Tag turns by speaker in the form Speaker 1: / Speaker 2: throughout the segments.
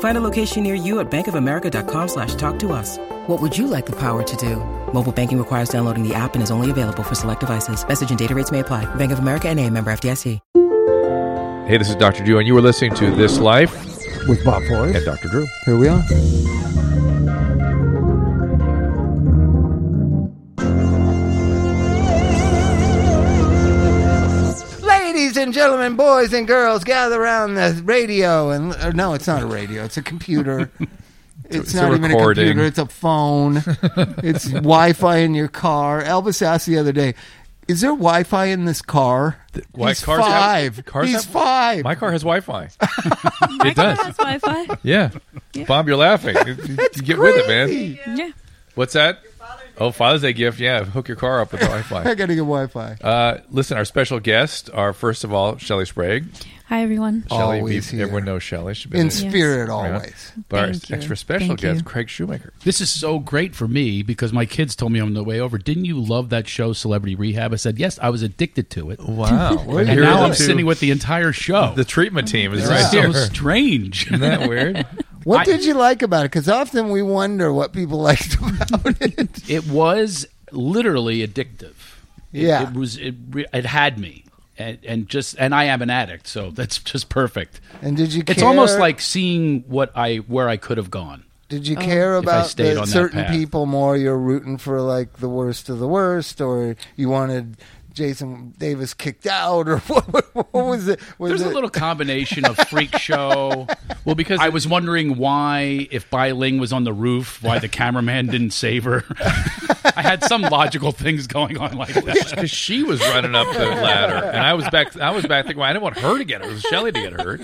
Speaker 1: Find a location near you at bankofamerica.com slash talk to us. What would you like the power to do? Mobile banking requires downloading the app and is only available for select devices. Message and data rates may apply. Bank of America and a member FDIC.
Speaker 2: Hey, this is Dr. Drew, and you were listening to This Life
Speaker 3: with Bob
Speaker 2: and
Speaker 3: Forrest.
Speaker 2: Dr. Drew.
Speaker 3: Here we are. Ladies and gentlemen, boys and girls, gather around the radio and or no, it's not a radio. It's a computer. It's,
Speaker 2: it's a
Speaker 3: not even a
Speaker 2: recording.
Speaker 3: computer. It's a phone. it's Wi-Fi in your car. Elvis asked the other day, "Is there Wi-Fi in this car?"
Speaker 2: Why,
Speaker 3: He's
Speaker 2: cars have-
Speaker 3: five.
Speaker 2: cars
Speaker 3: He's
Speaker 2: have-
Speaker 3: five.
Speaker 2: My car has Wi-Fi. it does.
Speaker 4: That's Wi-Fi.
Speaker 2: Yeah. Bob, you're laughing. You get with it, man.
Speaker 4: Yeah.
Speaker 2: What's that? Oh, Father's Day gift. Yeah, hook your car up with the
Speaker 3: I
Speaker 2: Wi-Fi.
Speaker 3: gotta get Wi-Fi.
Speaker 2: Uh, listen, our special guests are first of all Shelly Sprague.
Speaker 4: Hi everyone.
Speaker 2: Shelly,
Speaker 3: Always here.
Speaker 2: everyone knows Shelly. She's been
Speaker 3: in
Speaker 2: a-
Speaker 3: spirit
Speaker 2: Right on.
Speaker 3: always.
Speaker 2: But our
Speaker 4: Thank you.
Speaker 2: extra special
Speaker 4: Thank
Speaker 2: guest,
Speaker 4: you.
Speaker 2: Craig Shoemaker.
Speaker 5: This is so great for me because my kids told me on the way over, didn't you love that show, Celebrity Rehab? I said, yes, I was addicted to it.
Speaker 2: Wow.
Speaker 5: And now I'm sitting with the entire show.
Speaker 2: the treatment team is
Speaker 5: This
Speaker 2: right
Speaker 5: is
Speaker 2: here.
Speaker 5: so strange.
Speaker 2: Isn't that weird?
Speaker 3: What
Speaker 5: I-
Speaker 3: did you like about it? Because often we wonder what people liked about it.
Speaker 5: it was literally addictive. It-
Speaker 3: Yeah.
Speaker 5: It, was, it, re- it had me. And, and just and I am an addict, so that's just perfect.
Speaker 3: And did you? Care,
Speaker 5: It's almost like seeing what I where I could have gone.
Speaker 3: Did you care
Speaker 5: Oh. If I
Speaker 3: about
Speaker 5: stayed
Speaker 3: the
Speaker 5: on that
Speaker 3: certain
Speaker 5: path.
Speaker 3: people more? You're rooting for like the worst of the worst, or you wanted Jason Davis kicked out, or what, what was it? Was
Speaker 5: There's
Speaker 3: it
Speaker 5: a little combination of freak show.
Speaker 2: Well, because
Speaker 5: I was wondering why, if Bai Ling was on the roof, why the cameraman didn't save her. I had some logical things going on like that.
Speaker 2: because she was running up the ladder, and I was back. I was back thinking, well, I didn't want her to get hurt. It was Shelly to get hurt.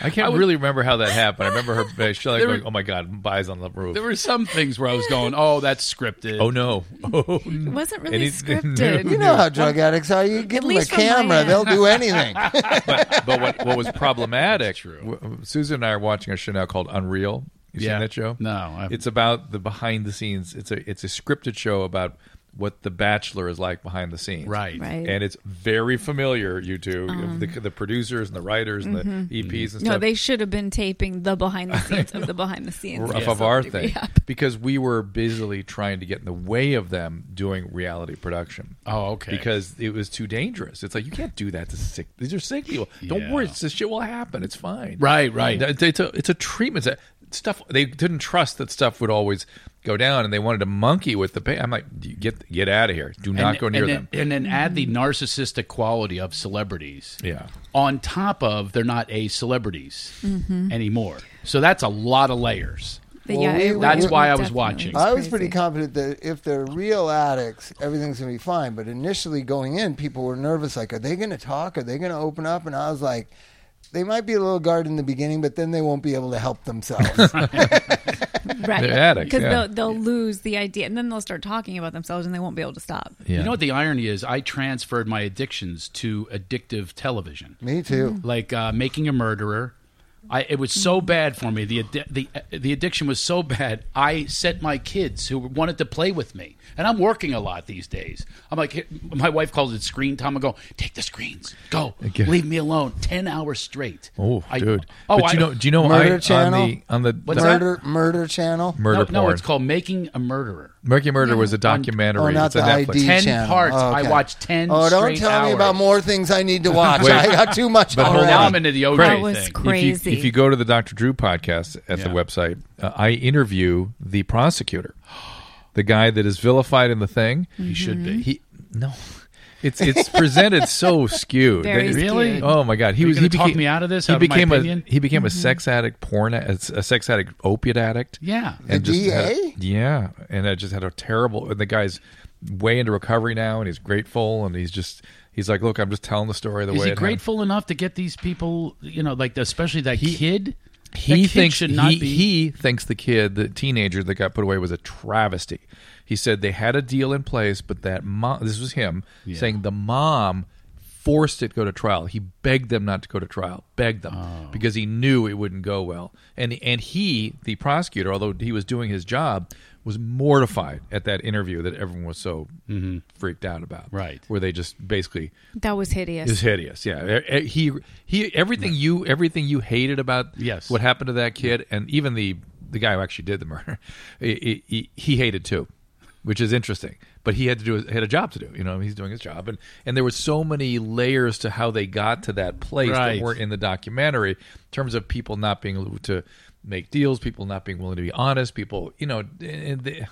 Speaker 2: I can't really remember how that happened. I remember her uh, Shelly
Speaker 5: There
Speaker 2: going,
Speaker 5: were-
Speaker 2: "Oh my God, buys on the roof."
Speaker 5: There were some things where I was going, "Oh, that's scripted."
Speaker 2: oh no! Oh,
Speaker 4: It wasn't really
Speaker 2: Anything
Speaker 4: scripted.
Speaker 2: new?
Speaker 3: You know how drug addicts are. You give them a
Speaker 4: least from my
Speaker 3: camera,
Speaker 4: end.
Speaker 3: they'll do anything.
Speaker 2: but, but what, what was problematic? w- Susan and I are watching a show now called Unreal. You
Speaker 5: Yeah.
Speaker 2: seen that show?
Speaker 5: No, I haven't.
Speaker 2: it's about the behind the scenes. It's a it's a scripted show about what The Bachelor is like behind the scenes.
Speaker 5: right.
Speaker 4: Right.
Speaker 2: And it's very familiar, you two, the, the producers and the writers and the EPs and stuff.
Speaker 4: no, they should have been taping the behind the scenes of the behind the scenes
Speaker 2: rough
Speaker 4: of
Speaker 2: of our
Speaker 4: Celebrity
Speaker 2: thing
Speaker 4: Rehab.
Speaker 2: because we were busily trying to get in the way of them doing reality production.
Speaker 5: Oh, okay.
Speaker 2: Because it was too dangerous. It's like you can't do that to sick. These are sick people. Don't
Speaker 5: Yeah.
Speaker 2: worry, this shit will happen. It's fine.
Speaker 5: Right, right.
Speaker 2: It's a, it's a- it's a treatment. It's a- stuff they didn't trust that stuff would always go down, and they wanted to monkey with the pay. I'm like, "You get get out of here. Do not
Speaker 5: And-
Speaker 2: go near
Speaker 5: and
Speaker 2: them.
Speaker 5: Then, and then add the narcissistic quality of celebrities.
Speaker 2: Yeah.
Speaker 5: On top of they're not a celebrities anymore, so that's a lot of layers.
Speaker 4: But
Speaker 3: Well,
Speaker 4: yeah,
Speaker 3: we-
Speaker 4: it
Speaker 3: That's
Speaker 5: why I was
Speaker 4: definitely
Speaker 5: watching.
Speaker 3: I was pretty
Speaker 4: crazy.
Speaker 3: confident that if they're real addicts, everything's gonna be fine. But initially going in, people were nervous. Like, are they gonna talk? Are they gonna open up? And I was like, they might be a little guarded in the beginning, but then they won't be able to help themselves.
Speaker 4: right.
Speaker 2: They're addicts,
Speaker 4: because
Speaker 2: yeah.
Speaker 4: they'll, they'll lose the idea and then they'll start talking about themselves and they won't be able to stop.
Speaker 2: Yeah.
Speaker 5: You know what the irony is? I transferred my addictions to addictive television.
Speaker 3: Me too.
Speaker 5: like uh, making a murderer. I, it was so bad for me. The, addi- the the addiction was so bad. I sent my kids who wanted to play with me, and I'm working a lot these days. I'm like, "Here," my wife calls it screen time. I go, take the screens, go,
Speaker 2: Okay.
Speaker 5: leave me alone. Ten hours straight.
Speaker 2: Oh,
Speaker 5: I-
Speaker 2: dude!
Speaker 5: Oh,
Speaker 2: but
Speaker 5: I,
Speaker 2: you know, do you know?
Speaker 3: Murder
Speaker 2: I,
Speaker 3: Channel?
Speaker 2: on the on the
Speaker 5: What's that?
Speaker 3: murder, murder channel.
Speaker 2: murder
Speaker 5: no,
Speaker 2: porn.
Speaker 5: no, it's called making a murderer.
Speaker 2: Murky Murder was a documentary.
Speaker 3: Oh, not
Speaker 2: it's a
Speaker 3: the
Speaker 2: Netflix.
Speaker 3: ID
Speaker 5: 10
Speaker 3: channel.
Speaker 5: parts.
Speaker 3: Oh,
Speaker 5: I
Speaker 3: okay.
Speaker 5: watched 10
Speaker 3: Oh, don't
Speaker 5: straight
Speaker 3: tell me
Speaker 5: hours.
Speaker 3: about more things I need to watch.
Speaker 2: Wait.
Speaker 3: I got too much
Speaker 2: But hold
Speaker 3: already.
Speaker 5: now I'm into the OJ
Speaker 2: Craig,
Speaker 4: That was
Speaker 5: thing.
Speaker 2: If you,
Speaker 4: crazy.
Speaker 2: if you go to the Dr. Drew podcast at the
Speaker 5: Yeah.
Speaker 2: website, uh, I interview the prosecutor, the guy that is vilified in the thing.
Speaker 5: He should be.
Speaker 2: He no, It's it's presented so skewed.
Speaker 4: Very
Speaker 2: They-
Speaker 4: Really? skewed.
Speaker 2: Oh my God. He
Speaker 5: You're
Speaker 2: was
Speaker 5: gonna
Speaker 2: he
Speaker 5: talk
Speaker 2: became
Speaker 5: me out of this,
Speaker 2: He
Speaker 5: out of my
Speaker 2: became
Speaker 5: opinion? Mm-hmm.
Speaker 2: a he became a sex addict, porn a sex addict, opiate addict.
Speaker 5: Yeah.
Speaker 3: The
Speaker 2: just had-
Speaker 3: DA?
Speaker 2: yeah, and I just had a terrible. And the guy's way into recovery now, and he's grateful, and he's just he's like, look, I'm just telling the story the
Speaker 5: Is
Speaker 2: way.
Speaker 5: he
Speaker 2: it
Speaker 5: grateful enough to get these people? You know, like especially that kid. That
Speaker 2: happened. He
Speaker 5: kid
Speaker 2: thinks
Speaker 5: should not
Speaker 2: he,
Speaker 5: be.
Speaker 2: he thinks the kid, the teenager that got put away, was a travesty. He said they had a deal in place, but that mom. This was him saying the mom forced it to go to trial. He begged them not to go to trial, begged them
Speaker 5: Oh.
Speaker 2: because he knew it wouldn't go well. And and he, the prosecutor, although he was doing his job, was mortified at that interview that everyone was so freaked out about.
Speaker 5: Mm-hmm. Right.
Speaker 2: where they just basically
Speaker 4: That was hideous.
Speaker 2: is hideous. Yeah, E- e- he he. Everything you everything you hated about
Speaker 5: Yes.
Speaker 2: what happened to that kid, and even the the guy who actually did the murder, he, he, he hated too, which is interesting. But he had to do had a job to do. You know, he's doing his job, and and there were so many layers to how they got to that place
Speaker 5: Right.
Speaker 2: that weren't in the documentary in terms of people not being able to make deals, people not being willing to be honest, people. You know, and they-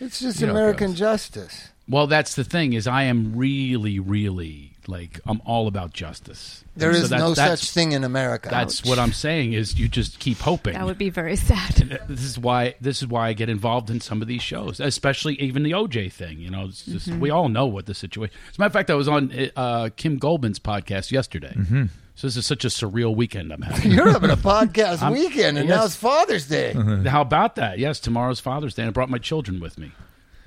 Speaker 3: It's just
Speaker 2: You know,
Speaker 3: American
Speaker 2: gross.
Speaker 3: justice.
Speaker 5: Well, that's the thing is, I am really, really like I'm all about justice.
Speaker 3: There
Speaker 5: So
Speaker 3: is
Speaker 5: that-
Speaker 3: no
Speaker 5: that's-
Speaker 3: such thing in America.
Speaker 5: That's what I'm saying is, you just keep hoping.
Speaker 4: that would be very sad.
Speaker 5: this is why this is why I get involved in some of these shows, especially even the OJ thing. You know, it's just
Speaker 4: Mm-hmm.
Speaker 5: we all know what the situation. As a matter of fact, I was on uh, Kim Goldman's podcast yesterday.
Speaker 2: Mm-hmm.
Speaker 5: So this is such a surreal weekend I'm having.
Speaker 3: You're having a podcast weekend, and now
Speaker 5: yes.
Speaker 3: it's Father's Day.
Speaker 5: How about that? Yes, tomorrow's Father's Day, and I brought my children with me.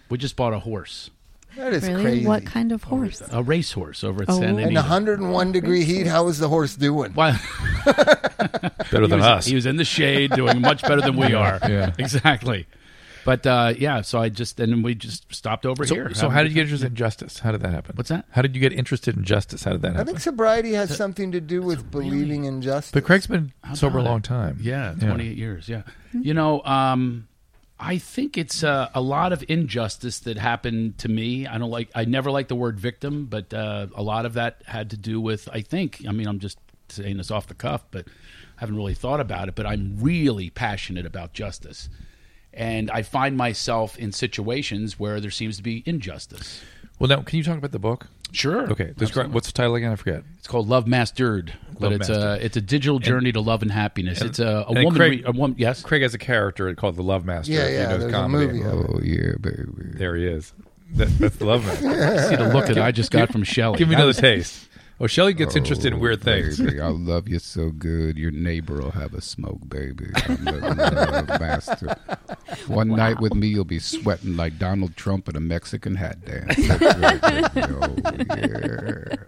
Speaker 5: We just bought a horse,
Speaker 3: That is
Speaker 4: really?
Speaker 3: crazy. Oh,
Speaker 4: What kind of horse?
Speaker 5: a racehorse over at
Speaker 4: Oh.
Speaker 5: San
Speaker 4: And
Speaker 3: In
Speaker 5: Anita.
Speaker 3: 101 degree heat, how is the horse doing?
Speaker 5: Why-
Speaker 2: better than
Speaker 5: he was,
Speaker 2: us.
Speaker 5: He was in the shade, doing much better than we are.
Speaker 2: Yeah.
Speaker 5: exactly. But uh, yeah, so I just and we just stopped over
Speaker 2: so,
Speaker 5: here.
Speaker 2: so how did you get interested in justice? How did that happen?
Speaker 5: What's that?
Speaker 2: How did you get interested in justice? How did that
Speaker 3: I
Speaker 2: happen?
Speaker 3: think sobriety has something to do with believing in justice.
Speaker 2: But Craig's been sober a
Speaker 5: about
Speaker 2: long
Speaker 5: it?
Speaker 2: time.
Speaker 5: Yeah, 28 years. Yeah. You know, um, I think it's uh, a lot of injustice that happened to me. I don't like, I never like the word victim, but uh, a lot of that had to do with, I think, I mean, I'm just saying this off the cuff, but I haven't really thought about it, but I'm really passionate about justice. And I find myself in situations where there seems to be injustice.
Speaker 2: Well, now, can you talk about the book?
Speaker 5: Sure.
Speaker 2: Okay. Describe, what's the title again? I forget.
Speaker 5: It's called Love Mastered, but
Speaker 2: Love
Speaker 5: it's
Speaker 2: Mastered.
Speaker 5: a it's a digital journey to love and happiness. it's a, a
Speaker 2: and
Speaker 5: woman,
Speaker 2: Craig-
Speaker 5: re- a woman, yes.
Speaker 2: Craig has a character called the Love Master.
Speaker 3: yeah,
Speaker 2: if you
Speaker 3: yeah,
Speaker 2: know
Speaker 3: there's
Speaker 2: comedy. Oh,
Speaker 3: a movie. of it.
Speaker 2: There he is. That, that's the Love Master.
Speaker 5: See the look that I just got from Shelly.
Speaker 2: Give me another taste. Oh, Shelley gets interested in weird things.
Speaker 6: Baby, I love you so good. Your neighbor will have a smoke, baby. I'm the love master. One night with me, you'll be sweating like Donald Trump at a Mexican hat dance. That's right, baby. Oh, yeah.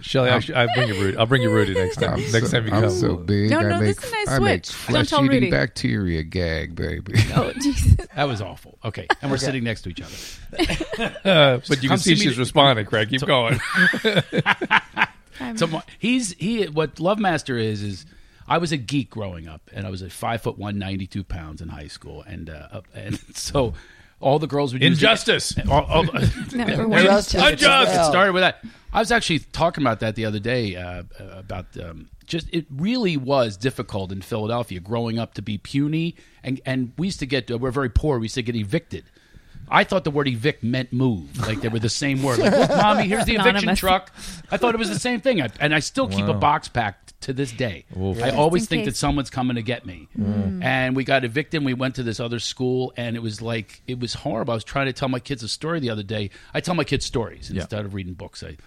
Speaker 2: Shelley, I'll, I'll bring you Rudy. I'll bring you Rudy next time.
Speaker 6: I'm
Speaker 2: next
Speaker 6: so,
Speaker 2: time you
Speaker 6: I'm
Speaker 2: come. Uh,
Speaker 6: so big.
Speaker 4: No,
Speaker 6: I
Speaker 4: no,
Speaker 6: make,
Speaker 4: this is a nice
Speaker 6: I make
Speaker 4: switch. Don't tell Rudy.
Speaker 6: flesh-eating bacteria gag, baby.
Speaker 4: oh, Jesus.
Speaker 5: That was awful. Okay, and we're sitting next to each other.
Speaker 2: Uh, but you can
Speaker 5: Come
Speaker 2: see
Speaker 5: see me
Speaker 2: she's
Speaker 5: to-
Speaker 2: responding, Craig. Keep going.
Speaker 5: So my- he's he. What Love Master is is I was a geek growing up, and I was a five foot one, ninety two pounds in high school, and uh, up- and so all the girls would use the-
Speaker 2: Injustice.
Speaker 5: all, all,
Speaker 4: Number one.
Speaker 3: Justice.
Speaker 2: Unjust.
Speaker 5: it started with that. I was actually talking about that the other day uh, about um, just it really was difficult in Philadelphia growing up to be puny and and we used to get uh, we're very poor we used to get evicted. I thought the word evict meant move, like they were the same word. Like, look, mommy, here's the eviction
Speaker 4: Anonymous.
Speaker 5: truck. I thought it was the same thing, I, and I still keep a box packed to this day. I always
Speaker 4: in
Speaker 5: think that
Speaker 4: case.
Speaker 5: someone's coming to get me.
Speaker 2: Mm.
Speaker 5: And we got evicted. And we went to this other school, and it was like it was horrible. I was trying to tell my kids a story the other day. I tell my kids stories instead of reading books. I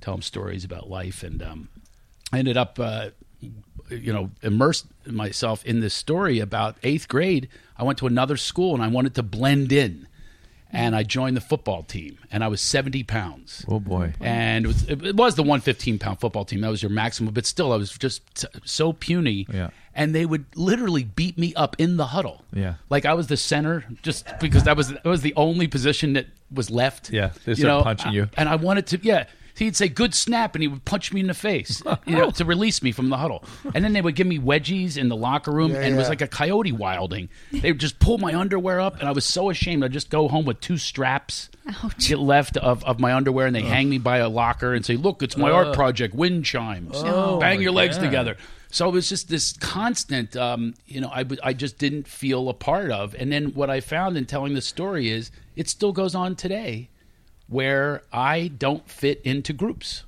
Speaker 5: tell them stories about life, and um, I ended up, uh, you know, immersed myself in this story about eighth grade. I went to another school, and I wanted to blend in. And I joined the football team, and I was seventy pounds
Speaker 2: Oh, boy.
Speaker 5: and it was, it was the 115 pound football team that was your maximum but still i was just t- so puny
Speaker 2: Yeah.
Speaker 5: and they would literally beat me up in the huddle
Speaker 2: Yeah.
Speaker 5: like i was the center just because that was that was the only position that was left
Speaker 2: Yeah, they start punching you.
Speaker 5: and i wanted to yeah he'd say good snap and he would punch me in the face you know to release me from the huddle and then they would give me wedgies in the locker room and it was
Speaker 3: yeah.
Speaker 5: like a coyote wilding they would just pull my underwear up and i was so ashamed i'd just go home with two straps
Speaker 4: Ouch.
Speaker 5: get left of, of my underwear and they hang me by a locker and say, "Look, it's my art project, wind chimes. Bang your legs together." So it was just this constant, um, you know, I, w- I just didn't feel a part of. And then what I found in telling the story is it still goes on today where I don't fit into groups.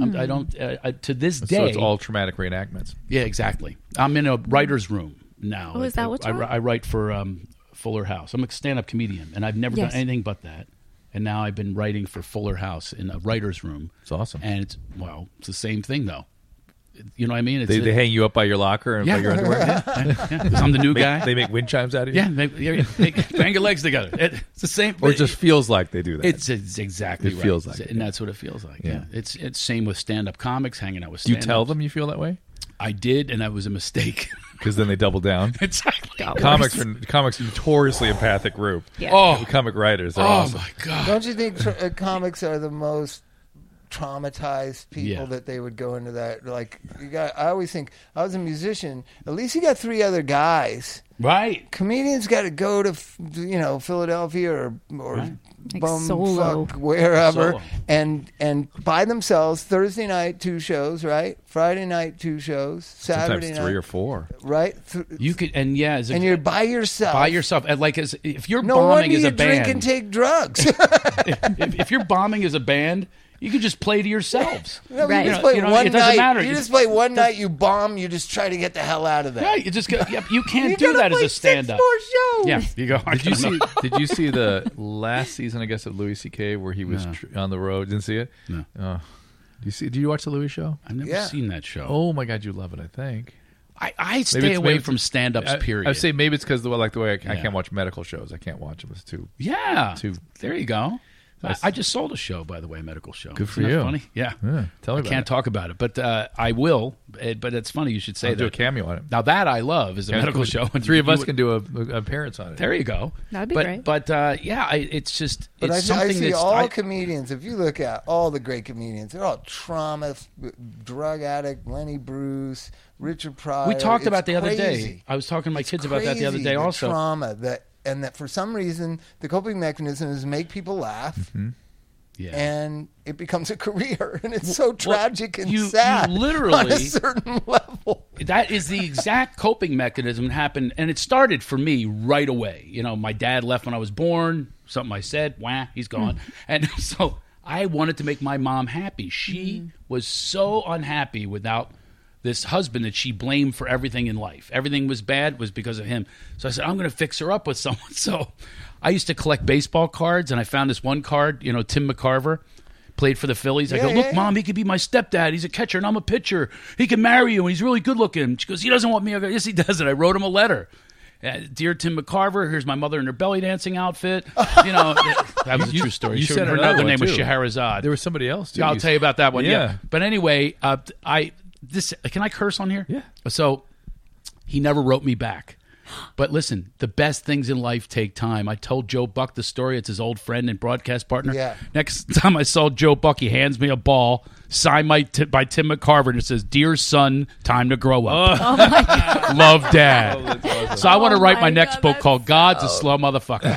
Speaker 5: I'm- I don't. Uh, I, to this day,
Speaker 2: So it's all traumatic reenactments.
Speaker 5: yeah, exactly. I'm in a writer's room now.
Speaker 4: Oh, is that what's
Speaker 5: I,
Speaker 4: wrong?
Speaker 5: I write for um, Fuller House. I'm a stand-up comedian, and I've never
Speaker 4: Yes.
Speaker 5: done anything but that. And now I've been writing for Fuller House in a writer's room.
Speaker 2: It's awesome.
Speaker 5: And it's well, it's the same thing though. You know what I mean? It's
Speaker 2: They, they hang you up by your locker and by your underwear.
Speaker 5: because I'm the new
Speaker 2: Make-
Speaker 5: guy.
Speaker 2: They make wind chimes out of you.
Speaker 5: yeah, they, yeah, they bang your legs together. It- it's the same.
Speaker 2: Or it just feels like they do that.
Speaker 5: It's, it's exactly
Speaker 2: It
Speaker 5: right.
Speaker 2: feels like it,
Speaker 5: and
Speaker 2: yeah.
Speaker 5: that's what it feels like.
Speaker 2: Yeah.
Speaker 5: Yeah, it's it's same with stand up comics, hanging out with.
Speaker 2: do you
Speaker 5: stand-ups.
Speaker 2: tell them you feel that way?
Speaker 5: I did, and that was a mistake.
Speaker 2: Because then they double down.
Speaker 5: exactly.
Speaker 2: comics are comics are notoriously empathic group.
Speaker 4: Yeah.
Speaker 5: Oh.
Speaker 2: comic writers are
Speaker 5: Oh
Speaker 2: awesome.
Speaker 5: my god.
Speaker 3: Don't you think tra- uh, comics are the most traumatized people
Speaker 5: Yeah.
Speaker 3: that they would go into that? Like, you got. I always think I was a musician. At least you got three other guys.
Speaker 5: Right.
Speaker 3: Comedians got to go to f- you know Philadelphia or or
Speaker 4: Like
Speaker 3: bum
Speaker 4: solo.
Speaker 3: fuck wherever
Speaker 5: Solo.
Speaker 3: and and by themselves Thursday night two shows right Friday night two shows
Speaker 2: Sometimes
Speaker 3: Saturday night
Speaker 2: three or four.
Speaker 3: right Th-
Speaker 5: You could and yeah, as a,
Speaker 3: and you're by yourself
Speaker 5: by yourself. and like as if you're
Speaker 3: no
Speaker 5: bombing
Speaker 3: wonder
Speaker 5: as
Speaker 3: you
Speaker 5: a
Speaker 3: drink
Speaker 5: band,
Speaker 3: and take drugs
Speaker 5: if, if you're bombing as a band, you could just play to yourselves.
Speaker 3: No, but You
Speaker 4: Right. You
Speaker 3: just
Speaker 4: know-
Speaker 3: play
Speaker 5: you know,
Speaker 3: one
Speaker 5: it doesn't
Speaker 3: night.
Speaker 5: matter.
Speaker 3: You
Speaker 5: It's-
Speaker 3: just play one night. You bomb. You just try to get the hell out of there.
Speaker 5: Right, you just go, yep, you can't
Speaker 3: You
Speaker 5: do
Speaker 3: gotta
Speaker 5: that as
Speaker 3: play
Speaker 5: a stand up.
Speaker 3: Six more shows.
Speaker 5: Yeah, you go. I
Speaker 2: Did you
Speaker 5: don't know.
Speaker 2: see? did you see the last season? I guess of Louis C.K. where he was tr- on the road. Didn't see it.
Speaker 5: No.
Speaker 2: Oh. do you see? Do you watch the Louis show?
Speaker 5: I've never
Speaker 3: Yeah.
Speaker 5: seen that show.
Speaker 2: Oh my God, you love it. I think.
Speaker 5: I, I
Speaker 2: Maybe
Speaker 5: stay
Speaker 2: it's-
Speaker 5: away
Speaker 2: maybe
Speaker 5: from
Speaker 2: it's-
Speaker 5: stand ups,
Speaker 2: I-
Speaker 5: period.
Speaker 2: I, say maybe it's because the way, like the way I, I
Speaker 5: Yeah.
Speaker 2: can't watch medical shows. I can't watch them. It's too.
Speaker 5: yeah.
Speaker 2: Two.
Speaker 5: There you go. I, I just sold a show, by the way, a medical show.
Speaker 2: Good for
Speaker 5: Isn't that
Speaker 2: you.
Speaker 5: funny? Yeah.
Speaker 2: Yeah, tell me
Speaker 5: I
Speaker 2: about
Speaker 5: can't
Speaker 2: it.
Speaker 5: talk about it, but uh, I will. Eh, but it's funny you should say
Speaker 2: I'll
Speaker 5: that.
Speaker 2: do a cameo on it.
Speaker 5: Now, that I love is a medical show.
Speaker 2: Three of
Speaker 5: You
Speaker 2: us
Speaker 5: would-
Speaker 2: can do a, a appearance on it.
Speaker 5: There you go.
Speaker 4: That'd be
Speaker 5: but,
Speaker 4: great.
Speaker 5: But uh, yeah, I, it's just
Speaker 3: But
Speaker 5: it's
Speaker 3: I, see- I
Speaker 5: something
Speaker 3: see
Speaker 5: that's
Speaker 3: all
Speaker 5: I-
Speaker 3: comedians. If you look at all the great comedians, they're all trauma, f- drug addict, Lenny Bruce, Richard Pryor.
Speaker 5: we talked
Speaker 3: It's
Speaker 5: about the other day.
Speaker 3: crazy.
Speaker 5: I was talking to my
Speaker 3: It's
Speaker 5: kids about that the other
Speaker 3: crazy,
Speaker 5: day. also,
Speaker 3: trauma that and that for some reason the coping mechanism is make people laugh,
Speaker 5: Mm-hmm. yeah.
Speaker 3: and it becomes a career, and it's so tragic and
Speaker 5: you- you
Speaker 3: sad. on a
Speaker 5: literally-
Speaker 3: certain level.
Speaker 5: that is the exact coping mechanism that happened and it started for me right away you know my dad left when i was born something i said wah he's gone
Speaker 3: Hmm.
Speaker 5: and so i wanted to make my mom happy she
Speaker 3: Hmm.
Speaker 5: was so unhappy without this husband that she blamed for everything in life everything was bad was because of him so i said i'm going to fix her up with someone so i used to collect baseball cards and i found this one card you know tim mccarver played for the phillies i go
Speaker 3: Yeah,
Speaker 5: look
Speaker 3: yeah,
Speaker 5: mom he could be my stepdad he's a catcher and i'm a pitcher he can marry you and he's really good looking she goes he doesn't want me i go yes he does it i wrote him a letter Uh, dear Tim McCarver, here's my mother in her belly dancing outfit. You know, that was a true story.
Speaker 2: you
Speaker 5: She-
Speaker 2: said
Speaker 5: her
Speaker 2: another
Speaker 5: other
Speaker 2: one,
Speaker 5: name was
Speaker 2: too.
Speaker 5: Scheherazade.
Speaker 2: There was somebody else. Too.
Speaker 5: Yeah, I'll tell you about that one. Yeah.
Speaker 2: Yeah.
Speaker 5: But anyway, uh, I this can I curse on here?
Speaker 2: Yeah.
Speaker 5: So he never wrote me back. But listen, the best things in life take time. I told Joe Buck the story. It's his old friend and broadcast partner.
Speaker 3: Yeah.
Speaker 5: Next time I saw Joe Buck, he hands me a ball signed by, Ti- by Tim McCarver, and it says, "Dear son, time to grow up. Love, Dad." So I want to
Speaker 4: Oh
Speaker 5: write my,
Speaker 4: my
Speaker 5: next
Speaker 4: God,
Speaker 5: book
Speaker 4: that's
Speaker 5: called "God's a Slow Motherfucker."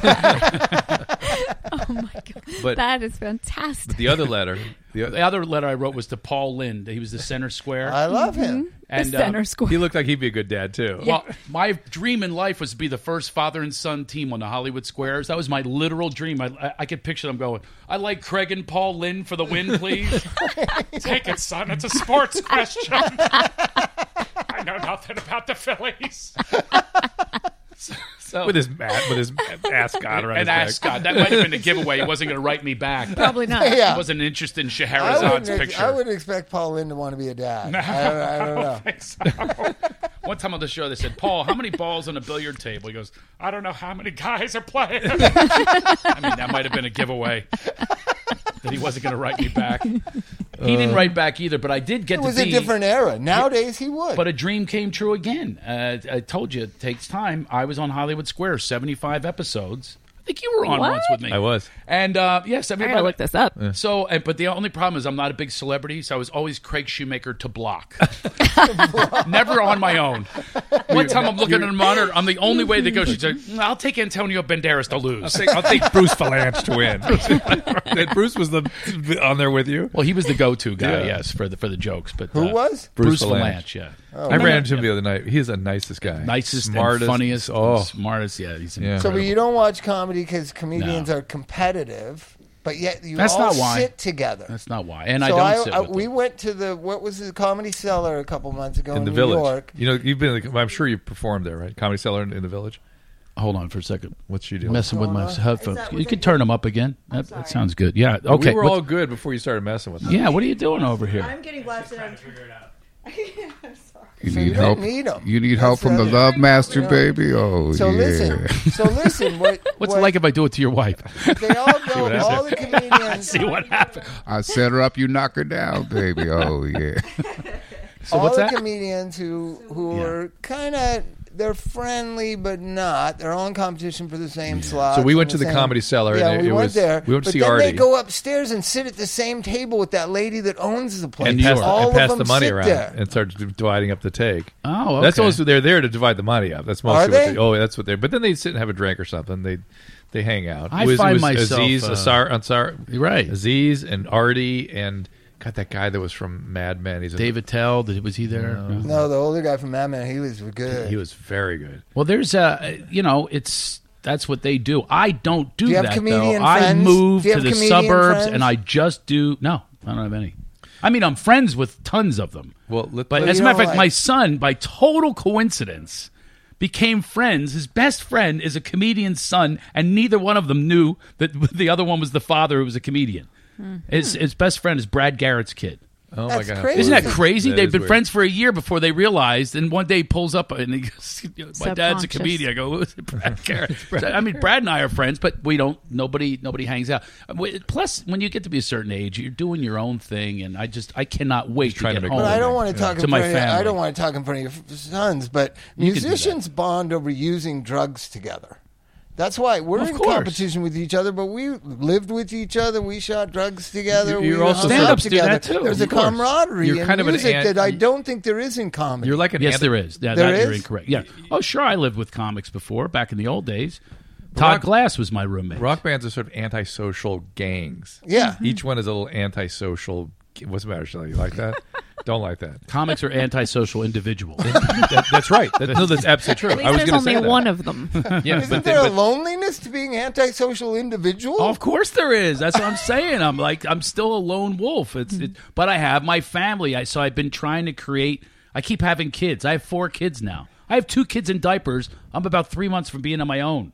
Speaker 2: But-
Speaker 4: that is fantastic.
Speaker 2: The other letter. The
Speaker 5: the
Speaker 2: other,
Speaker 5: other letter I wrote was to Paul Lind. He was the center square.
Speaker 3: I love him.
Speaker 5: and
Speaker 4: the
Speaker 5: uh,
Speaker 4: center square.
Speaker 2: he looked like he'd be a good dad too.
Speaker 5: Well, my dream in life was to be the first father and son team on the Hollywood Squares. That was my literal dream. I, I, I could picture them going, I like Craig and Paul Lynn for the win, please. Take it, son. It's a sports question. I know nothing about the Phillies. So- so-
Speaker 2: with his mat, with his ascot around his
Speaker 5: and
Speaker 2: neck.
Speaker 5: Ascot. That might have been a giveaway. He wasn't going to write me back.
Speaker 4: Probably not.
Speaker 5: I
Speaker 3: Yeah.
Speaker 5: wasn't interested in
Speaker 3: I
Speaker 5: Scheherazade's
Speaker 3: wouldn't, ex-
Speaker 5: picture.
Speaker 3: I wouldn't expect Paul Lynn to want to be a dad. I don't, I don't know.
Speaker 5: One time on the show, they said, "Paul, how many balls on a billiard table?" He goes, "I don't know how many guys are playing." I mean, that might have been a giveaway that he wasn't going to write me back. He didn't write back either, but I did get
Speaker 3: It
Speaker 5: to
Speaker 3: was a
Speaker 5: be-
Speaker 3: different era. Nowadays, he would.
Speaker 5: But a dream came true again. Uh, I told you, it takes time. I was on Hollywood Square, seventy-five episodes. I think you were on once with me.
Speaker 2: I was.
Speaker 5: and uh, yes,
Speaker 4: I gotta look this up.
Speaker 5: So, and, but the only problem is I'm not a big celebrity, so I was always Craig Shoemaker to block. Never on my own. One time I'm looking at a monitor, I'm the only way that goes. She's like, "Mm, I'll take Antonio Banderas to lose.
Speaker 2: I'll take Bruce Falange to win. That Bruce was the on there with you.
Speaker 5: Well, he was the go-to guy,
Speaker 2: Yeah.
Speaker 5: yes, for the for the jokes. But
Speaker 3: Who
Speaker 5: uh,
Speaker 3: was? Oh.
Speaker 5: Bruce,
Speaker 2: Bruce
Speaker 5: Valanche?
Speaker 2: Valanche.
Speaker 5: yeah,
Speaker 2: I ran into him the other night. He's the nicest guy,
Speaker 5: nicest, and
Speaker 2: smartest,
Speaker 5: funniest,
Speaker 2: Oh,
Speaker 5: smartest. Yeah, he's
Speaker 2: Yeah.
Speaker 3: So
Speaker 5: incredible.
Speaker 3: but you don't watch comedy because comedians
Speaker 5: No.
Speaker 3: are competitive. But yet you
Speaker 5: That's
Speaker 3: all
Speaker 5: not why.
Speaker 3: sit together.
Speaker 5: That's not why. And I
Speaker 3: so
Speaker 5: don't
Speaker 3: I,
Speaker 5: sit
Speaker 3: I-
Speaker 5: with
Speaker 3: we
Speaker 5: them.
Speaker 3: went to the what was the comedy cellar a couple months ago in,
Speaker 2: in the
Speaker 3: New
Speaker 2: village.
Speaker 3: York.
Speaker 2: You know, you've been. I'm sure you've performed there, right? Comedy Cellar in, in the village.
Speaker 5: Hold on for a second.
Speaker 2: What's she doing?
Speaker 5: Messing with my headphones.
Speaker 7: that-
Speaker 5: you
Speaker 7: was
Speaker 5: could
Speaker 7: it
Speaker 5: turn them up again. That, that sounds good. Yeah. Okay.
Speaker 2: we were
Speaker 5: What-
Speaker 2: all good before you started messing with them.
Speaker 5: yeah. What are you doing over here?
Speaker 7: I'm getting lots of. I'm sorry.
Speaker 6: You
Speaker 3: So
Speaker 6: need
Speaker 3: you
Speaker 6: help.
Speaker 3: don't need 'em.
Speaker 6: You need help
Speaker 3: That's
Speaker 6: from the
Speaker 3: the-
Speaker 6: Love Master,
Speaker 3: Yeah.
Speaker 6: baby. Oh
Speaker 3: So
Speaker 6: yeah.
Speaker 3: listen, so listen. What,
Speaker 5: What's
Speaker 3: what
Speaker 5: it like if I do it to your wife?
Speaker 3: they all go?
Speaker 2: what
Speaker 3: all the comedians,
Speaker 5: See what happens.
Speaker 6: I set her up. You knock her down, baby. Oh yeah.
Speaker 3: all
Speaker 5: what's
Speaker 3: the
Speaker 5: that?
Speaker 3: comedians who who
Speaker 5: Yeah.
Speaker 3: are kind of they're friendly but not. They're all in competition for the same slot.
Speaker 2: So we went to the Comedy Cellar
Speaker 3: Yeah,
Speaker 2: and
Speaker 3: we
Speaker 2: it
Speaker 3: went
Speaker 2: was-
Speaker 3: there.
Speaker 2: we went to
Speaker 3: but
Speaker 2: see
Speaker 3: then they
Speaker 2: Artie.
Speaker 3: go upstairs and sit at the same table with that lady that owns the place.
Speaker 2: And pass, and
Speaker 3: all of
Speaker 2: pass
Speaker 3: them
Speaker 2: the money
Speaker 3: sit
Speaker 2: around
Speaker 3: there.
Speaker 2: and start d- dividing up the take.
Speaker 5: Oh, okay.
Speaker 2: that's also they're there to divide the money up. That's mostly
Speaker 3: Are
Speaker 2: what
Speaker 3: they?
Speaker 2: they. Oh, that's what they're. But then they sit and have a drink or something. They they hang out.
Speaker 5: I find myself,
Speaker 2: Aziz
Speaker 5: uh,
Speaker 2: Ansar, Ansar,
Speaker 5: Right.
Speaker 2: Aziz and Artie and got that guy that was from Mad Men. He's a,
Speaker 5: David Tell. did- Was he there? No.
Speaker 3: No, the older guy from Mad Men, he was good.
Speaker 2: He was very good.
Speaker 5: Well, there's a. You know, it's that's what they do. I don't do,
Speaker 3: you have
Speaker 5: that though.
Speaker 3: comedian
Speaker 5: I
Speaker 3: friends?
Speaker 5: move
Speaker 3: Do you
Speaker 5: to
Speaker 3: have
Speaker 5: the
Speaker 3: comedian
Speaker 5: suburbs
Speaker 3: friends?
Speaker 5: and I just do. No, I don't have any. I mean, I'm friends with tons of them.
Speaker 2: Well, let-
Speaker 5: But
Speaker 2: let-
Speaker 5: as a
Speaker 3: you
Speaker 5: matter of
Speaker 3: don't
Speaker 5: fact,
Speaker 3: like-
Speaker 5: my son, by total coincidence, became friends. His best friend is a comedian's son, and neither one of them knew that the other one was the father who was a comedian. His, his best friend is Brad Garrett's kid.
Speaker 2: Oh
Speaker 3: That's
Speaker 2: my god!
Speaker 3: crazy.
Speaker 5: Isn't that crazy?
Speaker 2: That
Speaker 5: They've
Speaker 2: is
Speaker 5: been
Speaker 2: weird.
Speaker 5: friends for a year before they realized, and one day he pulls up and he goes, "My dad's a
Speaker 4: Subconscious.
Speaker 5: comedian." I go, "Who's it, Brad Garrett?" So, I mean, Brad and I are friends, but we don't. Nobody, nobody hangs out. Uh, we- Plus, when you get to be a certain age, you're doing your own thing, and I just, I cannot wait to
Speaker 2: trying
Speaker 5: get
Speaker 2: to make
Speaker 5: home.
Speaker 3: But I don't
Speaker 2: Yeah.
Speaker 3: want to talk
Speaker 5: To
Speaker 3: in
Speaker 5: my
Speaker 3: front of your- I
Speaker 5: family.
Speaker 3: don't want to talk in front of your f- sons, but
Speaker 5: can do
Speaker 3: musicians bond over using drugs together. That's why we're
Speaker 5: Of
Speaker 3: in
Speaker 5: course.
Speaker 3: competition with each other, but we lived with each other. We shot drugs together.
Speaker 2: You- you're
Speaker 3: we
Speaker 2: also
Speaker 3: hung
Speaker 2: sort
Speaker 3: out
Speaker 2: of-
Speaker 5: Stand-ups do
Speaker 3: together.
Speaker 5: that too,
Speaker 3: There's a
Speaker 5: of course.
Speaker 3: camaraderie
Speaker 2: You're
Speaker 3: in
Speaker 2: kind of an
Speaker 3: music
Speaker 2: ant-
Speaker 3: that I don't think there is in comedy.
Speaker 2: You're like an
Speaker 5: Yes,
Speaker 2: ant-
Speaker 5: there is. Yeah,
Speaker 3: There
Speaker 5: that you're
Speaker 3: is?
Speaker 5: incorrect. Yeah. Oh, sure. I lived with comics before, back in the old days. Todd
Speaker 2: Rock-
Speaker 5: Glass was my roommate.
Speaker 2: Rock bands are sort of antisocial gangs.
Speaker 3: Yeah.
Speaker 2: Each one is a little antisocial. g- What's the matter, Shelly? You like that? Don't like that.
Speaker 5: Comics are antisocial individuals.
Speaker 2: That- that's right. That- no, that's absolutely
Speaker 4: At
Speaker 2: true.
Speaker 4: least
Speaker 2: I was
Speaker 4: there's
Speaker 2: going to
Speaker 4: only
Speaker 2: say that.
Speaker 4: one of them.
Speaker 2: Yeah,
Speaker 3: Isn't
Speaker 2: but,
Speaker 3: there
Speaker 2: then-
Speaker 3: a
Speaker 2: but-
Speaker 3: loneliness to being antisocial individual?
Speaker 5: Oh, of course there is. That's what I'm saying. I'm like I'm still a lone wolf. It's it, but I have my family. I so I've been trying to create. I keep having kids. I have four kids now. I have two kids in diapers. I'm about three months from being on my own.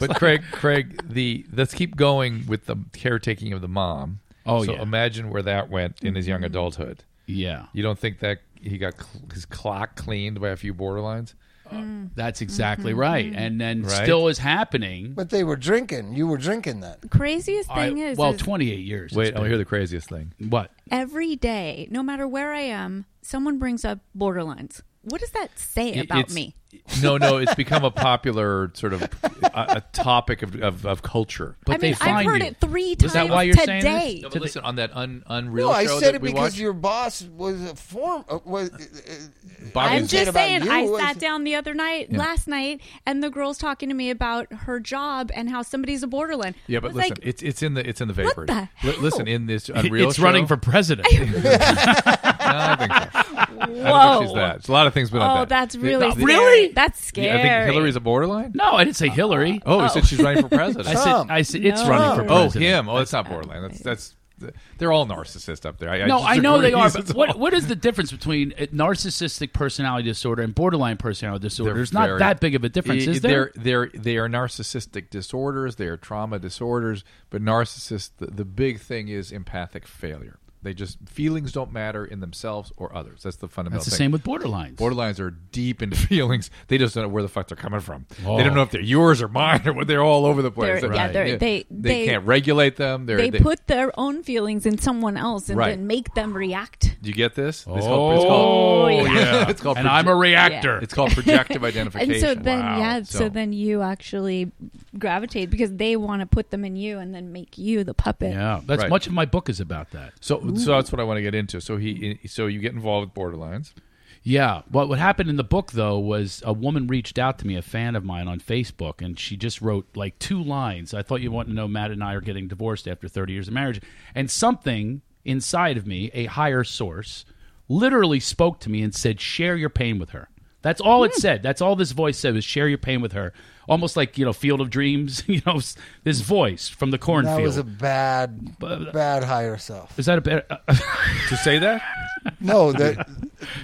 Speaker 2: but Craig, Craig, the let's keep going with the caretaking of the mom.
Speaker 5: Oh,
Speaker 2: so
Speaker 5: yeah.
Speaker 2: imagine where that went in his young adulthood.
Speaker 5: Yeah,
Speaker 2: You don't think that he got cl- his clock cleaned by a few borderlines?
Speaker 5: that's exactly
Speaker 4: Mm-hmm.
Speaker 5: right. And then
Speaker 2: Right.
Speaker 5: still is happening.
Speaker 3: But they were drinking. You were drinking then.
Speaker 4: Craziest
Speaker 5: I-
Speaker 4: thing is,
Speaker 5: well,
Speaker 4: is
Speaker 5: 28 years.
Speaker 2: Wait,
Speaker 5: It's
Speaker 2: I
Speaker 5: been-
Speaker 2: hear the craziest thing.
Speaker 5: what?
Speaker 4: every day, no matter where I am, someone brings up borderlines. What does that say
Speaker 2: It-
Speaker 4: about
Speaker 2: it's-
Speaker 4: me?
Speaker 2: No, no, it's become a popular sort of a, a topic of, of, of culture.
Speaker 5: But
Speaker 4: I
Speaker 5: they
Speaker 4: mean, I've
Speaker 5: find
Speaker 4: heard
Speaker 5: you.
Speaker 4: it three
Speaker 5: Is
Speaker 4: times
Speaker 5: that why you're saying this?
Speaker 4: today.
Speaker 2: No, but listen, on that un, unreal
Speaker 3: no, I
Speaker 2: show
Speaker 3: said
Speaker 2: that
Speaker 3: it
Speaker 2: we
Speaker 3: because
Speaker 2: watched,
Speaker 3: your boss was a form. Uh, was,
Speaker 2: Bobby
Speaker 4: I'm
Speaker 3: didn't say it
Speaker 4: just
Speaker 3: about
Speaker 4: saying.
Speaker 3: you.
Speaker 4: I
Speaker 3: It was-
Speaker 4: sat down the other night, last night, and the girl's talking to me about her job and how somebody's a borderline.
Speaker 2: Yeah,
Speaker 4: I
Speaker 2: but
Speaker 4: was
Speaker 2: listen,
Speaker 4: like,
Speaker 2: it's it's in the it's in the vapor.
Speaker 4: What the
Speaker 2: listen,
Speaker 4: hell?
Speaker 2: in this unreal,
Speaker 5: it's running
Speaker 2: show-
Speaker 5: for president.
Speaker 2: No, I don't think so.
Speaker 4: whoa,
Speaker 2: I don't think she's that. It's a lot of things, but not
Speaker 4: oh,
Speaker 2: that.
Speaker 4: that's
Speaker 2: Yeah,
Speaker 4: really
Speaker 2: no,
Speaker 4: scary.
Speaker 5: Really?
Speaker 4: That's
Speaker 2: yeah,
Speaker 4: scary.
Speaker 2: I think Hillary's a borderline.
Speaker 5: no, I didn't say Hillary.
Speaker 2: Oh, he said she's running for
Speaker 5: I
Speaker 2: president.
Speaker 5: said,
Speaker 3: Trump.
Speaker 5: I said it's
Speaker 4: No.
Speaker 5: running for
Speaker 2: oh,
Speaker 5: president.
Speaker 2: him. Oh, that's not borderline. That's that's they're all narcissists up there. I,
Speaker 5: no,
Speaker 2: I,
Speaker 5: I know they
Speaker 2: disagree.
Speaker 5: are.
Speaker 2: It's
Speaker 5: But
Speaker 2: all-
Speaker 5: what what is the difference between a narcissistic personality disorder and borderline personality disorder?
Speaker 2: They're
Speaker 5: There's not
Speaker 2: very-
Speaker 5: that big of a difference,
Speaker 2: I-
Speaker 5: is there?
Speaker 2: They're, they're, they are narcissistic disorders. They are trauma disorders. But narcissists, the, the big thing is empathic failure. They just feelings don't matter in themselves or others. That's the fundamental.
Speaker 5: That's the
Speaker 2: thing.
Speaker 5: same with borderlines.
Speaker 2: Borderlines are deep into feelings. They just don't know where the fuck they're coming from. They
Speaker 5: Oh.
Speaker 2: don't know if they're yours or mine or what. They're all over the place.
Speaker 4: They're- yeah, they're- they- they-
Speaker 2: can't regulate them. They're,
Speaker 4: they, put their own feelings in someone else and
Speaker 2: Right.
Speaker 4: then make them react.
Speaker 2: Do you get this? It's
Speaker 5: Oh, yeah.
Speaker 2: it's called.
Speaker 5: and I'm a reactor.
Speaker 2: It's called projective identification.
Speaker 4: And so then,
Speaker 2: Wow.
Speaker 4: yeah, so. then you actually gravitate because they want to put them in you and then make you the puppet.
Speaker 5: yeah, that's
Speaker 2: Right.
Speaker 5: much of my book is about that.
Speaker 2: So, so that's what I want to get into. So he, so you get involved with borderlines.
Speaker 5: Yeah, what what happened in the book though was a woman reached out to me, a fan of mine on Facebook, and she just wrote like two lines. I thought you want to know Matt and I are getting divorced after 30 years of marriage, and something inside of me, a higher source, literally spoke to me and said, "Share your pain with her." That's all
Speaker 3: Hmm.
Speaker 5: it said. That's all this voice said was share your pain with her. Almost like, you know, Field of Dreams, you know, s- this voice from the cornfield.
Speaker 3: That was a bad,
Speaker 2: uh,
Speaker 3: bad higher self.
Speaker 5: Is that a better? uh,
Speaker 2: to say that?
Speaker 3: No, that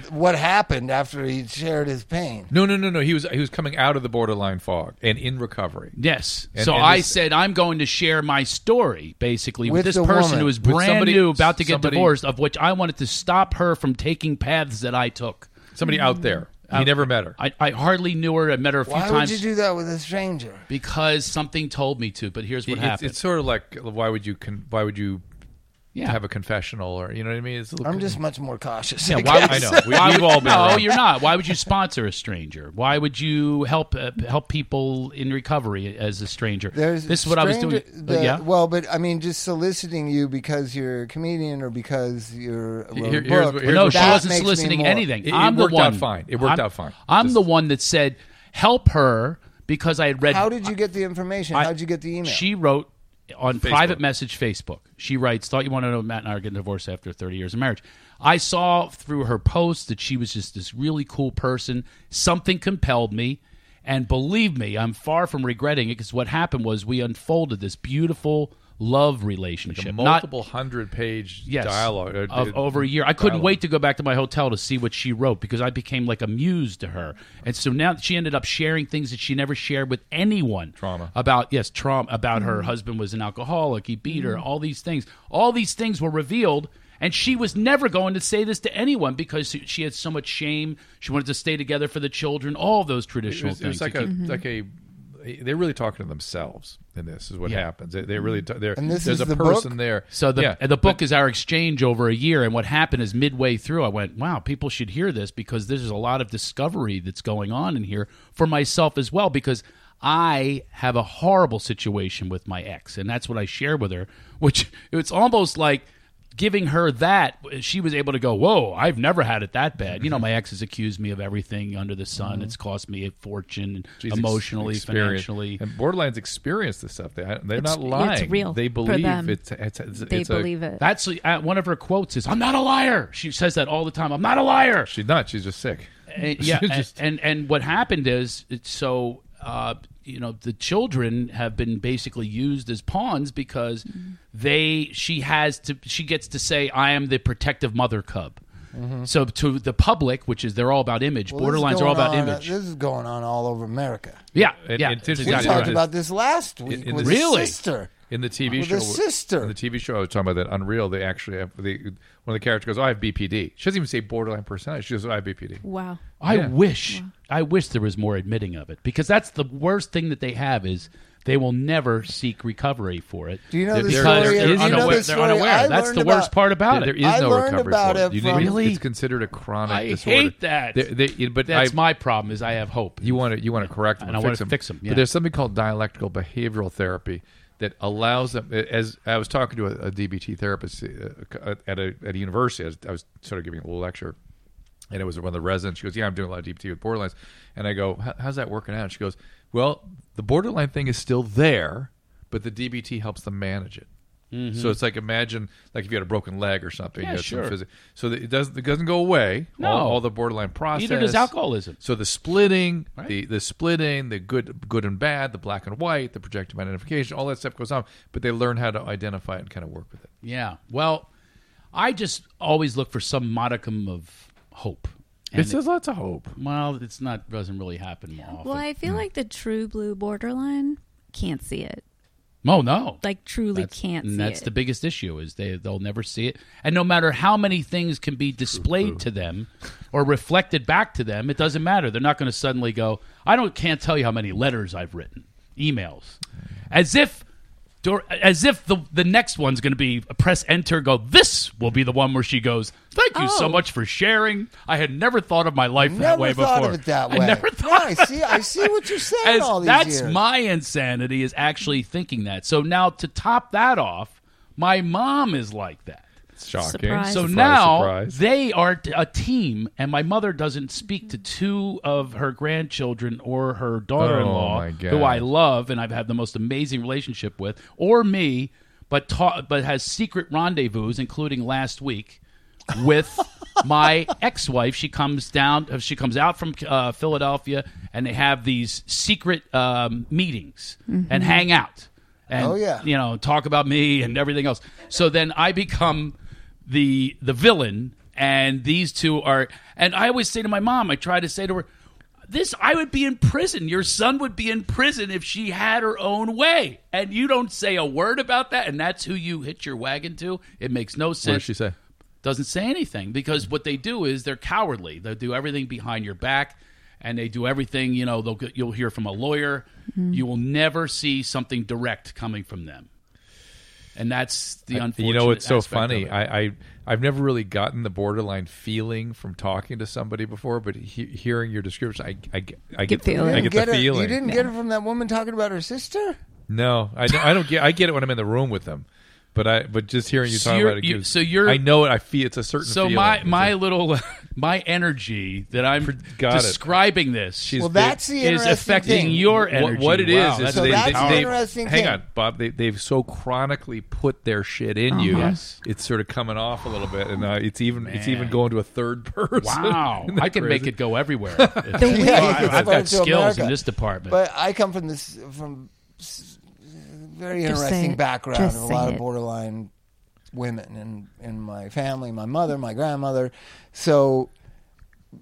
Speaker 3: what happened after he shared his pain.
Speaker 2: No, no, no, no. He was he was coming out of the borderline fog and in recovery.
Speaker 5: yes.
Speaker 2: And-
Speaker 5: so
Speaker 2: and
Speaker 5: I
Speaker 2: this-
Speaker 5: said I'm going to share my story, basically, with,
Speaker 3: With
Speaker 5: this
Speaker 3: the
Speaker 5: person
Speaker 3: woman.
Speaker 5: who is
Speaker 2: With
Speaker 5: brand
Speaker 2: somebody-
Speaker 5: new, about to get
Speaker 2: somebody-
Speaker 5: divorced, of which I wanted to stop her from taking paths that I took.
Speaker 2: Somebody out there. He never met her.
Speaker 5: I, I hardly knew her. I met her a few
Speaker 3: Why would
Speaker 5: times
Speaker 3: you do that with a stranger?
Speaker 5: because something told me to. But here's what
Speaker 2: It- it's,
Speaker 5: happened.
Speaker 2: it's sort of like why would you con- why would you
Speaker 5: yeah.
Speaker 2: have a confessional or you know what I mean? It's a little-
Speaker 3: I'm just much more cautious.
Speaker 5: Yeah,
Speaker 3: I
Speaker 5: why,
Speaker 3: guess.
Speaker 2: I know. We,
Speaker 5: Why
Speaker 2: we've
Speaker 5: would-
Speaker 2: all been.
Speaker 5: No,
Speaker 2: around.
Speaker 5: you're not. Why would you sponsor a stranger? Why would you help uh, help people in recovery as a stranger?
Speaker 3: There's
Speaker 5: this is what I was
Speaker 3: stranger-
Speaker 5: doing. Uh,
Speaker 3: the-
Speaker 5: yeah.
Speaker 3: Well, but I mean, just soliciting you because you're a comedian or because you're wrote a
Speaker 2: Here- here's what-
Speaker 3: book.
Speaker 5: Well,
Speaker 2: here's
Speaker 5: no,
Speaker 2: what-
Speaker 5: she
Speaker 3: That
Speaker 5: wasn't
Speaker 3: makes me
Speaker 5: soliciting
Speaker 3: more-
Speaker 5: anything.
Speaker 2: It- it
Speaker 5: I'm the
Speaker 2: worked
Speaker 5: one.
Speaker 2: out fine. It worked
Speaker 5: I'm-
Speaker 2: out fine.
Speaker 5: I'm
Speaker 2: Just-
Speaker 5: the one that said help her because I had read.
Speaker 3: How did you get the information?
Speaker 5: I-
Speaker 3: How would you get the email?
Speaker 5: She wrote on private message Facebook. She writes, "Thought you want to know Matt and I are getting divorced after 30 years of marriage." I saw through her post that she was just this really cool person. Something compelled me, and believe me, I'm far from regretting it because what happened was we unfolded this beautiful love relationship.
Speaker 2: a
Speaker 5: Not-
Speaker 2: multiple hundred page
Speaker 5: yes,
Speaker 2: dialogue uh,
Speaker 5: of
Speaker 2: uh,
Speaker 5: over a year. I couldn't
Speaker 2: dialogue.
Speaker 5: wait to go back to my hotel to see what she wrote because I became like a muse to her. And so now she ended up sharing things that she never shared with anyone.
Speaker 2: Trauma.
Speaker 5: about yes, trauma about her husband was an alcoholic. He beat her. All these things. All these things were revealed. And she was never going to say this to anyone because she had so much shame. She wanted to stay together for the children. All those
Speaker 2: It
Speaker 5: traditional
Speaker 2: was, it was
Speaker 5: things.
Speaker 2: like a like a. They're really talking to themselves in this. Is what
Speaker 5: Yeah.
Speaker 2: happens. They, they really. T- they're,
Speaker 3: And this
Speaker 2: there's
Speaker 3: is
Speaker 2: a
Speaker 3: the
Speaker 2: person
Speaker 3: book?
Speaker 2: there.
Speaker 5: So the
Speaker 2: yeah,
Speaker 5: the book is our exchange over a year, and what happened is midway through, I went, "Wow, people should hear this because there's a lot of discovery that's going on in here for myself as well." Because I have a horrible situation with my ex, and that's what I shared with her. Which it's almost like giving her that she was able to go whoa i've never had it that bad you know my ex has accused me of everything under the sun it's cost me a fortune
Speaker 2: Mm-hmm. she's ex-
Speaker 5: emotionally
Speaker 2: experienced.
Speaker 5: financially
Speaker 2: and borderlines experience this stuff. They they're
Speaker 4: It's-
Speaker 2: not
Speaker 4: it's
Speaker 2: lying.
Speaker 4: real
Speaker 2: They
Speaker 4: for
Speaker 2: believe
Speaker 4: them.
Speaker 2: it's it's, it's
Speaker 4: They
Speaker 2: it's
Speaker 4: believe
Speaker 2: a,
Speaker 4: it.
Speaker 5: That's uh, one of her quotes is "I'm not a liar." She says that all the time. I'm not a liar.
Speaker 2: She's not. She's just sick.
Speaker 5: And, Uh, Eh, yeah,
Speaker 2: She's
Speaker 5: and,
Speaker 2: just-
Speaker 5: and and what happened is it's so uh, you know the children have been basically used as pawns because
Speaker 3: Mm-hmm.
Speaker 5: they she has to she gets to say I am the protective mother cub. So to the public, which is they're all about image.
Speaker 3: Mm-hmm. Well, this is
Speaker 5: Borderlines are all
Speaker 3: going
Speaker 5: about
Speaker 3: on- uh,
Speaker 5: image.
Speaker 3: This is going on all over America.
Speaker 5: yeah,
Speaker 2: And-
Speaker 5: yeah.
Speaker 2: and it's
Speaker 5: that's
Speaker 3: We
Speaker 2: exactly
Speaker 3: talked
Speaker 2: right.
Speaker 3: about this last week
Speaker 2: in
Speaker 3: with
Speaker 2: the-
Speaker 3: his
Speaker 5: Really?
Speaker 3: sister.
Speaker 2: In the TV
Speaker 3: With
Speaker 2: show,
Speaker 3: a sister.
Speaker 2: In the TV show, I was talking about that Unreal. They actually have the one of the characters goes, "Oh, "I have BPD." She doesn't even say borderline personality. She goes, "Oh, "I have BPD."
Speaker 4: Wow.
Speaker 5: I wish I wish there was more admitting of it because that's the worst thing that they have is they will never seek recovery for it.
Speaker 3: Do you know
Speaker 5: They're-
Speaker 3: the
Speaker 5: they're-
Speaker 3: story-
Speaker 5: They're,
Speaker 3: do you know
Speaker 5: unaware.
Speaker 3: the
Speaker 5: they're
Speaker 3: story
Speaker 5: unaware.
Speaker 3: I
Speaker 5: that's the
Speaker 3: learned
Speaker 5: worst
Speaker 3: about-
Speaker 5: part about
Speaker 2: There
Speaker 5: it.
Speaker 2: is
Speaker 3: I
Speaker 2: no
Speaker 3: learned
Speaker 2: recovery
Speaker 3: about
Speaker 2: for it.
Speaker 3: it
Speaker 2: You
Speaker 3: from-
Speaker 2: need-
Speaker 5: Really?
Speaker 2: It's considered a chronic
Speaker 5: I
Speaker 2: disorder.
Speaker 5: hate that.
Speaker 2: They- they- but
Speaker 5: That's
Speaker 2: I-
Speaker 5: my problem is I have hope.
Speaker 2: You want to you want to correct them
Speaker 5: And
Speaker 2: and
Speaker 5: I
Speaker 2: fix
Speaker 5: wanna
Speaker 2: them.
Speaker 5: fix 'em, yeah.
Speaker 2: But there's something called dialectical behavioral therapy that allows them. As I was talking to a, a DBT therapist uh, at a at a university, I was, I was sort of giving a little lecture, and it was one of the residents. She goes, "Yeah, I'm doing a lot of DBT with borderlines," and I go, "How- "How's that working out?" She goes, "Well, the borderline thing is still there, but the DBT helps them manage it." So it's like imagine like if you had a broken leg or something.
Speaker 5: Mm-hmm. Yeah,
Speaker 2: you had some
Speaker 5: sure.
Speaker 2: physi- so that it doesn't it doesn't go away. all,
Speaker 5: No.
Speaker 2: all the borderline process.
Speaker 5: Neither does alcoholism.
Speaker 2: So the splitting, the the splitting, the good good and bad, the black and white, the projective identification, all that stuff goes on. But they learn how to identify it and kind of work with it.
Speaker 5: Yeah. Well, I just always look for some modicum of hope. And
Speaker 2: It says lots of hope.
Speaker 5: well, it's not doesn't really happen more often.
Speaker 4: Well, I feel like the true blue borderline can't see it.
Speaker 5: oh no.
Speaker 4: Like truly can't see
Speaker 5: and that's
Speaker 4: it.
Speaker 5: the biggest issue is they they'll never see it and no matter how many things can be displayed to them or reflected back to them it doesn't matter they're not going to suddenly go i don't can't tell you how many letters i've written emails as if dur- as if the the next one's going to be press enter go this will be the one where she goes thank you so
Speaker 4: Oh.
Speaker 5: much for sharing i had never thought of my life that
Speaker 3: never
Speaker 5: way
Speaker 3: thought
Speaker 5: before
Speaker 3: of it that
Speaker 5: I
Speaker 3: way.
Speaker 5: never thought
Speaker 3: Yeah, I see. I see what you're saying.
Speaker 5: as-
Speaker 3: all these
Speaker 5: that's
Speaker 3: years.
Speaker 5: my insanity is actually thinking that. So now to top that off, my mom is like that.
Speaker 2: It's shocking.
Speaker 4: Surprise.
Speaker 5: So
Speaker 4: Surprise,
Speaker 5: now
Speaker 2: surprise.
Speaker 5: they are t- a team, and my mother doesn't speak to two of her grandchildren or her daughter-in-law,
Speaker 2: Oh, my God.
Speaker 5: who I love and I've had the most amazing relationship with, or me, but ta- but has secret rendezvous, including last week with my ex-wife, she comes down, she comes out from uh, Philadelphia, and they have these secret um, meetings and hang out. And,
Speaker 3: Oh, yeah.
Speaker 5: you know, talk about me and everything else. So then I become the the villain, and these two are. And I always say to my mom, I try to say to her, "This, I would be in prison. Your son would be in prison if she had her own way." And you don't say a word about that, and that's who you hit your wagon to. It makes no sense
Speaker 2: What does she say?
Speaker 5: doesn't say anything because what they do is they're cowardly. They do everything behind your back, and they do everything. You know, they'll get- you'll hear from a lawyer.
Speaker 3: Mm-hmm.
Speaker 5: You will never see something direct coming from them, and that's the
Speaker 2: I-
Speaker 5: unfortunate.
Speaker 2: You know, it's so
Speaker 5: aspect of
Speaker 2: funny.
Speaker 5: it.
Speaker 2: I, I I've never really gotten the borderline feeling from talking to somebody before, but he, hearing your description, I I, get- I get the,
Speaker 4: feeling.
Speaker 2: I
Speaker 4: You
Speaker 2: get,
Speaker 3: Get
Speaker 2: the
Speaker 3: it-
Speaker 2: feeling.
Speaker 3: You didn't get it from that woman talking about her sister?
Speaker 2: No, I don't, I don't get. I get it when I'm in the room with them, but I but just hearing you
Speaker 5: So
Speaker 2: talk
Speaker 5: you're-
Speaker 2: about it.
Speaker 5: you-
Speaker 2: gives-
Speaker 5: so you're-
Speaker 2: I know it. I feel it's a certain.
Speaker 5: so
Speaker 2: feeling.
Speaker 5: my
Speaker 2: It's
Speaker 5: my
Speaker 2: a-
Speaker 5: little my energy that I'm
Speaker 2: Got it.
Speaker 5: describing this
Speaker 2: She's
Speaker 3: Well,
Speaker 2: big.
Speaker 3: that's the
Speaker 5: is
Speaker 3: interesting
Speaker 5: affecting
Speaker 3: thing.
Speaker 5: your
Speaker 2: What-
Speaker 5: energy.
Speaker 2: What it is
Speaker 5: Wow,
Speaker 2: is
Speaker 5: that's
Speaker 3: So
Speaker 2: they,
Speaker 3: that's
Speaker 2: they,
Speaker 3: the
Speaker 2: they-
Speaker 3: interesting
Speaker 2: hang
Speaker 3: thing.
Speaker 2: on, Bob. They, they've so chronically put their shit in you.
Speaker 5: Oh, Yes.
Speaker 2: It's sort of coming off a little bit, and uh, it's even it's even going to a third person.
Speaker 5: wow.
Speaker 2: Isn't that
Speaker 5: I can
Speaker 2: crazy?
Speaker 5: make it go everywhere. If-
Speaker 3: Yeah,
Speaker 5: I-
Speaker 3: it's
Speaker 5: I've got
Speaker 3: hard to
Speaker 5: skills
Speaker 3: America.
Speaker 5: in this department.
Speaker 3: But I come from this from s- very
Speaker 4: Just say
Speaker 3: interesting
Speaker 4: it.
Speaker 3: background
Speaker 4: Just
Speaker 3: of a
Speaker 4: say
Speaker 3: lot of
Speaker 4: it.
Speaker 3: borderline women in in my family, my mother, my grandmother. So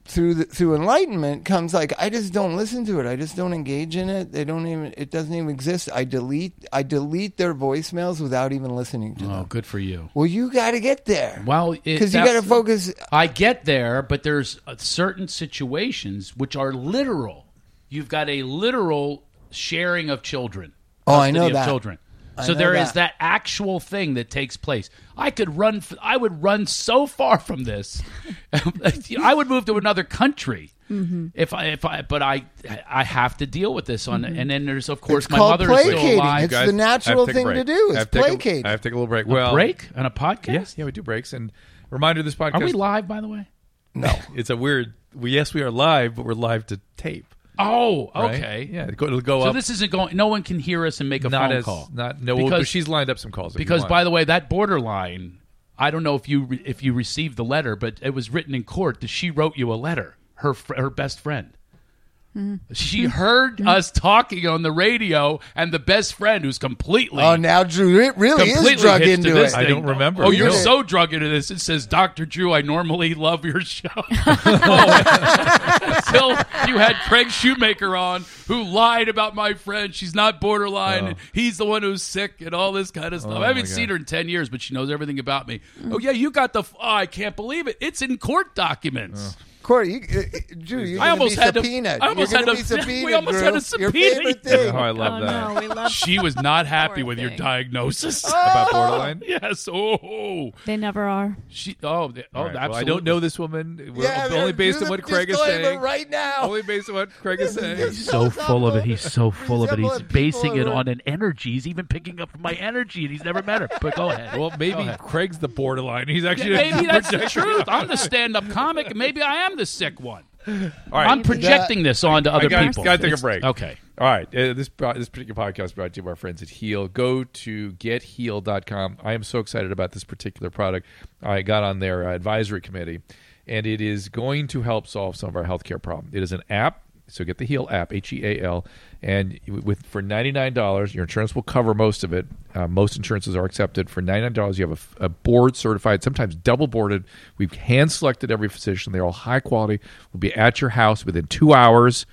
Speaker 3: through the, through enlightenment comes like I just don't listen to it. I just don't engage in it. They don't even it doesn't even exist. I delete I delete their voicemails without even listening to
Speaker 5: oh,
Speaker 3: them.
Speaker 5: good for you.
Speaker 3: Well, you got to get there.
Speaker 5: Well, it-
Speaker 3: because you got
Speaker 5: that's-
Speaker 3: to focus.
Speaker 5: I get there, but there's uh, certain situations which are literal. You've got a literal sharing of children.
Speaker 3: Oh, I
Speaker 5: custody
Speaker 3: know
Speaker 5: of
Speaker 3: that.
Speaker 5: Children.
Speaker 3: I
Speaker 5: so
Speaker 3: know
Speaker 5: there is
Speaker 3: that.
Speaker 5: that actual thing that takes place. I could run. f- I would run so far from this. I would move to another country
Speaker 3: Mm-hmm.
Speaker 5: if I. If I. But I. I have to deal with this on. And then there's of
Speaker 3: Mm-hmm.
Speaker 5: course
Speaker 3: It's
Speaker 5: my
Speaker 3: called
Speaker 5: mother is
Speaker 3: placating.
Speaker 5: still alive.
Speaker 3: It's the natural
Speaker 2: I have take a
Speaker 3: thing to
Speaker 2: break.
Speaker 3: do is
Speaker 2: I have take a-
Speaker 3: placate.
Speaker 2: I have to take a little break. Well,
Speaker 5: break on a podcast.
Speaker 2: Yes, yeah, we do breaks. And reminder: this podcast
Speaker 5: Are we live? By the way.
Speaker 2: It's a weird. We yes, we are live, but we're live to tape.
Speaker 5: Oh,
Speaker 2: right?
Speaker 5: okay.
Speaker 2: Yeah, it'll go, it'll go
Speaker 5: So
Speaker 2: up.
Speaker 5: this isn't going. No one can hear us and make a
Speaker 2: not
Speaker 5: phone
Speaker 2: as
Speaker 5: call.
Speaker 2: not no.
Speaker 5: because,
Speaker 2: but she's lined up some calls. if you
Speaker 5: because
Speaker 2: want.
Speaker 5: by the way, that borderline. I don't know if you re- if you received the letter, but it was written in court that she wrote you a letter. Her fr- her best friend. She heard us talking on the radio, and the best friend, who's completely
Speaker 3: Oh, now Drew it really
Speaker 5: completely
Speaker 3: is drug
Speaker 5: hits to
Speaker 3: into
Speaker 5: this
Speaker 3: it.
Speaker 2: I
Speaker 5: thing.
Speaker 2: don't remember.
Speaker 5: Oh, you're
Speaker 3: No.
Speaker 5: so drug into this. It says, Dr. Drew, I normally love your show. Oh. Until you had Craig Shoemaker on who lied about my friend. She's not borderline. and He's the one who's sick and all this kind of stuff. I haven't
Speaker 2: Oh. my
Speaker 5: seen
Speaker 2: God.
Speaker 5: her in 10 years, but she knows everything about me. Oh, yeah, you got the. F- oh, I can't believe it. It's in court documents.
Speaker 3: Corey, you, uh, uh, Drew, you're
Speaker 5: I
Speaker 3: gonna
Speaker 5: almost
Speaker 3: be
Speaker 5: had to-
Speaker 3: subpoenaed.
Speaker 5: I almost
Speaker 3: You're
Speaker 5: had
Speaker 3: gonna
Speaker 5: to-
Speaker 3: be subpoenaed,
Speaker 5: we almost had
Speaker 3: Drew.
Speaker 5: to
Speaker 3: Your
Speaker 5: subpoena
Speaker 3: favorite
Speaker 5: you.
Speaker 3: thing.
Speaker 2: oh, I love that
Speaker 4: no, we love
Speaker 5: She was not happy
Speaker 4: Poor
Speaker 5: with your
Speaker 4: thing. Oh.
Speaker 5: diagnosis.
Speaker 3: Oh.
Speaker 2: about borderline.
Speaker 5: yes. Oh,
Speaker 4: They never are.
Speaker 5: she. Oh, they- oh,
Speaker 2: All right, well, I
Speaker 5: absolutely.
Speaker 2: don't know this woman. We're
Speaker 3: Yeah,
Speaker 2: only
Speaker 3: do
Speaker 2: based on
Speaker 3: the
Speaker 2: what Craig is
Speaker 3: disclaimer
Speaker 2: saying.
Speaker 3: Right now.
Speaker 2: Only based on what Craig is saying.
Speaker 3: He's so
Speaker 5: so full of
Speaker 3: humble.
Speaker 5: it. He's so full of it.
Speaker 3: He's
Speaker 5: He's
Speaker 3: humble and
Speaker 5: basing it
Speaker 3: people are-
Speaker 5: on an energy. He's even picking up my energy, and he's never met her. But go ahead.
Speaker 2: Well, maybe Craig's the borderline. He's actually
Speaker 5: maybe that's the truth. I'm the stand-up comic. and Maybe I am the sick one.
Speaker 2: All right.
Speaker 5: I'm projecting this onto other
Speaker 2: I gotta-
Speaker 5: people.
Speaker 2: gotta take a
Speaker 5: It's-
Speaker 2: break.
Speaker 5: Okay.
Speaker 2: All right. Uh, this pro- this particular podcast is brought to you by our friends at Heal. Go to getheal.com. I am so excited about this particular product. I got on their uh, advisory committee, and it is going to help solve some of our healthcare problem. It is an app. So get the Heal app, H E A L, and you- with for ninety nine dollars, your insurance will cover most of it. Uh, most insurances are accepted for ninety nine dollars. You have a, a board certified, sometimes double boarded. We've hand selected every physician. They're all high quality. Will be at your house within two hours.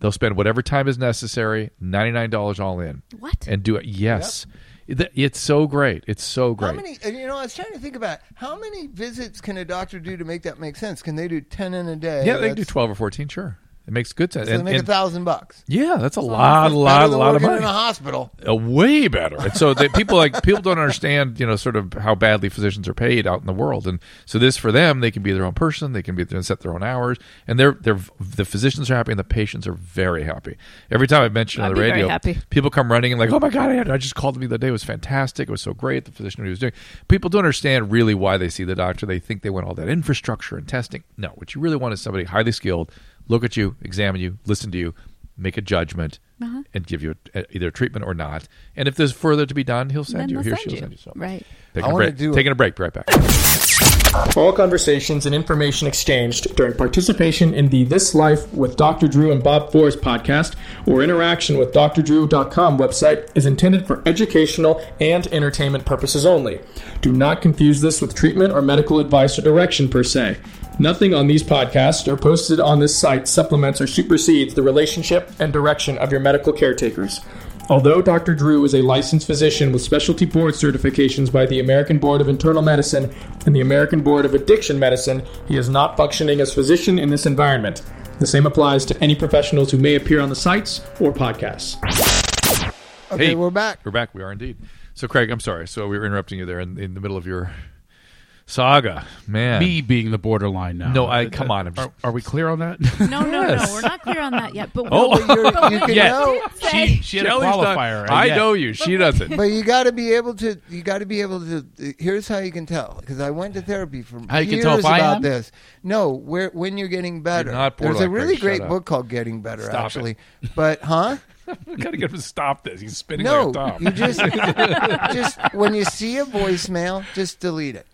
Speaker 2: They'll spend whatever time is necessary, ninety nine dollars all in.
Speaker 4: What?
Speaker 2: And do it. Yes, It- it's so great. It's so
Speaker 3: How
Speaker 2: great.
Speaker 3: many? And you know, I was trying to think about it. how many visits can a doctor do to make that make sense. Can they do ten in a day?
Speaker 2: yeah, they can do
Speaker 3: That's-
Speaker 2: twelve or fourteen. Sure, it makes good sense.
Speaker 3: So they
Speaker 2: And-
Speaker 3: make a
Speaker 2: and-
Speaker 3: thousand bucks.
Speaker 2: yeah, that's a lot,
Speaker 3: That's better
Speaker 2: lot,
Speaker 3: than
Speaker 2: lot of
Speaker 3: working
Speaker 2: money.
Speaker 3: in a hospital.
Speaker 2: Uh, way better. And so that people like people don't understand, you know, sort of how badly physicians are paid out in the world. And so this for them, they can be their own person, they can be they set their own hours, and they're they're the physicians are happy and the patients are very happy. Every time I mention on
Speaker 4: I'd
Speaker 2: the
Speaker 4: be very
Speaker 2: radio,
Speaker 4: happy.
Speaker 2: people come running and like, oh my god, I, had, I just called me the day it was fantastic. It was so great. The physician knew what he was doing. People don't understand really why they see the doctor. They think they want all that infrastructure and testing. No, what you really want is somebody highly skilled, look at you, examine you, listen to you, make a judgment
Speaker 4: Uh-huh.
Speaker 2: and give you a, a- either treatment or not. And if there's further to be done, he'll send
Speaker 4: Then
Speaker 2: you.
Speaker 4: they'll
Speaker 2: Here
Speaker 4: send
Speaker 2: she'll
Speaker 4: you.
Speaker 2: send you. So,
Speaker 4: Right.
Speaker 2: Taking,
Speaker 3: I
Speaker 2: a
Speaker 3: wanna
Speaker 2: break,
Speaker 3: do a-
Speaker 2: taking a break. Be right back.
Speaker 8: All conversations and information exchanged during participation in the This Life with Dr. Drew and Bob Forrest podcast or interaction with drdrew.com website is intended for educational and entertainment purposes only. Do not confuse this with treatment or medical advice or direction per se. Nothing on these podcasts or posted on this site supplements or supersedes the relationship and direction of your medical caretakers. Although Dr. Drew is a licensed physician with specialty board certifications by the American Board of Internal Medicine and the American Board of Addiction Medicine, he is not functioning as physician in this environment. The same applies to any professionals who may appear on the sites or podcasts.
Speaker 3: Okay,
Speaker 2: Hey.
Speaker 3: we're back.
Speaker 2: We're back. We are indeed. So, Craig, I'm sorry. So we were interrupting you there in, in the middle of your saga, man.
Speaker 5: Me being the borderline now.
Speaker 2: No, I- come on, I'm
Speaker 5: Are,
Speaker 2: just-
Speaker 5: are we clear on that?
Speaker 4: No, no, no. We're not clear on that yet. But
Speaker 2: Oh.
Speaker 4: we- but
Speaker 3: you
Speaker 4: we
Speaker 3: can
Speaker 4: did
Speaker 3: know.
Speaker 4: say-
Speaker 5: she, she had a
Speaker 2: Shelley's not-
Speaker 5: qualifier.
Speaker 2: I
Speaker 5: yeah.
Speaker 2: know you. She doesn't.
Speaker 3: But you got to be able to. You got to be able to. Here's how you can tell. Because I went to therapy for
Speaker 5: How you
Speaker 3: years
Speaker 5: can tell if I
Speaker 3: about
Speaker 5: am?
Speaker 3: this. No, where when you're getting better.
Speaker 2: not bored
Speaker 3: There's
Speaker 2: like
Speaker 3: a
Speaker 2: that.
Speaker 3: really
Speaker 2: Shut
Speaker 3: great
Speaker 2: up.
Speaker 3: book called Getting Better,
Speaker 2: Stop it.
Speaker 3: actually. But huh?
Speaker 2: Gotta get him to stop this. He's spinning
Speaker 3: No,
Speaker 2: like a top.
Speaker 3: you just just when you see a voicemail, just delete it.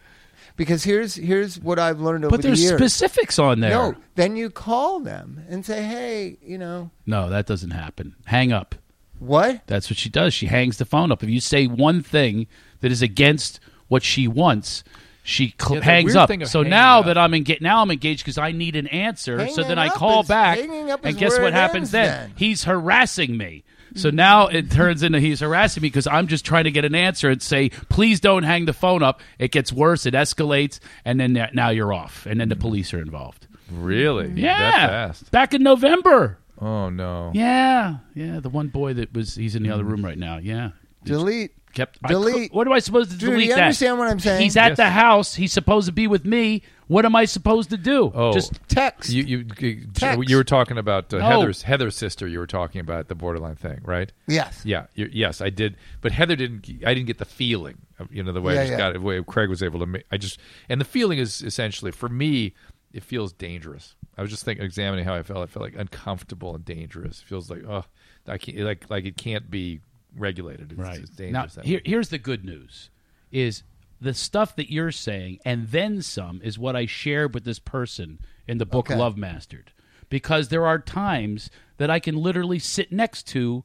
Speaker 3: Because here's here's what I've learned over
Speaker 5: But
Speaker 3: the
Speaker 5: there's
Speaker 3: years.
Speaker 5: specifics on there.
Speaker 3: No, then you call them and say, "Hey, you know
Speaker 5: No, that doesn't happen. Hang up.
Speaker 3: what?
Speaker 5: That's what she does. She hangs the phone up. If you say one thing that is against what she wants, she cl-
Speaker 2: Yeah, the
Speaker 5: hangs
Speaker 2: weird
Speaker 5: up.
Speaker 2: thing of
Speaker 5: So
Speaker 2: hanging
Speaker 5: now
Speaker 2: up-
Speaker 5: that I'm engaged, now I'm engaged because I need an answer. so
Speaker 3: Hanging
Speaker 5: then I
Speaker 3: up
Speaker 5: call
Speaker 3: is-
Speaker 5: back,
Speaker 3: hanging up
Speaker 5: and
Speaker 3: is
Speaker 5: guess
Speaker 3: where
Speaker 5: what
Speaker 3: it
Speaker 5: happens
Speaker 3: ends
Speaker 5: then?
Speaker 3: then.
Speaker 5: He's harassing me. So now it turns into he's harassing me because I'm just trying to get an answer and say, please don't hang the phone up. It gets worse. It escalates, and then that- now you're off, and then
Speaker 3: Mm-hmm.
Speaker 5: the police are involved.
Speaker 2: Really? That
Speaker 5: Yeah,
Speaker 2: fast.
Speaker 5: back in November.
Speaker 2: Oh no.
Speaker 5: Yeah, yeah. The one boy that was he's in the other
Speaker 3: Mm.
Speaker 5: room right now. Yeah,
Speaker 3: Delete."
Speaker 5: kept I
Speaker 3: Delete.
Speaker 5: cou- what am I supposed to
Speaker 3: Drew, do
Speaker 5: delete?
Speaker 3: you
Speaker 5: that?
Speaker 3: understand what I'm saying?
Speaker 5: He's at
Speaker 2: Yes.
Speaker 5: the house. He's supposed to be with me. What am I supposed to do?
Speaker 2: Oh.
Speaker 5: just
Speaker 3: Text.
Speaker 2: You you you-
Speaker 3: Text.
Speaker 2: you were talking about uh,
Speaker 5: No.
Speaker 2: Heather's Heather's sister. You were talking about the borderline thing, right?
Speaker 3: yes.
Speaker 2: Yeah. you yes, I did. But Heather didn't. I didn't get the feeling. Of, you know the way
Speaker 3: Yeah,
Speaker 2: I just
Speaker 3: yeah.
Speaker 2: got it. The way Craig was able to. ma- I just and the feeling is essentially for me. It feels dangerous. I was just thinking, examining how I felt. I felt like uncomfortable and dangerous. It feels like oh, I can't like like it can't be regulated. It's,
Speaker 5: right
Speaker 2: it's dangerous.
Speaker 5: now.
Speaker 2: that
Speaker 5: Here,
Speaker 2: way.
Speaker 5: here's the good news: is the stuff that you're saying and then some is what I shared with this person in the book
Speaker 3: Okay.
Speaker 5: Love Mastered, because there are times that I can literally sit next to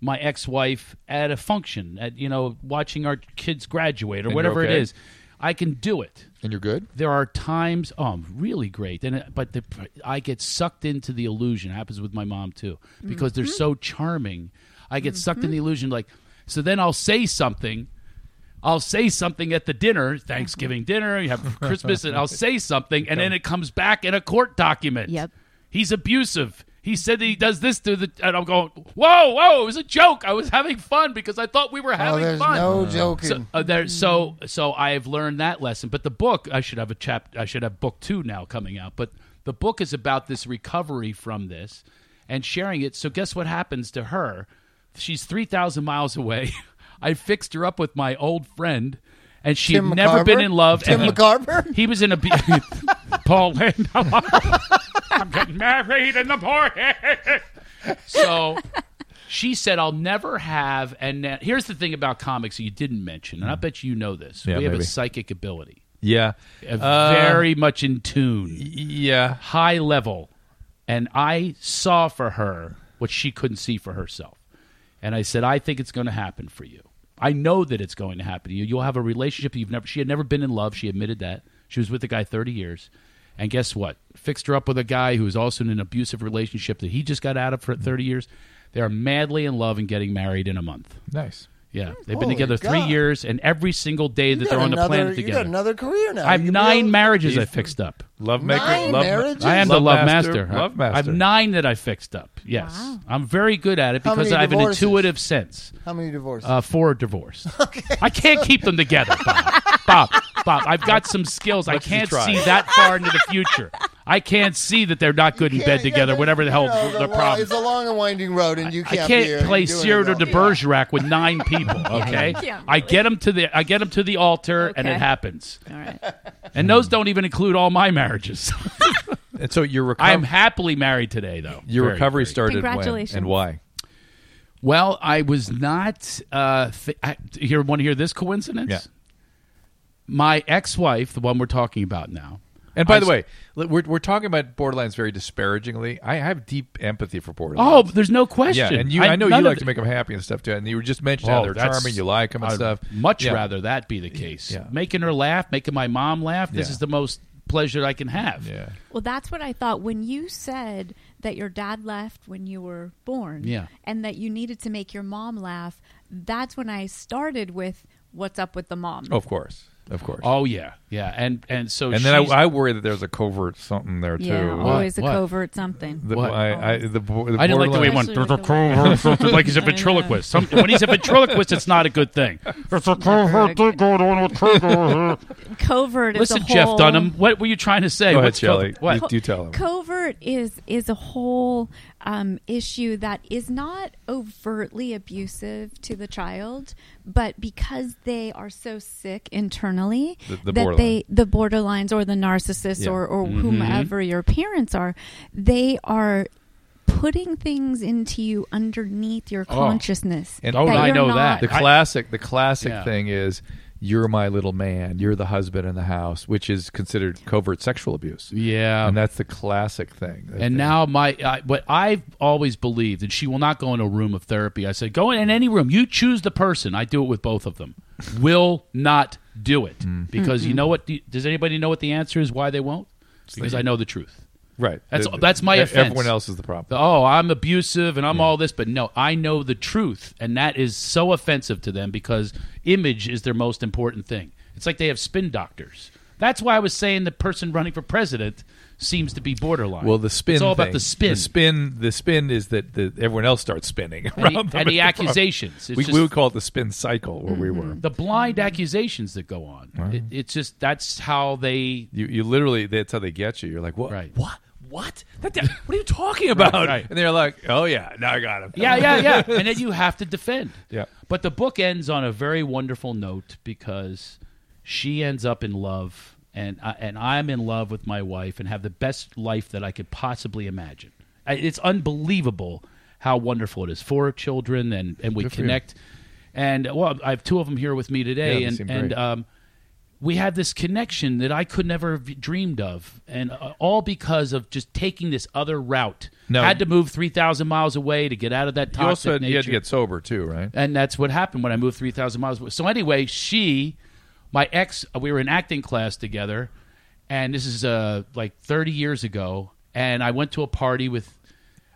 Speaker 5: my ex-wife at a function at you know watching our kids graduate or
Speaker 2: you're
Speaker 5: whatever
Speaker 2: okay?
Speaker 5: it is. I can do it.
Speaker 2: and you're good.
Speaker 5: there are times oh I'm really great and it- but the, I get sucked into the illusion it happens with my mom too because they're so charming I get sucked in the illusion like so then I'll say something I'll say something at the dinner Thanksgiving dinner you have Christmas and I'll say something and then it comes back in a court document
Speaker 4: Yep.
Speaker 5: he's abusive he said that he does this to the and I'm going whoa whoa it was a joke I was having fun because I thought we were
Speaker 3: Oh,
Speaker 5: having
Speaker 3: there's
Speaker 5: fun
Speaker 3: no joking.
Speaker 5: so, uh, there, so so I've learned that lesson. But the book, I should have a chap. I should have book two now coming out. But the book is about this recovery from this and sharing it. So guess what happens to her? She's three thousand miles away. I fixed her up with my old friend, and she
Speaker 3: Tim
Speaker 5: had never
Speaker 3: McCarver?
Speaker 5: been in love.
Speaker 3: Tim
Speaker 5: and he-
Speaker 3: McCarver?
Speaker 5: He was in a be- Paul Landau. I'm getting married in the morning. So she said, I'll never have. And that, here's the thing about comics that you didn't mention, and I bet you know this.
Speaker 2: Mm. Yeah,
Speaker 5: we have
Speaker 2: maybe.
Speaker 5: a psychic ability,
Speaker 2: Yeah.
Speaker 5: a
Speaker 2: Uh,
Speaker 5: very much in tune,
Speaker 2: Yeah.
Speaker 5: high level. And I saw for her what she couldn't see for herself. And I said, I think it's going to happen for you. I know that it's going to happen to you. You'll have a relationship you've never. She had never been in love. She admitted that. She was with the guy 30 years. And guess what? Fixed her up with a guy who was also in an abusive relationship that he just got out of
Speaker 3: Hmm.
Speaker 5: for 30 years. They are madly in love and getting married in a month.
Speaker 2: Nice.
Speaker 5: Yeah, they've been
Speaker 3: Oh, Holy
Speaker 5: together three
Speaker 3: God.
Speaker 5: years, and every single day that
Speaker 3: You
Speaker 5: they're
Speaker 3: got
Speaker 5: on the
Speaker 3: another-
Speaker 5: planet
Speaker 3: You got
Speaker 5: together.
Speaker 3: another career now.
Speaker 5: I have
Speaker 3: You could be
Speaker 5: nine
Speaker 3: able-
Speaker 5: marriages I fixed up.
Speaker 2: Love maker.
Speaker 3: Nine
Speaker 2: love
Speaker 3: marriages?
Speaker 5: I am the love master. I-
Speaker 2: Love master.
Speaker 5: I have nine that I fixed up. Yes, I'm very good at it
Speaker 3: How
Speaker 5: because
Speaker 3: many
Speaker 5: I have
Speaker 3: divorces?
Speaker 5: an intuitive sense.
Speaker 3: How many divorces?
Speaker 5: Uh, four are divorced. I can't keep them together, Bob. Bob, Bob, I've got some skills. I
Speaker 2: you
Speaker 5: can't
Speaker 2: try.
Speaker 5: see that far into the future. I can't see that they're not good in
Speaker 3: Yeah,
Speaker 5: bed
Speaker 3: yeah,
Speaker 5: together,
Speaker 3: there's-
Speaker 5: whatever the
Speaker 3: you
Speaker 5: hell
Speaker 3: know,
Speaker 5: the,
Speaker 3: the lo-
Speaker 5: problem.
Speaker 3: It's a long and winding road, and you can't.
Speaker 5: I
Speaker 3: be-
Speaker 5: can't play
Speaker 3: doing it
Speaker 5: Cyrano
Speaker 3: all.
Speaker 5: de Bergerac with nine people. Okay,
Speaker 4: can't
Speaker 5: I get them to the I get 'em to the altar, and
Speaker 4: Okay.
Speaker 5: it happens.
Speaker 4: All right.
Speaker 5: And those don't even include all my marriages.
Speaker 2: and so your
Speaker 5: I am
Speaker 2: recovery,
Speaker 5: happily married today, though.
Speaker 2: your
Speaker 5: Very,
Speaker 2: recovery
Speaker 5: very-
Speaker 2: started when
Speaker 4: Congratulations.
Speaker 2: and why?
Speaker 5: Well, I was not. Uh, th- I, here, want to hear this coincidence?
Speaker 2: Yeah.
Speaker 5: My ex-wife, the one we're talking about now.
Speaker 2: And by
Speaker 5: I
Speaker 2: the
Speaker 5: s-
Speaker 2: way, l- we're, we're talking about Borderlands very disparagingly. I have deep empathy for
Speaker 5: oh,
Speaker 2: Borderlands.
Speaker 5: there's no question.
Speaker 2: yeah, and you, I, know
Speaker 5: none
Speaker 2: you
Speaker 5: of
Speaker 2: like
Speaker 5: the-
Speaker 2: to make them happy and stuff too. And you were just mentioning
Speaker 5: Oh,
Speaker 2: how they're
Speaker 5: that's-
Speaker 2: charming, you like them and
Speaker 5: I'd
Speaker 2: stuff.
Speaker 5: Much
Speaker 2: Yeah.
Speaker 5: rather that be the case.
Speaker 2: Yeah.
Speaker 5: Making her laugh, making my mom laugh. This
Speaker 2: Yeah.
Speaker 5: is the most pleasure I can have.
Speaker 2: Yeah.
Speaker 4: Well, that's what I thought when you said that your dad left when you were born
Speaker 5: Yeah.
Speaker 4: and that you needed to make your mom laugh. That's when I started with what's up with the mom.
Speaker 2: Of course, of course.
Speaker 5: Oh yeah, yeah. And and so
Speaker 2: and then I,
Speaker 5: she's-
Speaker 2: I worry that there's a covert something there too.
Speaker 4: Yeah, always a
Speaker 5: What?
Speaker 4: covert something.
Speaker 2: The,
Speaker 5: What?
Speaker 2: I, I, the, bo- the
Speaker 5: I didn't like the way he
Speaker 2: Borderlands-
Speaker 5: went.
Speaker 4: Especially with
Speaker 5: "There's a
Speaker 4: the
Speaker 5: crow," or something, like he's a ventriloquist. Some, when he's a ventriloquist, it's not a good thing. "There's a crow
Speaker 4: Not
Speaker 5: thing going on with crow over here."
Speaker 4: Covert is
Speaker 5: Listen,
Speaker 4: a whole
Speaker 5: Jeff Dunham, what were you trying to say?
Speaker 2: Go ahead,
Speaker 5: What's cov-
Speaker 2: Shelley.
Speaker 5: What?
Speaker 2: You- do tell him.
Speaker 4: Covert is is a whole um, issue that is not overtly abusive to the child, but because they are so sick internally
Speaker 2: The- the
Speaker 4: that they the borderlines or the narcissists
Speaker 2: Yeah. Mm-hmm.
Speaker 4: or or whomever your parents are, they are putting things into you underneath your consciousness.
Speaker 2: Oh. And-
Speaker 4: that
Speaker 2: Oh, I
Speaker 4: you're
Speaker 5: know
Speaker 4: not-
Speaker 5: that.
Speaker 2: The
Speaker 5: I-
Speaker 2: classic, the classic
Speaker 5: Yeah.
Speaker 2: thing is, you're my little man. You're the husband in the house, which is considered covert sexual abuse.
Speaker 5: Yeah.
Speaker 2: and that's the classic thing.
Speaker 5: And now my I, what I've always believed, and she will not go in a room of therapy. I said, go in any room. You choose the person. I do it with both of them. will not do it
Speaker 2: Mm-hmm.
Speaker 5: because you know what? Do- Does anybody know what the answer is? Why they won't? Because I know the truth.
Speaker 2: right?
Speaker 5: That's
Speaker 2: The-
Speaker 5: that's my
Speaker 2: e-
Speaker 5: offense.
Speaker 2: Everyone else is the problem.
Speaker 5: Oh, I'm abusive and I'm all this, but no, I know the truth, and that is so offensive to them because image is their most important thing. It's like they have spin doctors. That's why I was saying the person running for president seems to be borderline.
Speaker 2: Well, the spin.
Speaker 5: It's all
Speaker 2: thing.
Speaker 5: about the spin.
Speaker 2: The spin. The spin is that the, everyone else starts spinning around
Speaker 5: and the,
Speaker 2: them
Speaker 5: and the
Speaker 2: at front.
Speaker 5: accusations.
Speaker 2: We,
Speaker 5: It's just Mm-hmm.
Speaker 2: we would call it the spin cycle where we were.
Speaker 5: the blind accusations that go on. It, it's just that's how they.
Speaker 2: You, you literally that's how they get you. You're like, what?
Speaker 5: Right.
Speaker 2: What? What? That, that- what are you talking about?
Speaker 5: right.
Speaker 2: And they're like, oh yeah, now I got him.
Speaker 5: Yeah, yeah, yeah. and then you have to defend.
Speaker 2: Yeah.
Speaker 5: But the book ends on a very wonderful note because she ends up in love, and I, and I'm in love with my wife, and have the best life that I could possibly imagine. I- It's unbelievable how wonderful it is. Four children, and and we
Speaker 2: Good for you.
Speaker 5: connect. And well, I have two of them here with me today,
Speaker 2: Yeah, they
Speaker 5: and
Speaker 2: seem
Speaker 5: and
Speaker 2: great.
Speaker 5: um, we had this connection that I could never have dreamed of, and uh, all because of just taking this other route.
Speaker 2: No.
Speaker 5: had to move three thousand miles away to get out of that
Speaker 2: You
Speaker 5: toxic
Speaker 2: also had,
Speaker 5: nature
Speaker 2: you had to get sober too, right?
Speaker 5: and that's what happened when I moved three thousand miles. So anyway, she, my ex, uh, we were in acting class together, and this is uh like thirty years ago. And I went to a party with,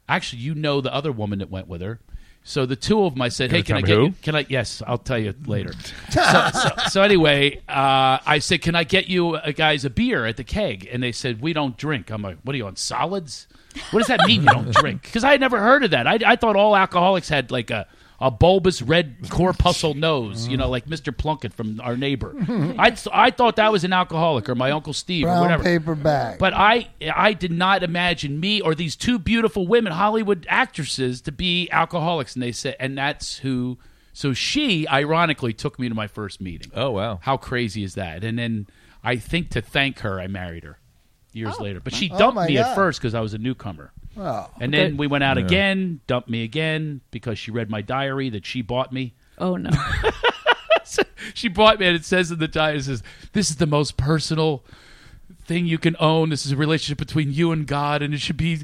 Speaker 5: actually, you know, the other woman that went with her. So the two of them, I said, "Hey, can
Speaker 2: tell
Speaker 5: I
Speaker 2: me
Speaker 5: get
Speaker 2: who?
Speaker 5: you? Can I? Yes, I'll tell you later." so, so, so anyway, uh, I said, "Can I get you uh, guys a beer at the keg?" And they said, "We don't drink." I'm like, "What are you on solids? What does that mean? you don't drink?" Because I had never heard of that. I, I thought all alcoholics had like a a bulbous red corpuscle nose, you know, like Mr. Plunkett from our neighbor. I, I thought that was an alcoholic or my uncle Steve or
Speaker 3: Brown
Speaker 5: whatever.
Speaker 3: paper bag.
Speaker 5: But I I did not imagine me or these two beautiful women, Hollywood actresses, to be alcoholics. And they said, and that's who. So she ironically took me to my first meeting.
Speaker 2: Oh wow.
Speaker 5: How crazy is that? And then I think to thank her, I married her years later. But she
Speaker 3: Oh
Speaker 5: dumped
Speaker 3: my
Speaker 5: me at
Speaker 3: God. Oh.
Speaker 5: first because I was a newcomer.
Speaker 3: Wow.
Speaker 5: And then we went out again, dumped me again because she read my diary that she bought me.
Speaker 4: Oh no.
Speaker 5: She bought me, and it says in the diary, it says, This is the most personal thing you can own. This is a relationship between you and God, and it should be